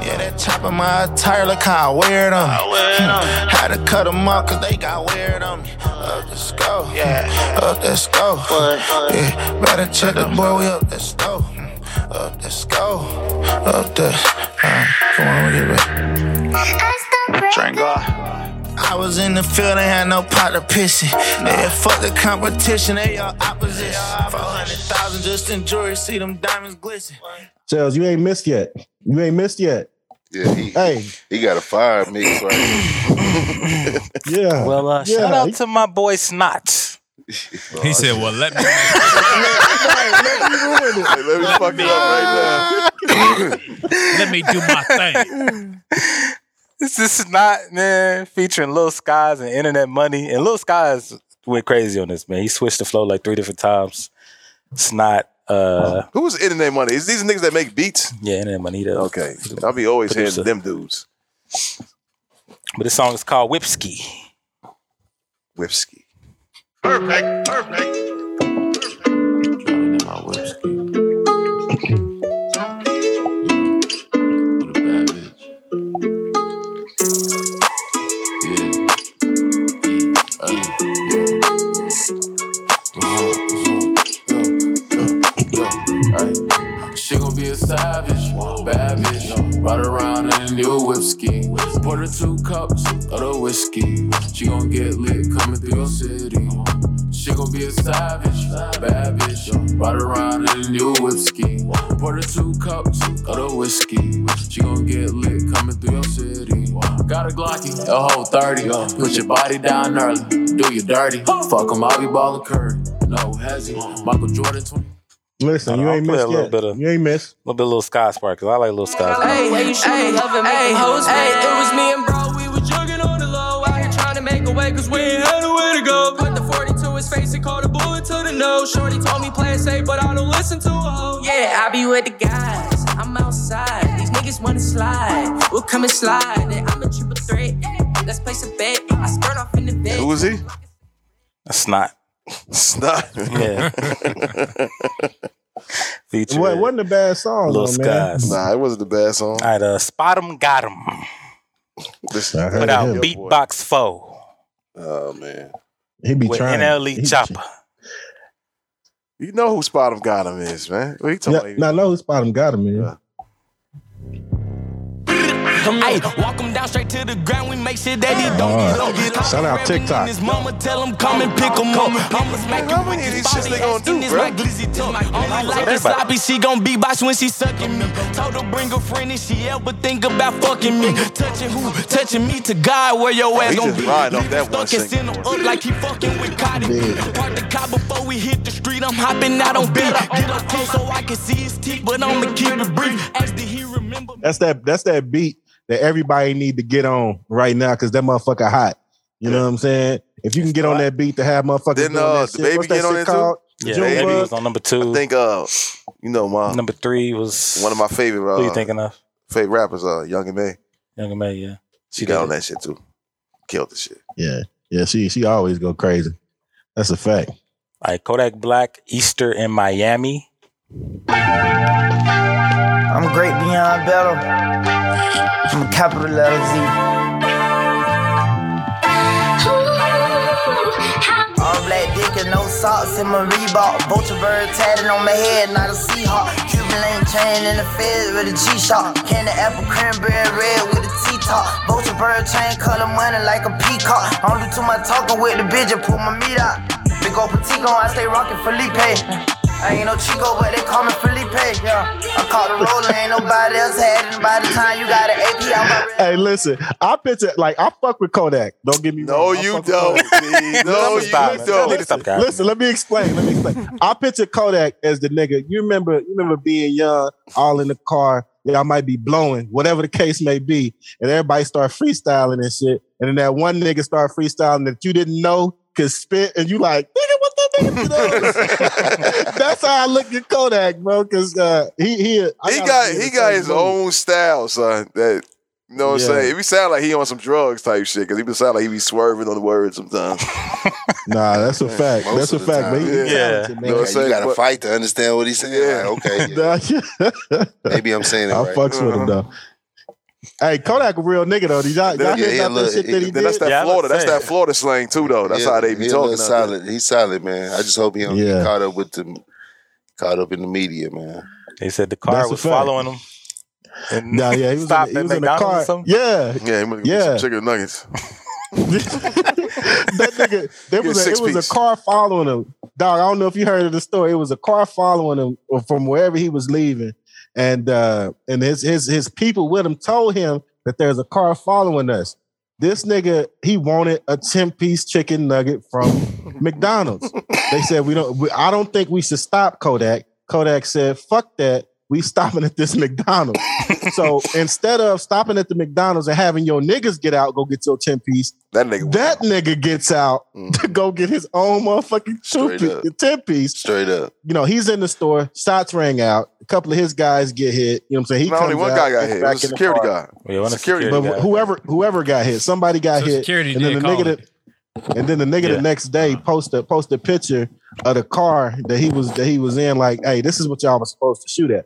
Speaker 6: Yeah, that top of my attire, look how I wear it on me. Hmm. Had to cut them off, cause they got weird on me. Up the scope, yeah. Up the scope. Yeah, better check the boy, we up the stove. Hmm. Up the scope, up the. Uh, come on, we get back.
Speaker 13: As the
Speaker 6: Triangle.
Speaker 13: I was in the field, ain't had no pot to piss in. Yeah, fuck the competition, they all opposition. 400,000 just in jewelry, see them diamonds glisten.
Speaker 7: Sales, you ain't missed yet. You ain't missed yet.
Speaker 2: Yeah, he,
Speaker 7: hey.
Speaker 2: he got a fire mix right
Speaker 7: <laughs> Yeah.
Speaker 3: Well, uh,
Speaker 7: Yeah.
Speaker 3: shout out to my boy Snot.
Speaker 8: He said, "Well, let me."
Speaker 11: <laughs>
Speaker 1: <laughs> Let me fuck you up
Speaker 8: right now. let me do my thing.
Speaker 3: This is Snot, man, featuring Lil Skies and Internet Money. And Lil Skies went crazy on this, man. He switched the flow like three different times. Snot, uh,
Speaker 1: Who's internet money? Is these niggas that make beats?
Speaker 3: yeah, Internet Money. he does.
Speaker 1: Okay, I'll be always hearing
Speaker 3: Producer.
Speaker 1: them dudes.
Speaker 3: But this song is called Whipski.
Speaker 1: Whipski.
Speaker 10: Perfect, perfect.
Speaker 14: She gon' be a savage, bad bitch. Ride around in a new whiskey. Pour her two cups of the whiskey. She gon' get lit coming through your city. She gon' be a savage, bad bitch. Ride around in a new whiskey. Pour her two cups of the whiskey. She gon' get lit coming through your city. Got a Glocky, a whole 30. Put your body down early, do you dirty. Fuck 'em, I'll be ballin' Curry. No hezzy, Michael Jordan 20.
Speaker 7: Listen, you ain't
Speaker 3: play a
Speaker 7: missed
Speaker 3: little
Speaker 7: yet.
Speaker 3: bit of-
Speaker 7: You ain't missed.
Speaker 3: A little bit of Lil Sky Spark, because I like Lil Sky Spark.
Speaker 15: Hey, hey, hey, hey, hey, it was me and bro, we was jugging on the low. Out here trying to make a way, cause we ain't had a way to go. Put the 40 to his face and called a bullet to the nose. Shorty told me play it safe, but I don't listen to a hoe. Yeah, I be with the guys, I'm outside. These niggas wanna slide, we'll come and slide. And I'm a triple threat, let's place a bet. I skirt off in the bed.
Speaker 1: Who is he?
Speaker 3: Snot.
Speaker 1: Snot. <laughs>
Speaker 3: Yeah.
Speaker 7: It wa- wasn't a bad song,
Speaker 3: Lil
Speaker 7: though, man.
Speaker 3: Skies.
Speaker 1: Nah, it wasn't the bad song.
Speaker 3: All right, uh, Spot 'em, Got 'em. Put out Beatbox Foe.
Speaker 2: Oh, man.
Speaker 7: He be
Speaker 3: with
Speaker 7: trying.
Speaker 3: NLE Chopper.
Speaker 1: You know who Spot 'em got him is, man. What you
Speaker 7: Now,
Speaker 1: talking about?
Speaker 7: now I know who spot him got him, man.
Speaker 15: Ay, walk 'em down straight to the ground. We make sure that he don't get
Speaker 7: All
Speaker 15: up.
Speaker 7: right. Shout out TikTok.
Speaker 15: His mama tell him come and pick him up. I'ma smack him with this body. They gonna do,
Speaker 1: bro?
Speaker 15: My glizzy tuck. Only like it sloppy, she gon' be boss when she sucking me. Told her bring a friend if she ever think about fucking me. Touching who? Touching me to God where your ass
Speaker 1: He
Speaker 15: gon'
Speaker 1: just
Speaker 15: be.
Speaker 1: riding off that one
Speaker 15: Stuck and
Speaker 1: single.
Speaker 15: send him up like he fucking with Cotton. Park the car before we hit the street. I'm hopping out on beat. Get up close so I can see his teeth, but I'ma keep it brief. As the hero.
Speaker 7: That's that. That's that beat that everybody need to get on right now because that motherfucker hot. You know what I'm saying? If you can get on that beat to have motherfuckers
Speaker 1: Then
Speaker 7: doing
Speaker 1: uh,
Speaker 7: that
Speaker 1: the
Speaker 7: shit.
Speaker 1: baby
Speaker 7: What's that
Speaker 1: get on
Speaker 7: shit
Speaker 1: it too.
Speaker 7: called?
Speaker 3: Yeah,
Speaker 1: June
Speaker 3: Baby
Speaker 1: Bug?
Speaker 3: was on number two.
Speaker 1: I think uh, you know my
Speaker 3: Number three was
Speaker 1: one of my favorite. Uh,
Speaker 3: Who you thinking of?
Speaker 1: Favorite rappers, uh, Young and May.
Speaker 3: Young and May, yeah.
Speaker 1: She got on that shit too. Killed the shit.
Speaker 7: Yeah, yeah. She she always go crazy. That's a fact.
Speaker 3: All right, Kodak Black, Easter in Miami.
Speaker 16: I'm great beyond better. From a capital letter Z. All black dick and no socks in my Reebok. Vulture bird tatted on my head, not a Seahawk. Cuban link chain in the fed with a G shot. Candy apple cranberry red with a T top. Vulture bird chain color money like a peacock. I don't do too much talking with the bitch and pull my meat out. Big old Petico, I stay rockin' Felipe. I ain't no Chico, but they call me Felipe. Yeah, I caught a roller, ain't nobody else had it. By the time you got an AP, I'm about
Speaker 7: Hey, listen, I picture like I fuck with Kodak. Don't get me
Speaker 1: No,
Speaker 7: wrong. I
Speaker 1: you
Speaker 7: fuck with
Speaker 1: don't.
Speaker 7: Kodak.
Speaker 1: B.
Speaker 7: Let
Speaker 1: No,
Speaker 7: me
Speaker 1: you
Speaker 7: stop, man.
Speaker 1: don't.
Speaker 7: Let me stop, guys. Listen, let me explain. Let me explain. I picture Kodak as the nigga. You remember, you remember being young, all in the car. Y'all might be blowing, whatever the case may be, and everybody start freestyling and shit. And then that one nigga start freestyling that you didn't know could spit, and you like, nigga, what the nigga?
Speaker 2: <laughs>
Speaker 7: You know? That's how I look at Kodak, bro. Because uh, he he I
Speaker 1: he
Speaker 7: gotta
Speaker 1: got
Speaker 7: be in
Speaker 1: he
Speaker 7: the
Speaker 1: got
Speaker 7: same
Speaker 1: his
Speaker 7: mood.
Speaker 1: own style, son. That you know what
Speaker 7: Yeah.
Speaker 1: I'm saying. If he sound like he on some drugs type shit, because he be sound like he be swerving on the words sometimes.
Speaker 7: Nah, that's a fact.
Speaker 2: Most
Speaker 7: that's a
Speaker 2: of the
Speaker 7: fact.
Speaker 2: time.
Speaker 7: But he, he talented, man.
Speaker 2: You, know what I'm saying? you gotta fight to understand what he's saying. Like,
Speaker 7: <laughs>
Speaker 2: okay. <laughs> Maybe I'm saying it
Speaker 7: I
Speaker 2: right.
Speaker 7: fucks
Speaker 2: <laughs>
Speaker 7: with him though. Hey, Kodak a real nigga though. Did y'all, y'all hear about that shit that he
Speaker 1: then
Speaker 7: did?
Speaker 1: that's that Florida. That's that Florida slang too, though. That's
Speaker 2: Yeah,
Speaker 1: how they be
Speaker 2: he a
Speaker 1: talking.
Speaker 2: little
Speaker 1: out there.
Speaker 2: solid. He's solid, man. I just hope he don't
Speaker 7: Yeah.
Speaker 2: get caught up with the caught up in the media, man.
Speaker 3: They said the car That's a was fact. following him.
Speaker 7: Nah, yeah, he was in, the-
Speaker 3: Stopped
Speaker 7: he
Speaker 3: at
Speaker 7: was in the
Speaker 3: McDonald's or
Speaker 7: car. <laughs>
Speaker 3: something?
Speaker 7: Yeah,
Speaker 1: yeah, he must get
Speaker 7: yeah.
Speaker 1: some chicken nuggets.
Speaker 7: that nigga, there
Speaker 1: Get
Speaker 7: was a,
Speaker 1: six
Speaker 7: it was
Speaker 1: piece.
Speaker 7: a car following him. Dog, I don't know if you heard of the story. It was a car following him or from wherever he was leaving, and uh, and his his his people with him told him that there's a car following us. This nigga, he wanted a ten piece chicken nugget from McDonald's. They said we don't. We, I don't think we should stop Kodak. Kodak said, "Fuck that." We stopping at this McDonald's.
Speaker 1: <laughs>
Speaker 7: so instead of stopping at the McDonald's and having your niggas get out, go get your 10 piece,
Speaker 1: that nigga Mm.
Speaker 7: that nigga gets out to go get his own motherfucking
Speaker 2: Straight
Speaker 7: two
Speaker 2: up.
Speaker 7: piece, 10 piece.
Speaker 2: Straight up.
Speaker 7: You know, he's in the store, shots rang out, a couple of his guys get hit. You know what I'm saying?
Speaker 1: Not only
Speaker 7: comes
Speaker 1: one
Speaker 7: out,
Speaker 1: guy got
Speaker 7: gets
Speaker 1: hit. It
Speaker 7: back in
Speaker 1: was a
Speaker 7: the
Speaker 1: security
Speaker 7: car.
Speaker 1: guy. Yeah, it wasn't Security
Speaker 7: But
Speaker 1: security guy.
Speaker 7: whoever whoever got hit, somebody got hit.
Speaker 8: security
Speaker 7: and then the
Speaker 8: did
Speaker 7: nigga
Speaker 8: call Uh-huh.
Speaker 7: that, and then the nigga the next day posted posted a picture of the car that he was that he was in. Like, hey, this is what y'all was supposed to shoot at.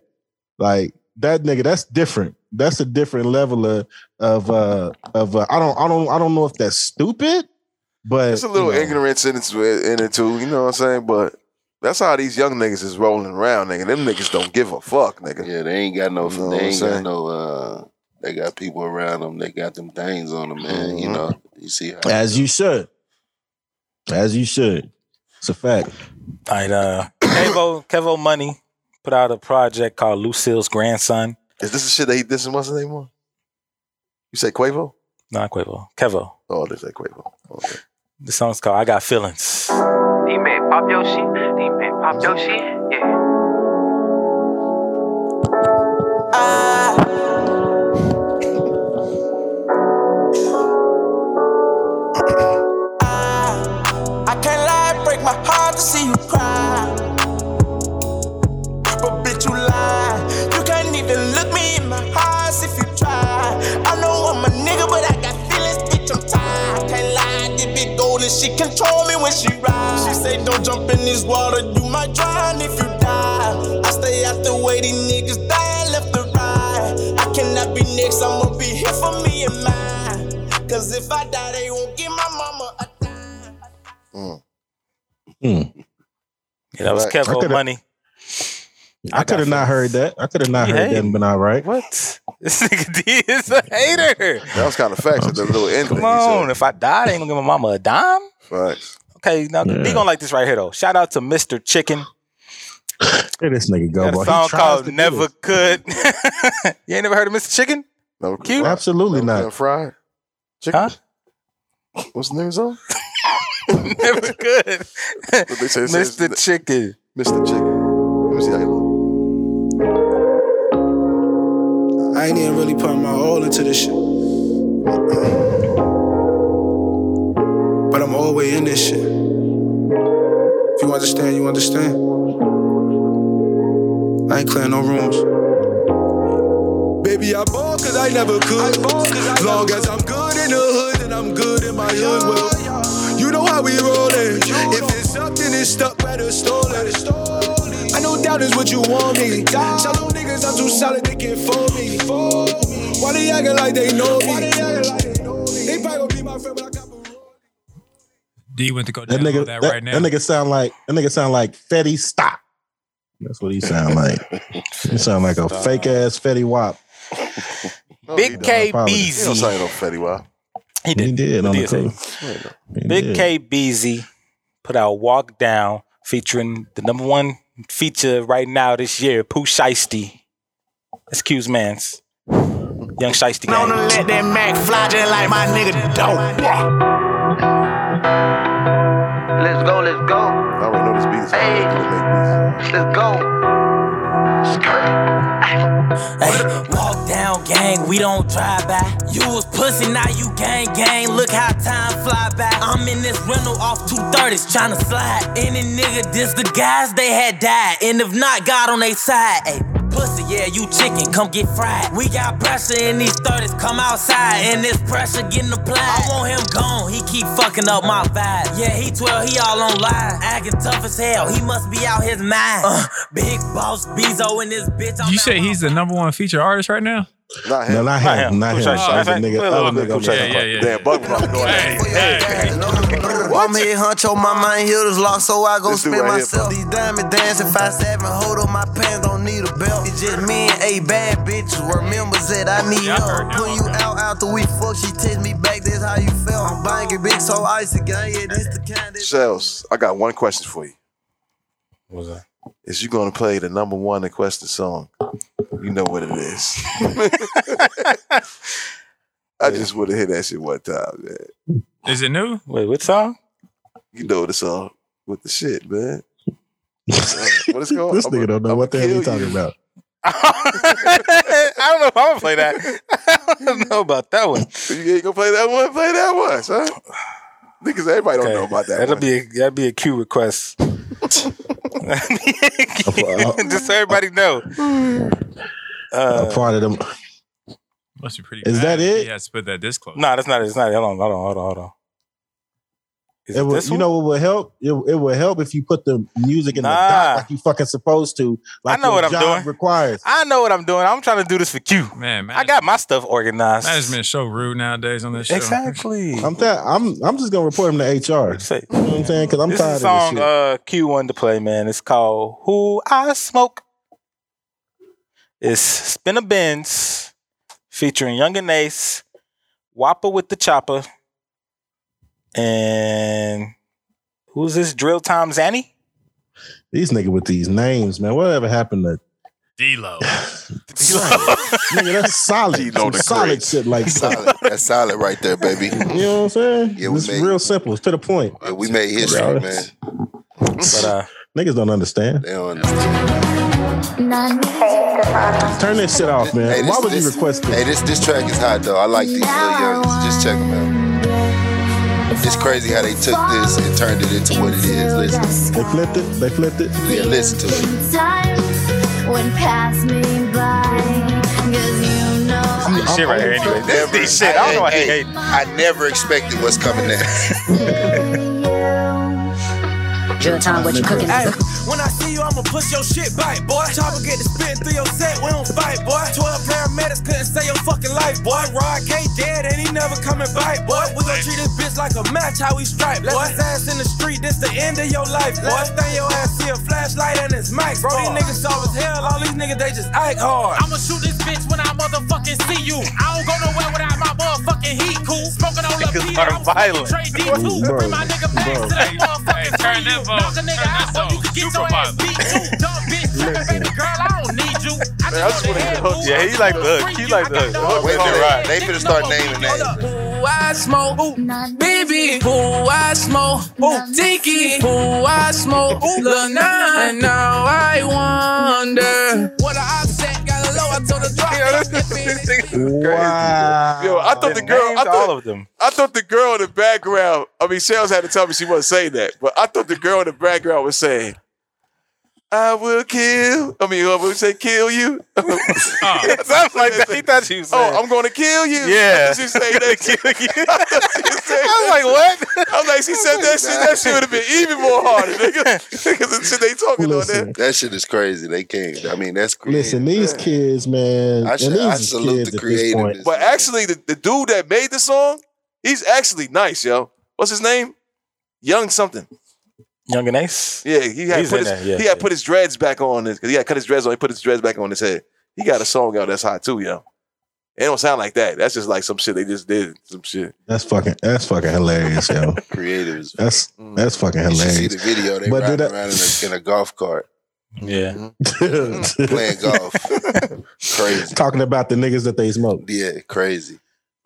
Speaker 7: Like that nigga, that's different. That's a different level of of uh of uh, I don't I don't I don't know if that's stupid, but
Speaker 1: It's a little ignorance in it, in it too, you know what I'm saying? But that's how these young niggas is rolling around, nigga. Them niggas don't give a fuck, nigga.
Speaker 2: Yeah, they ain't got no.
Speaker 1: You
Speaker 2: they
Speaker 1: know what I'm
Speaker 2: ain't got
Speaker 1: saying?
Speaker 2: no. Uh, they got people around them. They got them things on them, man.
Speaker 3: Mm-hmm.
Speaker 2: You know. You
Speaker 3: <laughs>
Speaker 2: see how
Speaker 7: as you should, as you should. It's a fact.
Speaker 3: All right, uh,
Speaker 1: <coughs>
Speaker 3: Kevo, Kevo Money put out a project called Lucille's Grandson.
Speaker 1: Is this the shit that he dissing what's his name on? You say Quavo?
Speaker 3: Not Quavo, Kevo.
Speaker 1: Oh, they say Quavo.
Speaker 3: The song's called I Got Feelings.
Speaker 17: D-Man, pop your shit. D-Man, pop your shit. Yeah.
Speaker 18: I can't lie, it break my heart to see you cry. But bitch, you lie. You can't even look me in my eyes if you try. I know I'm a nigga, but I got feelings, bitch. I'm tired. Can't lie, this big golden, she control me when she ride. She say don't jump in this water, you might drown if you die. I stay out the way these niggas die left to right. I cannot be next, I'ma be here for me and mine. Cause if I die, they won't give my mama a
Speaker 1: Mm.
Speaker 3: Yeah, that was
Speaker 7: Right. Hmm. I
Speaker 3: Kevo
Speaker 7: coulda-
Speaker 3: Money. <laughs>
Speaker 7: I could have not heard that. I could have not
Speaker 3: You
Speaker 7: heard
Speaker 3: hate.
Speaker 7: that and been all right.
Speaker 3: What? This nigga D is a hater.
Speaker 1: That was kind of facts at the little end.
Speaker 3: Come on, if I die, they ain't gonna give my mama a dime.
Speaker 1: Right.
Speaker 3: Okay, now they
Speaker 7: Yeah.
Speaker 3: gonna like this right here though. Shout out to Mr. Chicken.
Speaker 7: Hey, this nigga go,
Speaker 3: Got
Speaker 7: boy.
Speaker 3: a
Speaker 7: He
Speaker 3: song
Speaker 7: tries
Speaker 3: called
Speaker 7: to do
Speaker 3: Never Could. <laughs> you ain't never heard of Mr. Chicken?
Speaker 1: No,
Speaker 3: Cute.
Speaker 7: Absolutely
Speaker 1: not. fried. Chicken. What's the
Speaker 2: <laughs>
Speaker 1: name's on?
Speaker 3: Never good.
Speaker 1: Mr.
Speaker 3: Chicken.
Speaker 1: Mr. Chicken. Let me see how he look.
Speaker 19: I ain't even really putting my all into this shit. But I'm always in this shit. If you understand, you understand. I ain't clearing no rooms.
Speaker 11: Baby, I ball cause I never could. Long as I'm good in the hood, then I'm good in my hood. Well, you know how we rollin'. If it's stuck, then it's stuck, better stolen. I know doubt is what you want me. Tell them niggas I'm too solid, they can't fold me. Why they acting like they know me? They probably gonna be my friend, but I got
Speaker 8: D went to go
Speaker 7: That
Speaker 8: down
Speaker 7: nigga,
Speaker 8: that,
Speaker 7: that,
Speaker 8: that right now.
Speaker 7: that nigga sound like that nigga sound like Fetty Stop. That's what he sound like. he sound like a
Speaker 1: Stop.
Speaker 7: fake ass Fetty Wap. Oh,
Speaker 3: Big K
Speaker 1: He don't say
Speaker 3: BZ.
Speaker 1: no Fetty Wap.
Speaker 3: He did.
Speaker 7: He did on
Speaker 3: He
Speaker 7: the
Speaker 3: did say
Speaker 7: cool.
Speaker 3: Big K BZ put out Walk Down featuring the number one feature right now this year, Pooh Shiesty. Excuse man's. Young Shiesty
Speaker 20: Known to let that Mac fly just like my nigga dope. Let's go, let's go. I already know this beat is hey. Let's go.
Speaker 21: Ay, walk down gang, we don't drive by. You was pussy, now you gang gang. Look how time fly by. I'm in this rental off 230s, tryna slide. Any nigga, this the guys they had died. And if not, God on their side. Ay, pussy, yeah, you chicken, come get fried. We got pressure in these 30s, come outside. And this pressure getting applied. I want him gone, he keep fucking up my vibe. Yeah, he 12, he all online. Acting tough as hell, he must be out his mind. Uh, big boss Bezo in this bitch, I'm
Speaker 8: You say he's the number one feature artist right now?
Speaker 1: Not him.
Speaker 7: No, not
Speaker 1: Not
Speaker 7: him.
Speaker 1: him.
Speaker 7: Not him.
Speaker 1: Sorry, sorry,
Speaker 7: Other
Speaker 1: sorry.
Speaker 7: nigga.
Speaker 1: Wait,
Speaker 7: Other
Speaker 1: wait,
Speaker 7: nigga. I'm
Speaker 1: wait,
Speaker 7: talking
Speaker 1: yeah,
Speaker 7: about.
Speaker 1: yeah, yeah. Damn, Bug probably going
Speaker 7: Hey,
Speaker 16: I'm here, huncho, my mind healers locked, so I go
Speaker 1: This dude
Speaker 16: spin
Speaker 1: right here,
Speaker 16: myself. These diamond dancing, five seven, hold on, my pants don't need a belt. It's just me and a bad bitch. Remembers that I need help. Put you out after we fuck, she text me back. That's how you felt. I'm buying your bitch <laughs> so icy, gang. Yeah, this the kind that
Speaker 1: Shells, I got one question for you.
Speaker 3: What's that?
Speaker 1: Is you going to play the number one requested song? You know what it is. <laughs> I just would have hit that shit one time, man.
Speaker 8: Is it new?
Speaker 3: Wait, what song?
Speaker 1: You know the song with the shit,
Speaker 3: <laughs>
Speaker 1: man. what is it called?
Speaker 7: This nigga don't know what the hell
Speaker 1: kill
Speaker 7: he talking about.
Speaker 3: <laughs> I don't know if I'm gonna
Speaker 1: <laughs>
Speaker 3: play that. I don't know about that one.
Speaker 1: You ain't gonna play that one. Play that one,
Speaker 3: <sighs>
Speaker 1: son. Niggas, everybody don't know about that.
Speaker 3: That'll
Speaker 1: one.
Speaker 3: be a, that'll be a
Speaker 7: <laughs>
Speaker 3: cue request. Just so everybody know. Uh,
Speaker 7: A part of them.
Speaker 8: Must be pretty.
Speaker 7: Is that
Speaker 8: bad.
Speaker 7: it?
Speaker 8: He has to put that this close.
Speaker 3: No, that's not it. It's not it. Hold on, hold on, hold on, hold on. Is
Speaker 7: It
Speaker 3: it
Speaker 7: will,
Speaker 3: this
Speaker 7: you know what would help? It, it would help if you put the music in the
Speaker 3: Nah.
Speaker 7: dot like you fucking supposed to. Like
Speaker 3: I know
Speaker 7: your
Speaker 3: what I'm
Speaker 7: job
Speaker 3: doing.
Speaker 7: requires.
Speaker 3: I know what I'm doing. I'm trying to do this for Q.
Speaker 8: Man,
Speaker 3: I got my stuff organized.
Speaker 8: Management is so rude nowadays on this show.
Speaker 3: Exactly.
Speaker 7: I'm that. I'm. I'm just gonna report him to HR.
Speaker 3: You
Speaker 7: know what I'm saying? Because I'm
Speaker 3: this
Speaker 7: tired
Speaker 3: is a song
Speaker 7: of this shit.
Speaker 3: uh, Q wanted to play, man. It's called Who I Smoke. It's Spinner Benz featuring Young and Ace, Whopper with the Chopper, and who's this? Drill Time Zanny?
Speaker 7: These nigga with these names, man. Whatever happened to <laughs>
Speaker 8: D-Lo.
Speaker 7: nigga? That's solid.
Speaker 2: D-Lo
Speaker 7: Some
Speaker 2: the
Speaker 7: solid
Speaker 2: Great.
Speaker 7: shit like
Speaker 2: solid. That's solid right there,
Speaker 7: <laughs>
Speaker 2: baby.
Speaker 7: You know what I'm saying?
Speaker 2: Yeah, we
Speaker 7: it's
Speaker 2: made-
Speaker 7: real simple. It's to the point.
Speaker 2: Yeah, we made history, man.
Speaker 3: But uh,
Speaker 7: <laughs> Niggas don't understand.
Speaker 2: They don't
Speaker 7: Turn this shit off, man.
Speaker 2: Hey,
Speaker 7: Why
Speaker 2: this-
Speaker 7: would you
Speaker 2: this-
Speaker 7: request this?
Speaker 2: Hey, this this track is hot though. I like these little youngins. Just check them out. It's crazy how they took this and turned it into what it is. Listen.
Speaker 7: They flipped it. They flipped it.
Speaker 2: Yeah, listen to it.
Speaker 9: Time would pass me by. Cause you know.
Speaker 8: This shit right here, anyway.
Speaker 2: Never,
Speaker 8: This shit, I don't know why he
Speaker 2: hey, I never expected what's coming
Speaker 22: <laughs>
Speaker 2: next.
Speaker 22: Drill time, what you cooking?
Speaker 18: Ay, when I see you, I'ma push your shit back, boy. Chopper get to spitting through your set, we don't fight, boy. 12 paramedics couldn't save your fucking life, boy. Rod K dead and he never coming back, boy. We gon' treat this bitch like a match, how we strike, boy. Left his ass in the street, this the end of your life, boy. Last thing your ass see a flashlight and it's mic, bro. These niggas soft as hell, all these niggas, they just act hard.
Speaker 22: I'ma shoot this bitch when I motherfucking see you. I don't go nowhere without my motherfucking heat, cool. Smoking on the
Speaker 3: Niggas are violent.
Speaker 22: Trey D2. Bring my nigga back to that motherfucking turn
Speaker 8: that
Speaker 22: phone. Knock a nigga out so you can get your ass beat too. Dumb bitch, tripping baby girl, I don't need you. I
Speaker 1: Man, I just
Speaker 22: just want
Speaker 1: wanna
Speaker 22: to hear
Speaker 1: hear the hook. Yeah, he like the hook. He like the hook. The hook
Speaker 2: Wait,
Speaker 1: is all right.
Speaker 2: they, they finna start naming names.
Speaker 22: Who I smoke, ooh, baby. Who I smoke, ooh, Tiki. Who I smoke, ooh, Lil Nine. Now I wonder what I said. Got low, I told her drop.
Speaker 7: Wow.
Speaker 1: Yo, I thought the girl. I thought,
Speaker 3: all of them.
Speaker 1: I thought the girl in the background. I mean, Shells had to tell me she wasn't saying that, but I thought the girl in the background was saying, "I
Speaker 22: <laughs>
Speaker 1: will kill." I mean, I would say, "Kill
Speaker 3: <laughs>
Speaker 1: you." <laughs>
Speaker 22: Ah.
Speaker 3: Sounds like that. He thought she was saying-
Speaker 1: Oh, I'm going to kill you.
Speaker 3: Yeah.
Speaker 1: I thought she was saying
Speaker 3: <laughs>
Speaker 1: that. I thought she was saying
Speaker 3: I was like,
Speaker 1: what? I'm like, she said that shit. That shit would have been even more harder, nigga. Because the shit <laughs> they talking on there.
Speaker 2: That shit is crazy. They came. I mean, that's crazy.
Speaker 7: Listen, these kids, man.
Speaker 2: I should-
Speaker 7: and these
Speaker 2: I
Speaker 7: is
Speaker 2: salute
Speaker 7: kids
Speaker 2: the
Speaker 7: at this point.
Speaker 1: But actually, the, the dude that made the song, he's actually nice, yo. What's his name? Young something.
Speaker 3: Young and Ace.
Speaker 1: Yeah, he had
Speaker 3: He's
Speaker 1: put
Speaker 3: in
Speaker 1: his,
Speaker 3: there, yeah,
Speaker 1: he had put his dreads back on his, 'cause he had cut his dreads on. He put his dreads back on his head. He got a song out that's hot too, yo. It don't sound like that. That's just like some shit they just did. Some shit.
Speaker 7: That's fucking. That's fucking
Speaker 2: <laughs>
Speaker 7: hilarious, yo.
Speaker 2: Creatives.
Speaker 7: That's that's fucking
Speaker 2: Mm. You should see
Speaker 7: hilarious.
Speaker 2: the video. They
Speaker 7: But
Speaker 2: riding
Speaker 7: did <laughs> I-
Speaker 2: around in a, in a golf cart
Speaker 3: Yeah.
Speaker 2: <laughs> playing golf. <laughs> crazy.
Speaker 7: Talking about the niggas that they smoke.
Speaker 2: Yeah, crazy.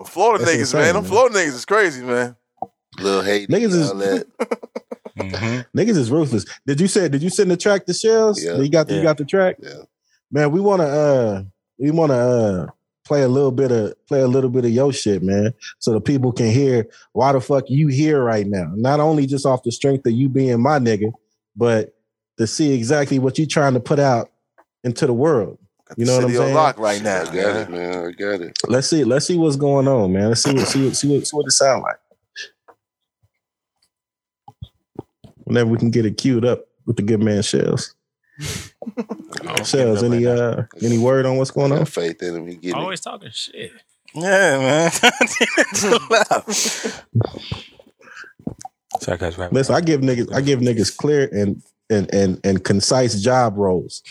Speaker 1: Florida
Speaker 7: That's
Speaker 1: niggas,
Speaker 7: insane,
Speaker 1: man. Them
Speaker 7: man.
Speaker 1: Florida niggas is crazy, man.
Speaker 2: Little hate.
Speaker 7: Niggas is- <laughs> Niggas is ruthless. Did you say? Did you send the track to Shells?
Speaker 2: Yeah.
Speaker 7: You got.
Speaker 2: Yeah.
Speaker 7: You got the track.
Speaker 2: Yeah.
Speaker 7: Man, we wanna. uh We wanna. uh Play a little bit of play a little bit of your shit, man, so the people can hear why the fuck you here right now. Not only just off the strength of you being my nigga, but to see exactly what you trying to put out into the world. You know what I'm
Speaker 1: City on
Speaker 7: saying?
Speaker 1: lock right now.
Speaker 2: I got it, man. I got it.
Speaker 7: Let's see. Let's see what's going on, man. Let's see what see what see what, see what it sound like. Whenever we can get it queued up with the good man shells. Shells, any uh, any word on what's going on?
Speaker 2: Faith in him, he get
Speaker 8: Always talking shit.
Speaker 7: <laughs>
Speaker 3: Yeah, man. Sorry, guys.
Speaker 7: Listen, I give niggas, I give niggas clear and and and and concise job roles.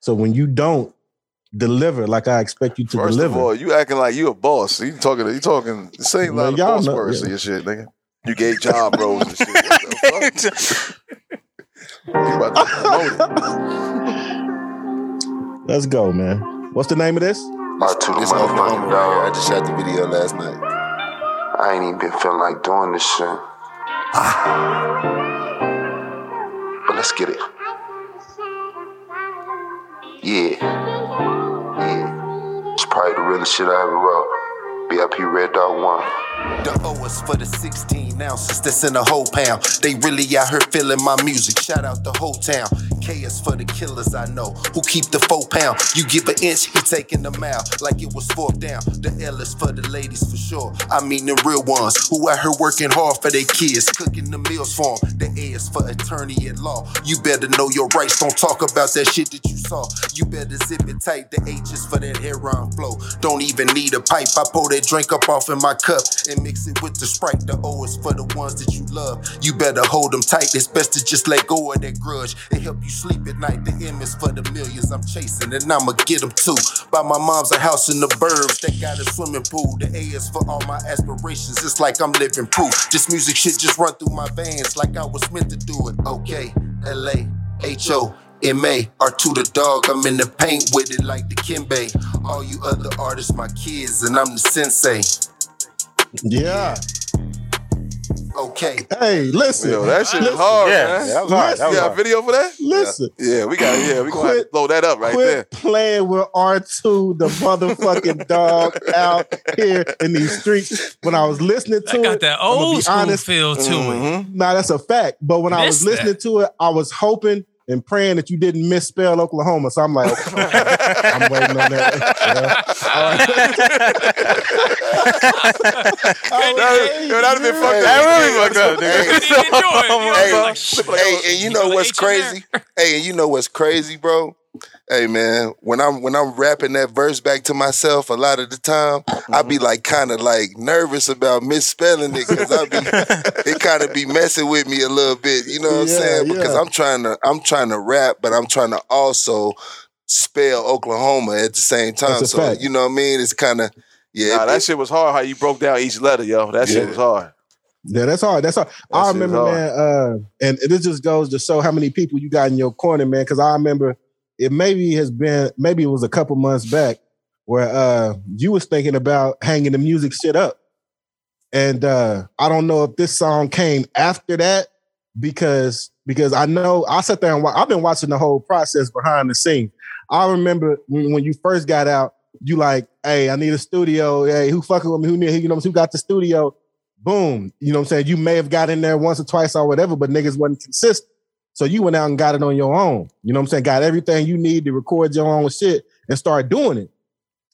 Speaker 7: So when you don't deliver like I expect you to
Speaker 1: First
Speaker 7: deliver,
Speaker 1: of all, you acting like you a boss. You talking, you talking the same
Speaker 7: Man,
Speaker 1: line of
Speaker 7: y'all
Speaker 1: boss
Speaker 7: know-
Speaker 1: words
Speaker 7: yeah.
Speaker 1: and your shit, nigga. You gave job roles and shit. What the fuck? you
Speaker 7: <laughs>
Speaker 1: about to promote it.
Speaker 7: let's go, man. What's the name of this?
Speaker 2: My two this motherfucking dog. I just shot the video last night. I ain't even been feeling like doing this shit.
Speaker 4: Ah.
Speaker 2: but let's get it. Yeah. Yeah. It's probably the realest shit I ever wrote. BIP Red Dog 1.
Speaker 4: The O is for the 16 ounces that's in the whole pound. They really out here feeling my music. Shout out the whole town. K is for the killers I know who keep the four pound. You give an inch, he taking a mile like it was fourth down. The L is for the ladies for sure. I mean the real ones who out here working hard for their kids, cooking the meals for 'em. The A is for attorney at law. You better know your rights. Don't talk about that shit that you saw. You better zip it tight. The H is for that heroin flow. Don't even need a pipe. I pour that drink up off in my cup and mix it with the Sprite. The O is for the ones that you love. You better hold them tight. It's best to just let go of that grudge. It help you sleep at night. The M is for the millions I'm chasing and I'ma get them too. By my mom's a house in the burbs that got a swimming pool. The A is for all my aspirations. It's like I'm living proof. This music shit just run through my veins like I was meant to do it. Okay, L.A. H.O. M.A. Or to the dog, I'm in the paint with it like the Kimbe. All you other artists, my kids, and I'm the sensei.
Speaker 7: Yeah.
Speaker 4: Okay.
Speaker 7: Hey, listen.
Speaker 1: Yo, that shit
Speaker 7: Listen.
Speaker 1: is hard, man.
Speaker 7: Listen.
Speaker 1: you got a video for that?
Speaker 7: Listen.
Speaker 1: Yeah, yeah we got. Yeah, we gonna have to
Speaker 7: Quit-
Speaker 1: blow that up right
Speaker 7: Quit
Speaker 1: there.
Speaker 7: playing with R2, the
Speaker 1: <laughs>
Speaker 7: motherfucking dog out here in these streets. When I was listening to
Speaker 8: got
Speaker 7: it,
Speaker 8: that
Speaker 7: I'ma
Speaker 8: old
Speaker 7: be
Speaker 8: school
Speaker 7: honest,
Speaker 8: feel to it.
Speaker 1: Mm-hmm.
Speaker 8: Mhm.
Speaker 7: Nah, that's a fact. But when I
Speaker 8: Miss
Speaker 7: was listening
Speaker 8: that.
Speaker 7: to it, I was hoping and praying that you didn't misspell Oklahoma. So I'm like,
Speaker 1: <laughs>
Speaker 7: okay, I'm waiting on that.
Speaker 1: That, yo, that'd have been fucked up.
Speaker 2: Hey, hey, and you know what's crazy? Hey, and you know what's crazy, bro? Hey man, when I'm when I'm rapping that verse back to myself, a lot of the time I be
Speaker 1: Mm-hmm.
Speaker 2: like kind of like nervous about misspelling it because I
Speaker 1: <laughs>
Speaker 2: be it kind of be messing with me a little bit. You know what I'm
Speaker 11: Yeah,
Speaker 2: saying? Because
Speaker 11: yeah.
Speaker 2: I'm trying to I'm trying to rap, but I'm trying to also spell Oklahoma at the same time.
Speaker 1: That's a
Speaker 2: So
Speaker 1: fact.
Speaker 2: you know what I mean? It's kind of
Speaker 1: <laughs>
Speaker 2: yeah.
Speaker 1: Nah,
Speaker 2: it-
Speaker 1: that shit was hard. How you broke down each letter, yo. That shit was hard.
Speaker 7: Yeah, that's hard. That's hard. I
Speaker 1: shit's
Speaker 7: remember,
Speaker 1: hard.
Speaker 7: man, uh, and this just goes to show how many people you got in your corner, man. Because I remember it maybe has been maybe it was a couple months back where uh, you was thinking about hanging the music shit up, and uh, I don't know if this song came after that because because I know I sat there and wa- I've been watching the whole process behind the scenes. I remember when, when you first got out, you like, hey, I need a studio. Hey, who fucking with me? Who need you know who got the studio? Boom. You know what I'm saying? You may have got in there once or twice or whatever, but niggas wasn't consistent. So you went out and got it on your own. You know what I'm saying? Got everything you need to record your own shit and start doing it.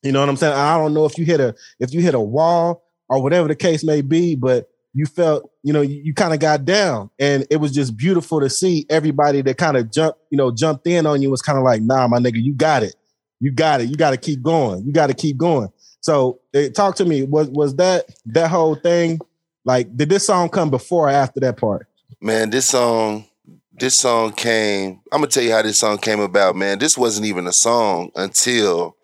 Speaker 7: You know what I'm saying? I don't know if you hit a if you hit a wall or whatever the case may be, but you felt, you know, you, you kind of got down. And it was just beautiful to see everybody that kind of jumped, you know, jumped in on you was kind of like, nah, my nigga, you got it. You got it. You gotta keep going. You gotta keep going. So eh, talk to me. Was was that that whole thing? Like, did this song come before or after that part?
Speaker 2: man, this song, this song came. I'm gonna tell you how this song came about, man. This wasn't even a song until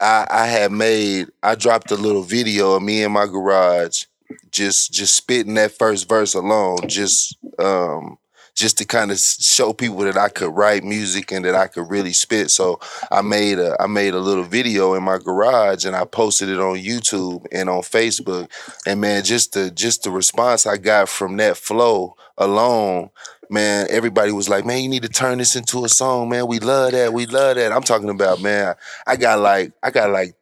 Speaker 2: I, I had made. I dropped a little video of me in my garage, just just spitting that first verse alone, just um, just to kind of show people that I could write music and that I could really spit. So I made a I made a little video in my garage and I posted it on YouTube and on Facebook. And man, just the just the response I got from that flow alone, man, everybody was like, "Man, you need to turn this into a song, man. We love that. We love that." I'm talking about, man, I got like I got like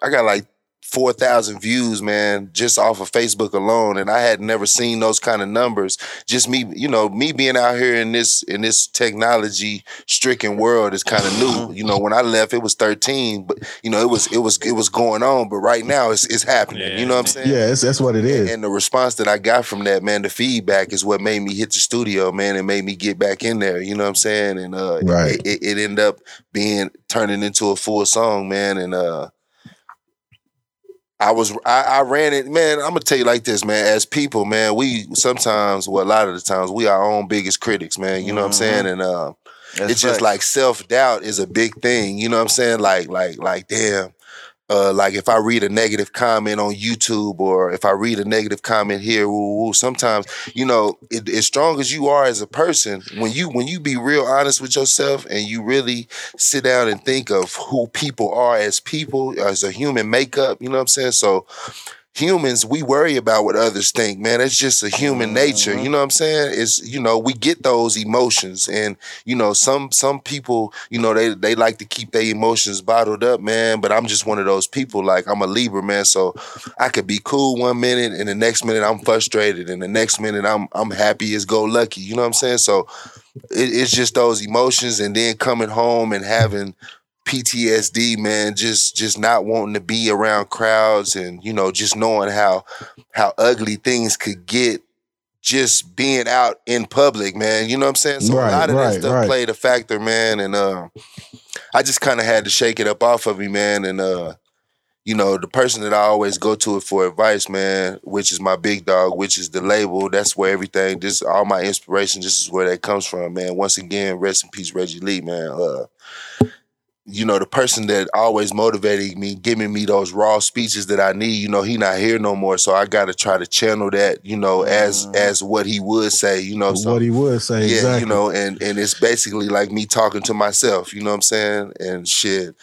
Speaker 2: I got like four thousand views, man, just off of Facebook alone, and I had never seen those kind of numbers. Just me, you know, me being out here in this in this technology stricken world is kind of new. You know, when I left, it was thirteen, but you know, it was it was it was going on, but right now it's it's happening. You know what I'm saying?
Speaker 7: Yeah, it's, that's what it is.
Speaker 2: And the response that I got from that, man, the feedback is what made me hit the studio, man, and made me get back in there. You know what I'm saying? And uh,
Speaker 7: Right.
Speaker 2: it, it, it ended up being turning into a full song, man. And uh, I was I, I ran it, man. I'm gonna tell you like this, man. As people, man, we sometimes, well, a lot of the times, we our own biggest critics, man. You know what I'm saying? And uh, it's just
Speaker 1: facts.
Speaker 2: like self doubt is a big thing. You know what I'm saying? Like like like damn. Uh, like if I read a negative comment on YouTube or if I read a negative comment here, woo, woo, sometimes you know, it, as strong as you are as a person, when you when you be real honest with yourself and you really sit down and think of who people are as people, as a human makeup, you know what I'm saying? So humans we worry about what others think man that's just a human nature you know what i'm saying it's you know we get those emotions and you know some some people you know they they like to keep their emotions bottled up man but i'm just one of those people like i'm a libra man so i could be cool one minute and the next minute i'm frustrated and the next minute i'm i'm happy as go lucky you know what i'm saying so it, it's just those emotions and then coming home and having PTSD, man, just just not wanting to be around crowds and you know just knowing how how ugly things could get just being out in public, man. You know what I'm saying? So
Speaker 7: Right,
Speaker 2: a lot of
Speaker 7: right,
Speaker 2: that stuff
Speaker 7: right.
Speaker 2: played a factor, man. And um, I just kind of had to shake it up off of me, man. And uh, you know, the person that I always go to for advice, man, which is my big dog, which is the label. That's where everything, this all my inspiration, this is where that comes from, man. Once again, rest in peace, Reggie Lee, man. Uh, you know, the person that always motivated me, giving me those raw speeches that I need, you know, he not here no more. So I gotta try to channel that, you know, as as what he would say, you know. So
Speaker 7: what he would say.
Speaker 2: yeah,
Speaker 7: exactly.
Speaker 2: you know, and and it's basically like me talking to myself, you know what I'm saying? And shit.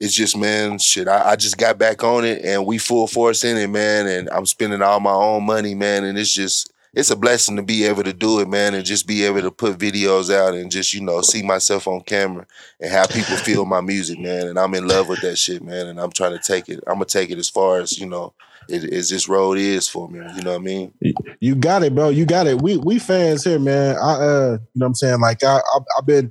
Speaker 2: It's just, man, shit. I, I just got back on it and we full force in it, man. And I'm spending all my own money, man. And it's just it's a blessing to be able to do it, man, and just be able to put videos out and just, you know, see myself on camera and how people feel my music, man. And I'm in love with that shit, man. And I'm trying to take it, I'm gonna take it as far as, you know, it is this road is for me. You know what I mean?
Speaker 7: You got it, bro. You got it. We we fans here, man. I uh, you know what I'm saying? Like I I- I've been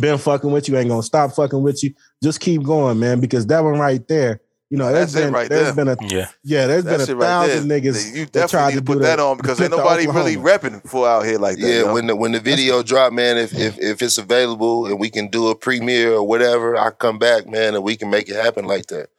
Speaker 7: been fucking with you. Ain't gonna stop fucking with you. Just keep going, man, because that one right there, you know,
Speaker 1: That's
Speaker 7: there's
Speaker 1: it
Speaker 7: been
Speaker 1: right
Speaker 7: there's
Speaker 1: there.
Speaker 7: been a
Speaker 1: Yeah.
Speaker 7: yeah, there's
Speaker 1: That
Speaker 7: been
Speaker 1: shit
Speaker 7: a
Speaker 1: right
Speaker 7: thousand
Speaker 1: there.
Speaker 7: niggas
Speaker 1: You
Speaker 7: that tried to
Speaker 1: definitely need
Speaker 7: do
Speaker 1: to put that on because <laughs> ain't
Speaker 7: the
Speaker 1: nobody really
Speaker 7: Oklahoma.
Speaker 1: repping for out here like that.
Speaker 2: Yeah,
Speaker 1: yo.
Speaker 2: when the when the video drop, man, if, if if it's available and we can do a premiere or whatever, I come back, man, and we can make it happen like that.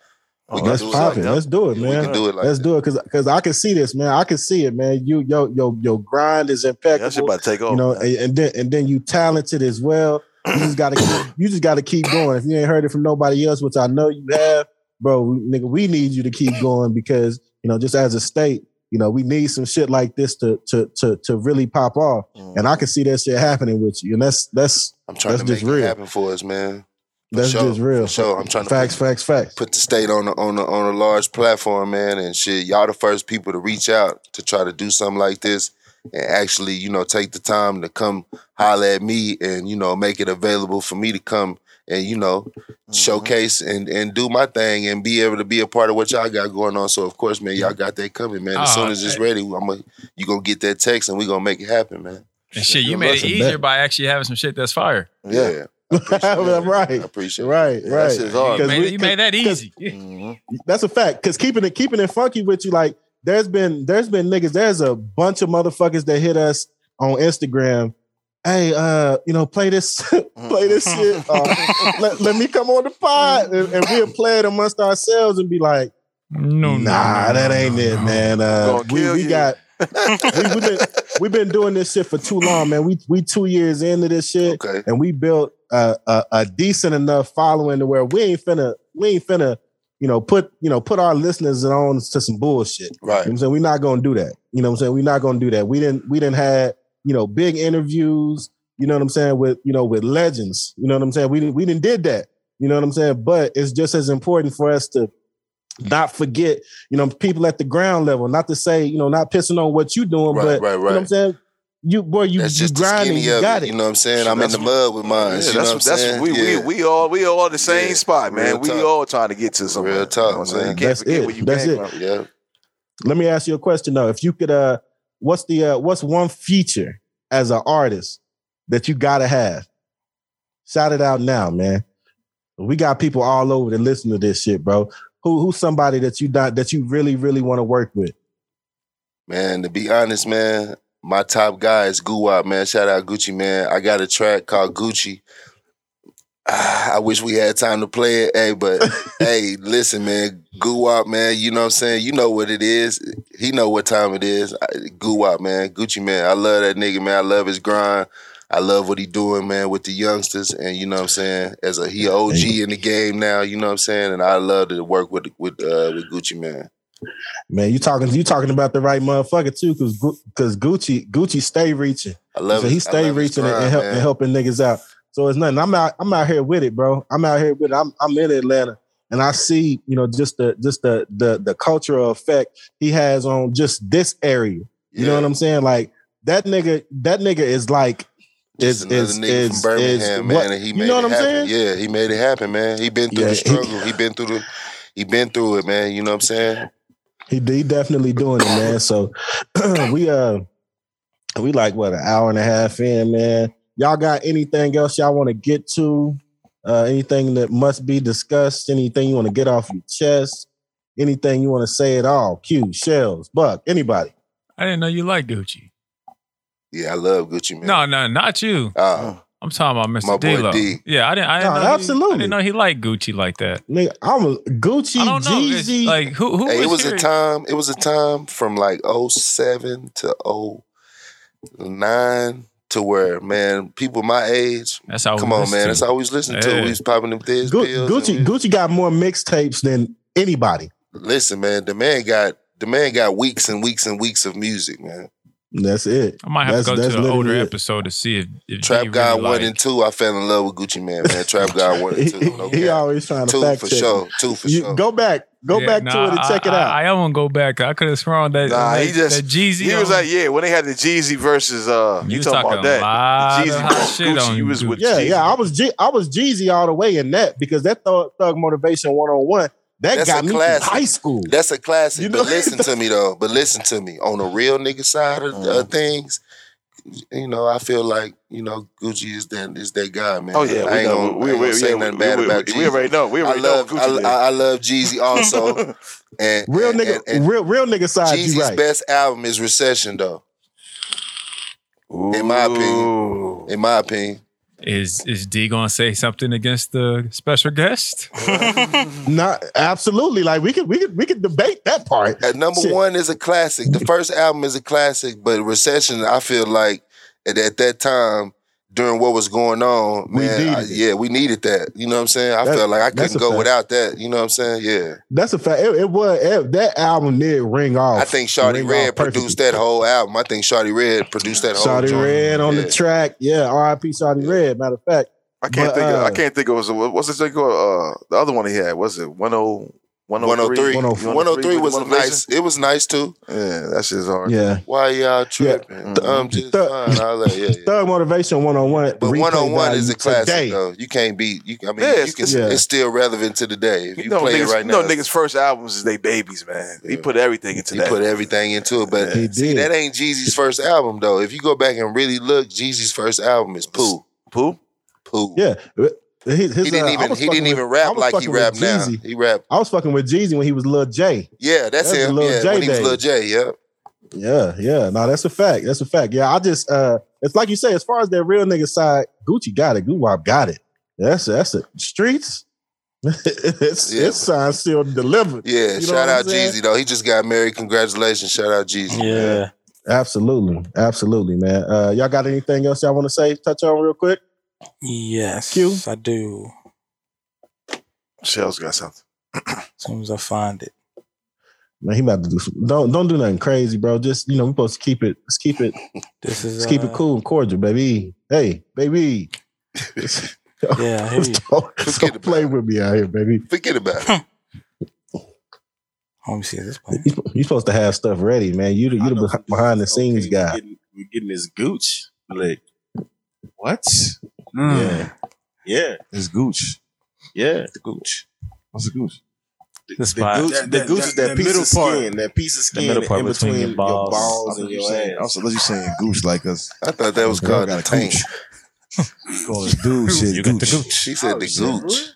Speaker 2: We can
Speaker 7: Oh, Let's
Speaker 2: do it
Speaker 7: pop
Speaker 2: like
Speaker 7: it.
Speaker 2: that.
Speaker 7: Let's do it, man.
Speaker 2: can do it like
Speaker 7: Let's do it, cause, cause I can see this, man. I can see it, man. You, yo, yo, your grind is impeccable.
Speaker 1: That shit about to take off.
Speaker 7: You know, and, and then and then you talented as well. You just gotta keep, you just gotta keep going. If you ain't heard it from nobody else, which I know you have, bro, we- nigga, we need you to keep going because you know, just as a state, you know, we need some shit like this to to to to really pop off. And I can see that shit happening with you. And that's that's
Speaker 2: I'm trying
Speaker 7: that's
Speaker 2: to make
Speaker 7: just real.
Speaker 2: it happen for us, man. For
Speaker 7: That's
Speaker 2: sure.
Speaker 7: just real.
Speaker 2: For sure. I'm trying to
Speaker 7: facts, facts, facts.
Speaker 2: put the state on a, on a, on a large platform, man, and shit. Y'all the first people to reach out to try to do something like this and actually, you know, take the time to come holler at me and you know make it available for me to come and you know
Speaker 7: Mm-hmm.
Speaker 2: showcase and and do my thing and be able to be a part of what y'all got going on. So of course, man, y'all got that coming, man. As
Speaker 8: Oh,
Speaker 2: soon as it's ready, I'm gonna you gonna get that text and we gonna make it happen, man.
Speaker 8: And shit, you made it easier by actually having some shit that's fire.
Speaker 2: Yeah.
Speaker 7: <laughs> right.
Speaker 2: appreciate
Speaker 7: right,
Speaker 8: Yeah, that
Speaker 7: right.
Speaker 8: shit's hard. You
Speaker 7: Because
Speaker 8: made-
Speaker 7: we-
Speaker 8: you made that
Speaker 7: 'cause-
Speaker 8: easy.
Speaker 2: Mm-hmm.
Speaker 7: That's a fact. Cause keeping it keeping it funky with you, like there's been there's been niggas, there's a bunch of motherfuckers that hit us on Instagram. Hey, uh, you know, play this, <laughs> play this
Speaker 2: Mm-hmm. <laughs>
Speaker 7: shit. Uh, let, let me come on the pod, and, and we'll play it amongst ourselves and be like,
Speaker 8: No,
Speaker 7: nah, that ain't it,
Speaker 1: Uh-huh.
Speaker 7: man. Uh,
Speaker 1: Gonna
Speaker 7: we
Speaker 1: kill
Speaker 7: we
Speaker 1: you. <laughs>
Speaker 7: got we, we've been we've been doing this shit for too long, man. We we two years into this shit, and we built a, a, a decent enough following to where we ain't finna we ain't finna you know put you know put our listeners on to some bullshit.
Speaker 2: Right.
Speaker 7: I'm saying we're not gonna do that. You know what I'm saying? We're not gonna do that. We didn't we didn't had you know big interviews. You know what I'm saying with you know with legends. You know what I'm saying? We didn't we didn't did that. You know what I'm saying? But it's just as important for us to not forget, you know, people at the ground level, not to say, you know, not pissing on what you're doing,
Speaker 2: Right,
Speaker 7: but
Speaker 2: right,
Speaker 7: you know what I'm
Speaker 2: right.
Speaker 7: saying? you boy, you,
Speaker 2: That's
Speaker 7: you
Speaker 2: just the
Speaker 7: grinding,
Speaker 2: skinny
Speaker 7: you
Speaker 2: of
Speaker 7: got
Speaker 2: it.
Speaker 7: it.
Speaker 2: You know what I'm saying? I'm in the mud with mine. you know
Speaker 1: Yeah, that's
Speaker 2: what I'm
Speaker 1: what, that's
Speaker 2: saying?
Speaker 1: what we,
Speaker 2: Yeah.
Speaker 1: we we all we all the same spot, man.
Speaker 2: Real
Speaker 1: we
Speaker 2: talk.
Speaker 1: all trying to get to somewhere. Real talk, you know what I'm saying? You can't
Speaker 7: That's
Speaker 1: forget
Speaker 7: it.
Speaker 1: where you
Speaker 7: That's
Speaker 1: came
Speaker 7: it.
Speaker 1: from.
Speaker 2: Yeah.
Speaker 7: Let me ask you a question though. If you could, uh, what's the uh, what's one feature as an artist that you gotta have? Shout it out now, man. We got people all over that listen to this shit, bro. Who who's somebody that you not, that you really really want to work with?
Speaker 2: Man, to be honest, man, my top guy is Guwap, man. Shout out Gucci, man. I got a track called Gucci. Ah, I wish we had time to play it. Hey, but hey, listen, man, Guwap, man, you know what I'm saying? You know what it is. He know what time it is. I- Guwap, man, Gucci, man. I love that nigga, man. I love his grind. I love what he doing, man, with the youngsters. And you know what I'm saying? As a he a OG in the game now, you know what I'm saying? And I love to work with with uh with Gucci, man.
Speaker 7: Man, you talking you talking about the right motherfucker too, because because Gucci Gucci stay reaching.
Speaker 2: I love
Speaker 7: so
Speaker 2: it.
Speaker 7: he
Speaker 2: I
Speaker 7: stay
Speaker 2: love his
Speaker 7: reaching and-
Speaker 2: grind,
Speaker 7: and, help,
Speaker 2: man.
Speaker 7: and helping niggas out. So it's nothing. I'm out I'm out here with it, bro. I'm out here with it. I'm I'm in Atlanta and I see you know just the just the the the cultural effect he has on just this area. You know what I'm saying? Like that nigga that nigga is like is
Speaker 2: Another
Speaker 7: is
Speaker 2: nigga
Speaker 7: is,
Speaker 2: from Birmingham,
Speaker 7: is
Speaker 2: man,
Speaker 7: what-
Speaker 2: and he made
Speaker 7: you know
Speaker 2: it
Speaker 7: what I'm saying?
Speaker 2: happen. Yeah, he made it happen, man. He been through
Speaker 7: Yeah,
Speaker 2: the
Speaker 7: he-
Speaker 2: struggle. He, been through the he been through it, man. You know what I'm saying?
Speaker 7: He, he definitely doing it, man. So <clears throat> we uh we like what an hour and a half in, man. Y'all got anything else y'all want to get to? Uh anything that must be discussed? Anything you want to get off your chest? Anything you want to say at all? Q, shells, buck, anybody.
Speaker 8: I didn't know you liked Gucci.
Speaker 2: Yeah, I love Gucci, man. Oh.
Speaker 8: No, no, not you. I'm talking about Mr.
Speaker 2: my boy
Speaker 8: D-Lo.
Speaker 2: D.
Speaker 8: Yeah, I didn't. I didn't
Speaker 7: No,
Speaker 8: know He, I
Speaker 7: absolutely.
Speaker 8: didn't know he liked Gucci like that.
Speaker 7: Nigga, I'm a Gucci
Speaker 8: I don't know. It's
Speaker 7: Jeezy.
Speaker 8: like <laughs> who? Who
Speaker 2: Hey, it
Speaker 8: was
Speaker 2: was
Speaker 8: here?
Speaker 2: a time. It was a time from like 07 to 09 to where man, people my age.
Speaker 8: That's how.
Speaker 2: Come on, man. That's all we was listening to. We was popping them thiz
Speaker 7: Gu-
Speaker 2: pills. and
Speaker 7: Gucci, Gucci got more mixtapes than anybody.
Speaker 2: Listen, man. The man got the man got weeks and weeks and weeks of music, man.
Speaker 7: That's it.
Speaker 8: I might have
Speaker 7: That's-
Speaker 8: to go
Speaker 7: that's
Speaker 8: to an older
Speaker 7: literally it.
Speaker 8: episode to see if, if
Speaker 2: Trap
Speaker 8: D
Speaker 2: God
Speaker 8: really
Speaker 2: one
Speaker 8: liked-
Speaker 2: and two. I fell in love with Gucci man, man.
Speaker 7: <laughs>
Speaker 2: Trap God one and two. No
Speaker 7: He
Speaker 2: cap.
Speaker 7: always trying to
Speaker 2: Two
Speaker 7: fact
Speaker 2: for
Speaker 7: check.
Speaker 2: sure. Two for
Speaker 7: You-
Speaker 2: sure.
Speaker 7: Go back. Go
Speaker 8: Yeah,
Speaker 7: back to
Speaker 8: nah,
Speaker 7: it and
Speaker 8: I-
Speaker 7: check it
Speaker 8: I-
Speaker 7: out.
Speaker 8: I, am gonna go back. I could have sworn that.
Speaker 1: Nah,
Speaker 8: that,
Speaker 1: he just
Speaker 8: that Jeezy.
Speaker 1: He was
Speaker 8: on-
Speaker 1: like, yeah, when they had the Jeezy versus uh, you,
Speaker 8: You was
Speaker 1: talking, about
Speaker 8: talking a
Speaker 1: that?
Speaker 8: lot
Speaker 1: The
Speaker 8: of
Speaker 1: Jeezy
Speaker 8: hot
Speaker 1: versus
Speaker 8: shit
Speaker 1: Gucci.
Speaker 8: on
Speaker 1: Oh, You was with
Speaker 7: yeah,
Speaker 1: Jeezy.
Speaker 7: yeah. I was G- I was Jeezy all the way in that because that thug, thug motivation one on one that
Speaker 2: That's
Speaker 7: got
Speaker 2: a
Speaker 7: me through
Speaker 2: classic.
Speaker 7: high school.
Speaker 2: That's a classic.
Speaker 7: You know-
Speaker 2: but listen to me though. But listen to me. On the real nigga side of uh,
Speaker 1: Mm-hmm.
Speaker 2: things, you know, I feel like you know Gucci is that is that guy, man.
Speaker 1: Oh, yeah, we
Speaker 2: I ain't
Speaker 1: know.
Speaker 2: gonna,
Speaker 1: We-
Speaker 2: I ain't
Speaker 1: we-
Speaker 2: gonna say
Speaker 1: yeah,
Speaker 2: nothing
Speaker 1: we-
Speaker 2: bad
Speaker 1: we-
Speaker 2: about
Speaker 1: we
Speaker 2: Jeezy.
Speaker 1: already know. We already
Speaker 2: I
Speaker 1: know
Speaker 2: love,
Speaker 1: who Gucci
Speaker 2: I, I, I love Jeezy also.
Speaker 1: <laughs>
Speaker 2: and
Speaker 7: Real nigga, real real nigga side.
Speaker 2: Jeezy's
Speaker 7: You right.
Speaker 2: best album is Recession though. In my opinion. In my opinion.
Speaker 8: Is is D gonna say something against the
Speaker 2: <laughs>
Speaker 8: special guest?
Speaker 7: Not absolutely. Like we could we could we could debate that part.
Speaker 2: Uh, number
Speaker 7: Shit.
Speaker 2: one is a classic. The first album is a classic, but Recession, I feel like at, at that time, during what was going on,
Speaker 7: We
Speaker 2: man, I-
Speaker 7: needed it.
Speaker 2: yeah, we needed that. You know what I'm saying? I
Speaker 7: That-
Speaker 2: felt like I
Speaker 7: that's
Speaker 2: couldn't
Speaker 7: a
Speaker 2: go
Speaker 7: fact.
Speaker 2: without that. You know what I'm saying? Yeah.
Speaker 7: That's a fact. It, it was it- that album did ring off.
Speaker 2: I think Shawty
Speaker 7: ring
Speaker 2: Red
Speaker 7: off perfectly.
Speaker 2: produced that whole album. I think Shawty Red produced that whole
Speaker 7: Shawty
Speaker 2: joint.
Speaker 7: Red on
Speaker 2: Yeah.
Speaker 7: the track. Yeah, R.I.P. Shawty Red. Matter of fact,
Speaker 1: I can't
Speaker 7: But,
Speaker 1: think. Of,
Speaker 7: uh,
Speaker 1: I can't think. Of, was what's the thing called? Uh, the other one oh, he had was it 10, 103?
Speaker 2: 103. 103 was a nice. It was nice too.
Speaker 1: Yeah, that shit's hard.
Speaker 7: Yeah.
Speaker 2: Why y'all tripping? Um, just fine. All that.
Speaker 7: <laughs>
Speaker 2: Yeah, yeah.
Speaker 7: Thug motivation one on one.
Speaker 2: But one on one is a classic
Speaker 7: Today.
Speaker 2: though. You can't beat. You, I mean,
Speaker 1: Yeah,
Speaker 2: you
Speaker 1: it's-
Speaker 2: can,
Speaker 7: yeah.
Speaker 2: it's still relevant to today. If you,
Speaker 1: You know,
Speaker 2: play
Speaker 1: niggas,
Speaker 2: it right
Speaker 1: you know
Speaker 2: now,
Speaker 1: niggas' first albums is they babies, man. He put everything into
Speaker 2: he
Speaker 1: that.
Speaker 2: put everything into it. But
Speaker 7: He
Speaker 2: see,
Speaker 7: did.
Speaker 2: that ain't Jeezy's first album though. If you go back and really look, Jeezy's first album is Pooh.
Speaker 1: Pooh.
Speaker 2: Pooh.
Speaker 7: Yeah. His, his,
Speaker 2: He didn't
Speaker 7: uh, I
Speaker 2: even.
Speaker 7: was
Speaker 2: He
Speaker 7: fucking
Speaker 2: didn't
Speaker 7: with-
Speaker 2: even
Speaker 7: I
Speaker 2: rap
Speaker 7: was
Speaker 2: like he
Speaker 7: fucking with
Speaker 2: rap now.
Speaker 7: Jeezy.
Speaker 2: He rap.
Speaker 7: I was fucking with Jeezy when he was Lil J.
Speaker 2: Yeah, that's,
Speaker 7: That's
Speaker 2: him.
Speaker 7: Lil
Speaker 2: Yeah,
Speaker 7: J
Speaker 2: when he was
Speaker 7: days.
Speaker 2: Lil J. Yeah.
Speaker 7: Yeah, yeah. No, that's a fact. That's a fact. Yeah, I just uh it's like you say, as far as that real nigga side, Gucci got it, Guwap got it. That's that's it. Streets, <laughs> it's
Speaker 2: Yeah.
Speaker 7: it's sign still delivered.
Speaker 2: Yeah.
Speaker 7: You know
Speaker 2: Shout
Speaker 7: what I'm
Speaker 2: out
Speaker 7: saying?
Speaker 2: Jeezy though. He just got married. Congratulations. Shout out Jeezy.
Speaker 3: Yeah.
Speaker 7: Absolutely. Absolutely, man. Uh y'all got anything else y'all want to say? Touch on real quick.
Speaker 3: Yes, I do.
Speaker 1: Shell's got something.
Speaker 3: As soon as I find it.
Speaker 7: Man, he about to do some, don't don't do nothing crazy, bro. Just you know, we supposed to keep it let's keep it
Speaker 3: This is
Speaker 7: let's keep it <laughs>
Speaker 3: uh,
Speaker 7: cool and cordial, baby. Hey, baby.
Speaker 3: Yeah, I hear you.
Speaker 7: don't, don't play with me out here, baby.
Speaker 2: Forget about it.
Speaker 3: Let me see this.
Speaker 7: You supposed to have stuff ready, man. You the, you the beh- behind the scenes guy.
Speaker 5: we're getting this gooch. Like, what?
Speaker 1: Hmm.
Speaker 7: Mm.
Speaker 5: Yeah. Yeah. It's gooch. Yeah. The gooch. What's the gooch? The, the gooch,
Speaker 8: That-
Speaker 5: the
Speaker 8: that-
Speaker 5: gooch is
Speaker 8: that-
Speaker 5: that,
Speaker 8: that
Speaker 5: piece
Speaker 8: middle
Speaker 5: of
Speaker 8: part.
Speaker 5: skin, that piece of
Speaker 8: The
Speaker 5: skin
Speaker 8: middle part
Speaker 5: in
Speaker 8: between
Speaker 5: between,
Speaker 8: your
Speaker 5: your
Speaker 8: balls.
Speaker 5: balls, and
Speaker 8: I thought you
Speaker 5: your
Speaker 8: said-
Speaker 5: ass.
Speaker 8: I was-
Speaker 23: unless you saying gooch like us.
Speaker 2: I thought that was called
Speaker 23: got a
Speaker 2: tank.
Speaker 23: gooch. called a
Speaker 2: <laughs>
Speaker 23: dude shit. gooch.
Speaker 2: She said
Speaker 7: Oh,
Speaker 2: the gooch.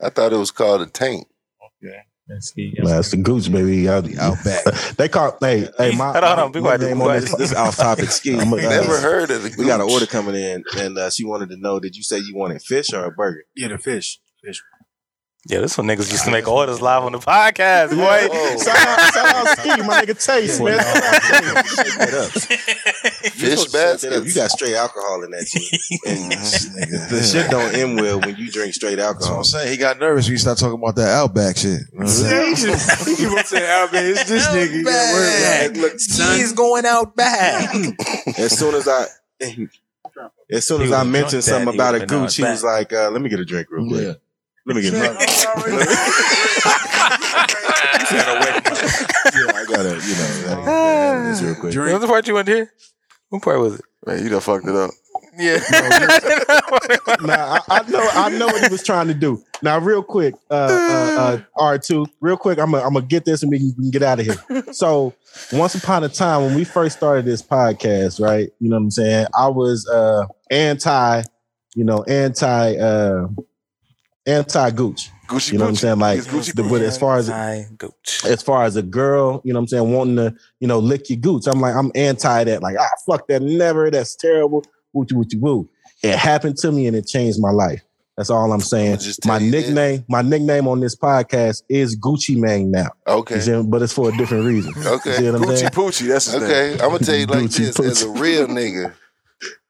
Speaker 2: I thought it was called a tank.
Speaker 7: Nah, it's the gooch, baby. Out,
Speaker 2: outback.
Speaker 7: <laughs> they call. Hey, hey, my.
Speaker 5: Hold on, hold on. Be
Speaker 7: my
Speaker 5: quiet, be
Speaker 7: name
Speaker 5: quiet.
Speaker 7: on
Speaker 5: This, this is off topic. Ski.
Speaker 7: <laughs> I'm a-
Speaker 5: Never
Speaker 2: heard of
Speaker 5: uh, We got an order coming in, and uh, she wanted to know: Did you say you wanted fish or a burger? Yeah, the fish. Fish.
Speaker 3: Yeah, this one niggas used to make orders live on the podcast, boy.
Speaker 7: Oh, Ski, my nigga Taste, man.
Speaker 5: <laughs> Fish baskets. You got straight alcohol in that. <laughs> shit. And the shit don't end well when you drink straight
Speaker 23: That's what
Speaker 5: alcohol.
Speaker 23: I'm saying. He got nervous when you start talking about that Outback shit. You know what I'm saying?
Speaker 5: he keep on saying Outback. It's this nigga. You gotta worry about it. Look,
Speaker 22: He's going out
Speaker 1: <laughs>
Speaker 22: back.
Speaker 5: as soon as I, as soon
Speaker 23: He was
Speaker 5: as I
Speaker 23: a drunk
Speaker 5: mentioned
Speaker 23: dad,
Speaker 5: something
Speaker 23: he
Speaker 5: about a
Speaker 23: would've been out
Speaker 5: gooch, he
Speaker 23: back.
Speaker 5: was like, uh, "Let me get a drink real quick. Let me get a drink."
Speaker 23: yeah, I gotta, you know. like,
Speaker 3: That's
Speaker 23: real quick.
Speaker 3: What the part you want to hear? What part was it?
Speaker 2: Man, you done fucked it up.
Speaker 3: Yeah.
Speaker 7: nah, I, I know I know what he was trying to do. Now, real quick, uh, uh, uh, R2, real quick, I'm gonna I'm gonna get this and we can, we can get out of here. So, once upon a time, when we first started this podcast, right? You know what I'm saying? I was uh, anti, you know, anti, uh, anti Gooch.
Speaker 1: Gucci,
Speaker 7: you know what I'm
Speaker 1: Gucci.
Speaker 7: saying? Like,
Speaker 1: It's Gucci,
Speaker 7: the, but as far as as far as a girl, you know what I'm saying, wanting to, you know, lick your gooch. I'm like, I'm anti that. Like, ah, fuck that. Never. That's terrible. Wooty wooty woo. It happened to me and it changed my life. That's all I'm saying. My nickname, my nickname on this podcast is Gucci Mang now.
Speaker 2: Okay.
Speaker 7: You see what I'm- but it's for a different reason.
Speaker 2: Okay.
Speaker 7: You see what I'm saying?
Speaker 2: Poochie, that's
Speaker 7: his
Speaker 2: okay.
Speaker 7: name.
Speaker 2: I'm gonna tell you like this: as a real nigga,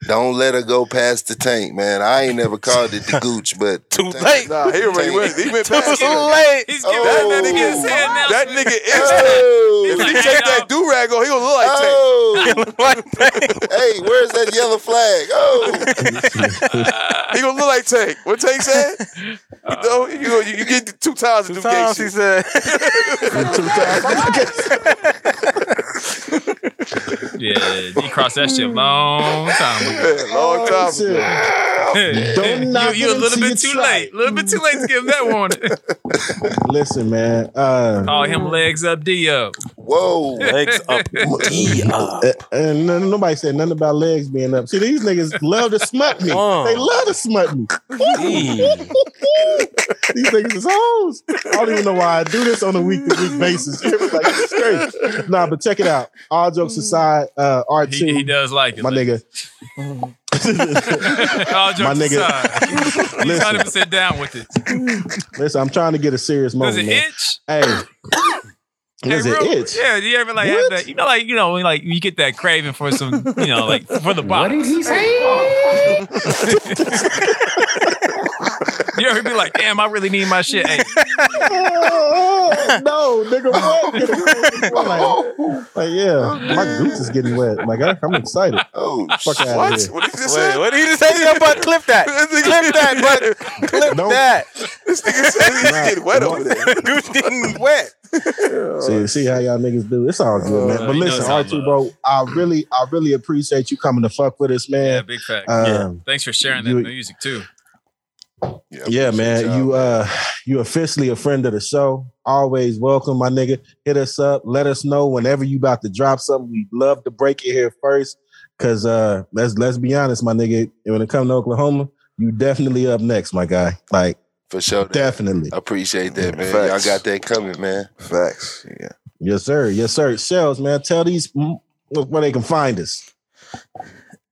Speaker 2: don't let her go past the tank, man. I ain't never called
Speaker 7: <laughs>
Speaker 2: it the gooch, but too
Speaker 1: late. Nah, he already went. He
Speaker 2: <laughs>
Speaker 1: went past it.
Speaker 8: He's
Speaker 1: giving that nigga
Speaker 7: oh.
Speaker 1: his head now. That nigga is Tank. If he take that do rag off, he gonna look like
Speaker 2: Tank. hey,
Speaker 7: Oh.
Speaker 2: where's that yellow flag? Oh,
Speaker 1: <laughs> he gonna look like Tank. What Tank said?
Speaker 5: Uh,
Speaker 1: You know, you, go- you, you get two times to do gay
Speaker 3: times,
Speaker 1: shit. <laughs>
Speaker 3: he said.
Speaker 5: <laughs>
Speaker 1: <laughs>
Speaker 8: Yeah, he crossed that shit long time ago.
Speaker 1: <laughs> long time
Speaker 8: <laughs> ago.
Speaker 7: Oh, Don't knock
Speaker 8: you, you
Speaker 7: it
Speaker 8: a little
Speaker 7: until
Speaker 8: bit
Speaker 7: you
Speaker 8: too
Speaker 7: try
Speaker 8: late. A little bit too late to give him
Speaker 7: <laughs>
Speaker 8: that warning.
Speaker 7: Listen, man. Uh,
Speaker 8: Oh, him legs up, D up. <laughs>
Speaker 2: Whoa,
Speaker 8: legs up, D
Speaker 7: up. and none, eh, nobody said nothing about legs being up. See, these niggas love to smut me.
Speaker 3: Oh.
Speaker 7: They love to smut me. these niggas is hoes. I don't even know why I do this on a week to week
Speaker 3: <laughs>
Speaker 7: basis. like, it's great. Nah, but check it out. All jokes aside, uh, R2.
Speaker 8: He, he does like it.
Speaker 7: my nigga.
Speaker 8: <laughs> All jokes
Speaker 7: My nigga.
Speaker 8: aside, he's
Speaker 7: Listen.
Speaker 8: hundred percent down with it.
Speaker 7: Listen, I'm trying to get a serious moment.
Speaker 8: it
Speaker 7: man.
Speaker 8: itch?
Speaker 7: Hey. Does it
Speaker 8: real-
Speaker 7: itch?
Speaker 8: Yeah, do you ever like have that? You know, like you know, when, like you get that craving for some, you know, like for the box. you ever be like, damn, I really need my shit. Hey,
Speaker 7: <laughs> no, nigga, what? I'm like, like, yeah, my gooch is getting wet. Like, I, I'm excited. Oh, Fuck out
Speaker 3: Oh, What?
Speaker 7: of here.
Speaker 3: What did he just say? What did he just say? But clip <laughs> that. clip that, but clip that. This nigga said he's getting wet over <laughs> there. Gooch getting wet. Oh,
Speaker 7: See, see how y'all niggas do. It's all good, man. But
Speaker 3: you know
Speaker 7: listen,
Speaker 3: it's all
Speaker 7: R two, bro, I really, I really appreciate you coming to fuck with us, man.
Speaker 8: yeah, big fact.
Speaker 7: Um,
Speaker 8: Thanks for sharing that
Speaker 7: you-
Speaker 8: music too.
Speaker 7: Yeah, man. you uh you officially a friend of the show. Always welcome, my nigga. Hit us up. Let us know whenever you about to drop something. We love to break it here first. Cause uh let's let's be honest, my nigga. When it comes to Oklahoma, you definitely up next, my guy. Like
Speaker 2: for sure.
Speaker 7: Definitely.
Speaker 2: Appreciate that, man.
Speaker 7: Facts.
Speaker 2: Y'all got that coming, man. Facts. Yeah.
Speaker 7: Yes, sir. Yes, sir. Shells, man. Tell these mm, where they can find us.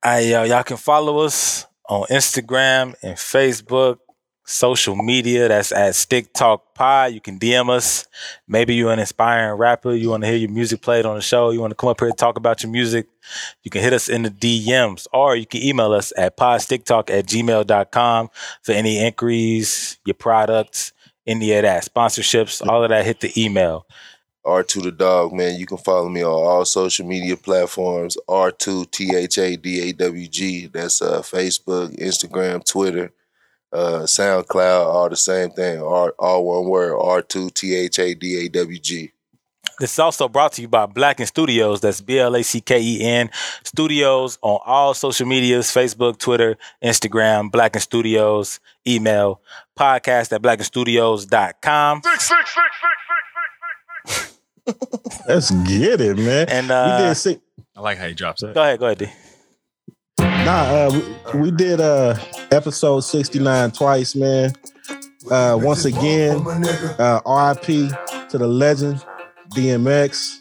Speaker 3: Hey, yo, y'all can follow us on Instagram and Facebook, social media. That's at Stick Talk Pod. You can DM us. Maybe you're an inspiring rapper. You want to hear your music played on the show. You want to come up here and talk about your music. You can hit us in the DMs or you can email us at podsticktalk at gmail.com for any inquiries, your products, any of that, sponsorships, all of that. Hit the email.
Speaker 2: R2 the dog, man. You can follow me on all social media platforms. R2 T H A D A W G. That's uh, Facebook, Instagram, Twitter, uh, SoundCloud, all the same thing. R, all one word. R2 T H A D A W G.
Speaker 3: This is also brought to you by Blacken Studios. That's B L A C K E N Studios on all social medias Facebook, Twitter, Instagram, Blacken Studios, email podcast at blackenstudios.com.
Speaker 7: Let's get it, man.
Speaker 3: And uh,
Speaker 7: we did six.
Speaker 8: I like how he drops it.
Speaker 3: Go ahead, go ahead, D.
Speaker 7: Nah, uh, we, we did uh episode sixty nine twice, man. Uh, once again, uh, R.I.P. to the legend, DMX.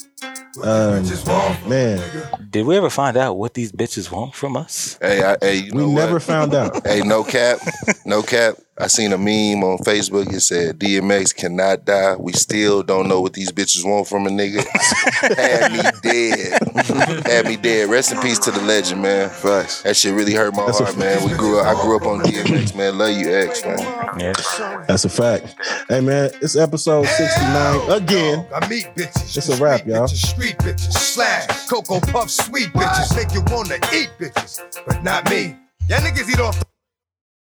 Speaker 7: Um, man,
Speaker 3: Did we ever find out what these bitches want from us?
Speaker 2: Hey, I, hey, you
Speaker 7: we
Speaker 2: know
Speaker 7: never
Speaker 2: what?
Speaker 7: found out.
Speaker 2: Hey, no cap, no cap. I seen a meme on Facebook. It said DMX cannot die. We still don't know what these bitches want from a nigga. Had me dead. <laughs> Had me dead. Rest in peace to the legend, man. That shit really hurt my heart, man. We grew up. I grew up on DMX, man. Love you, X, man.
Speaker 7: That's a fact. Hey, man, it's episode sixty nine again.
Speaker 11: I meet bitches.
Speaker 7: It's a wrap, y'all.
Speaker 11: street bitches, slash, cocoa puff, sweet bitches, make you wanna eat bitches, but not me. Y'all niggas eat off the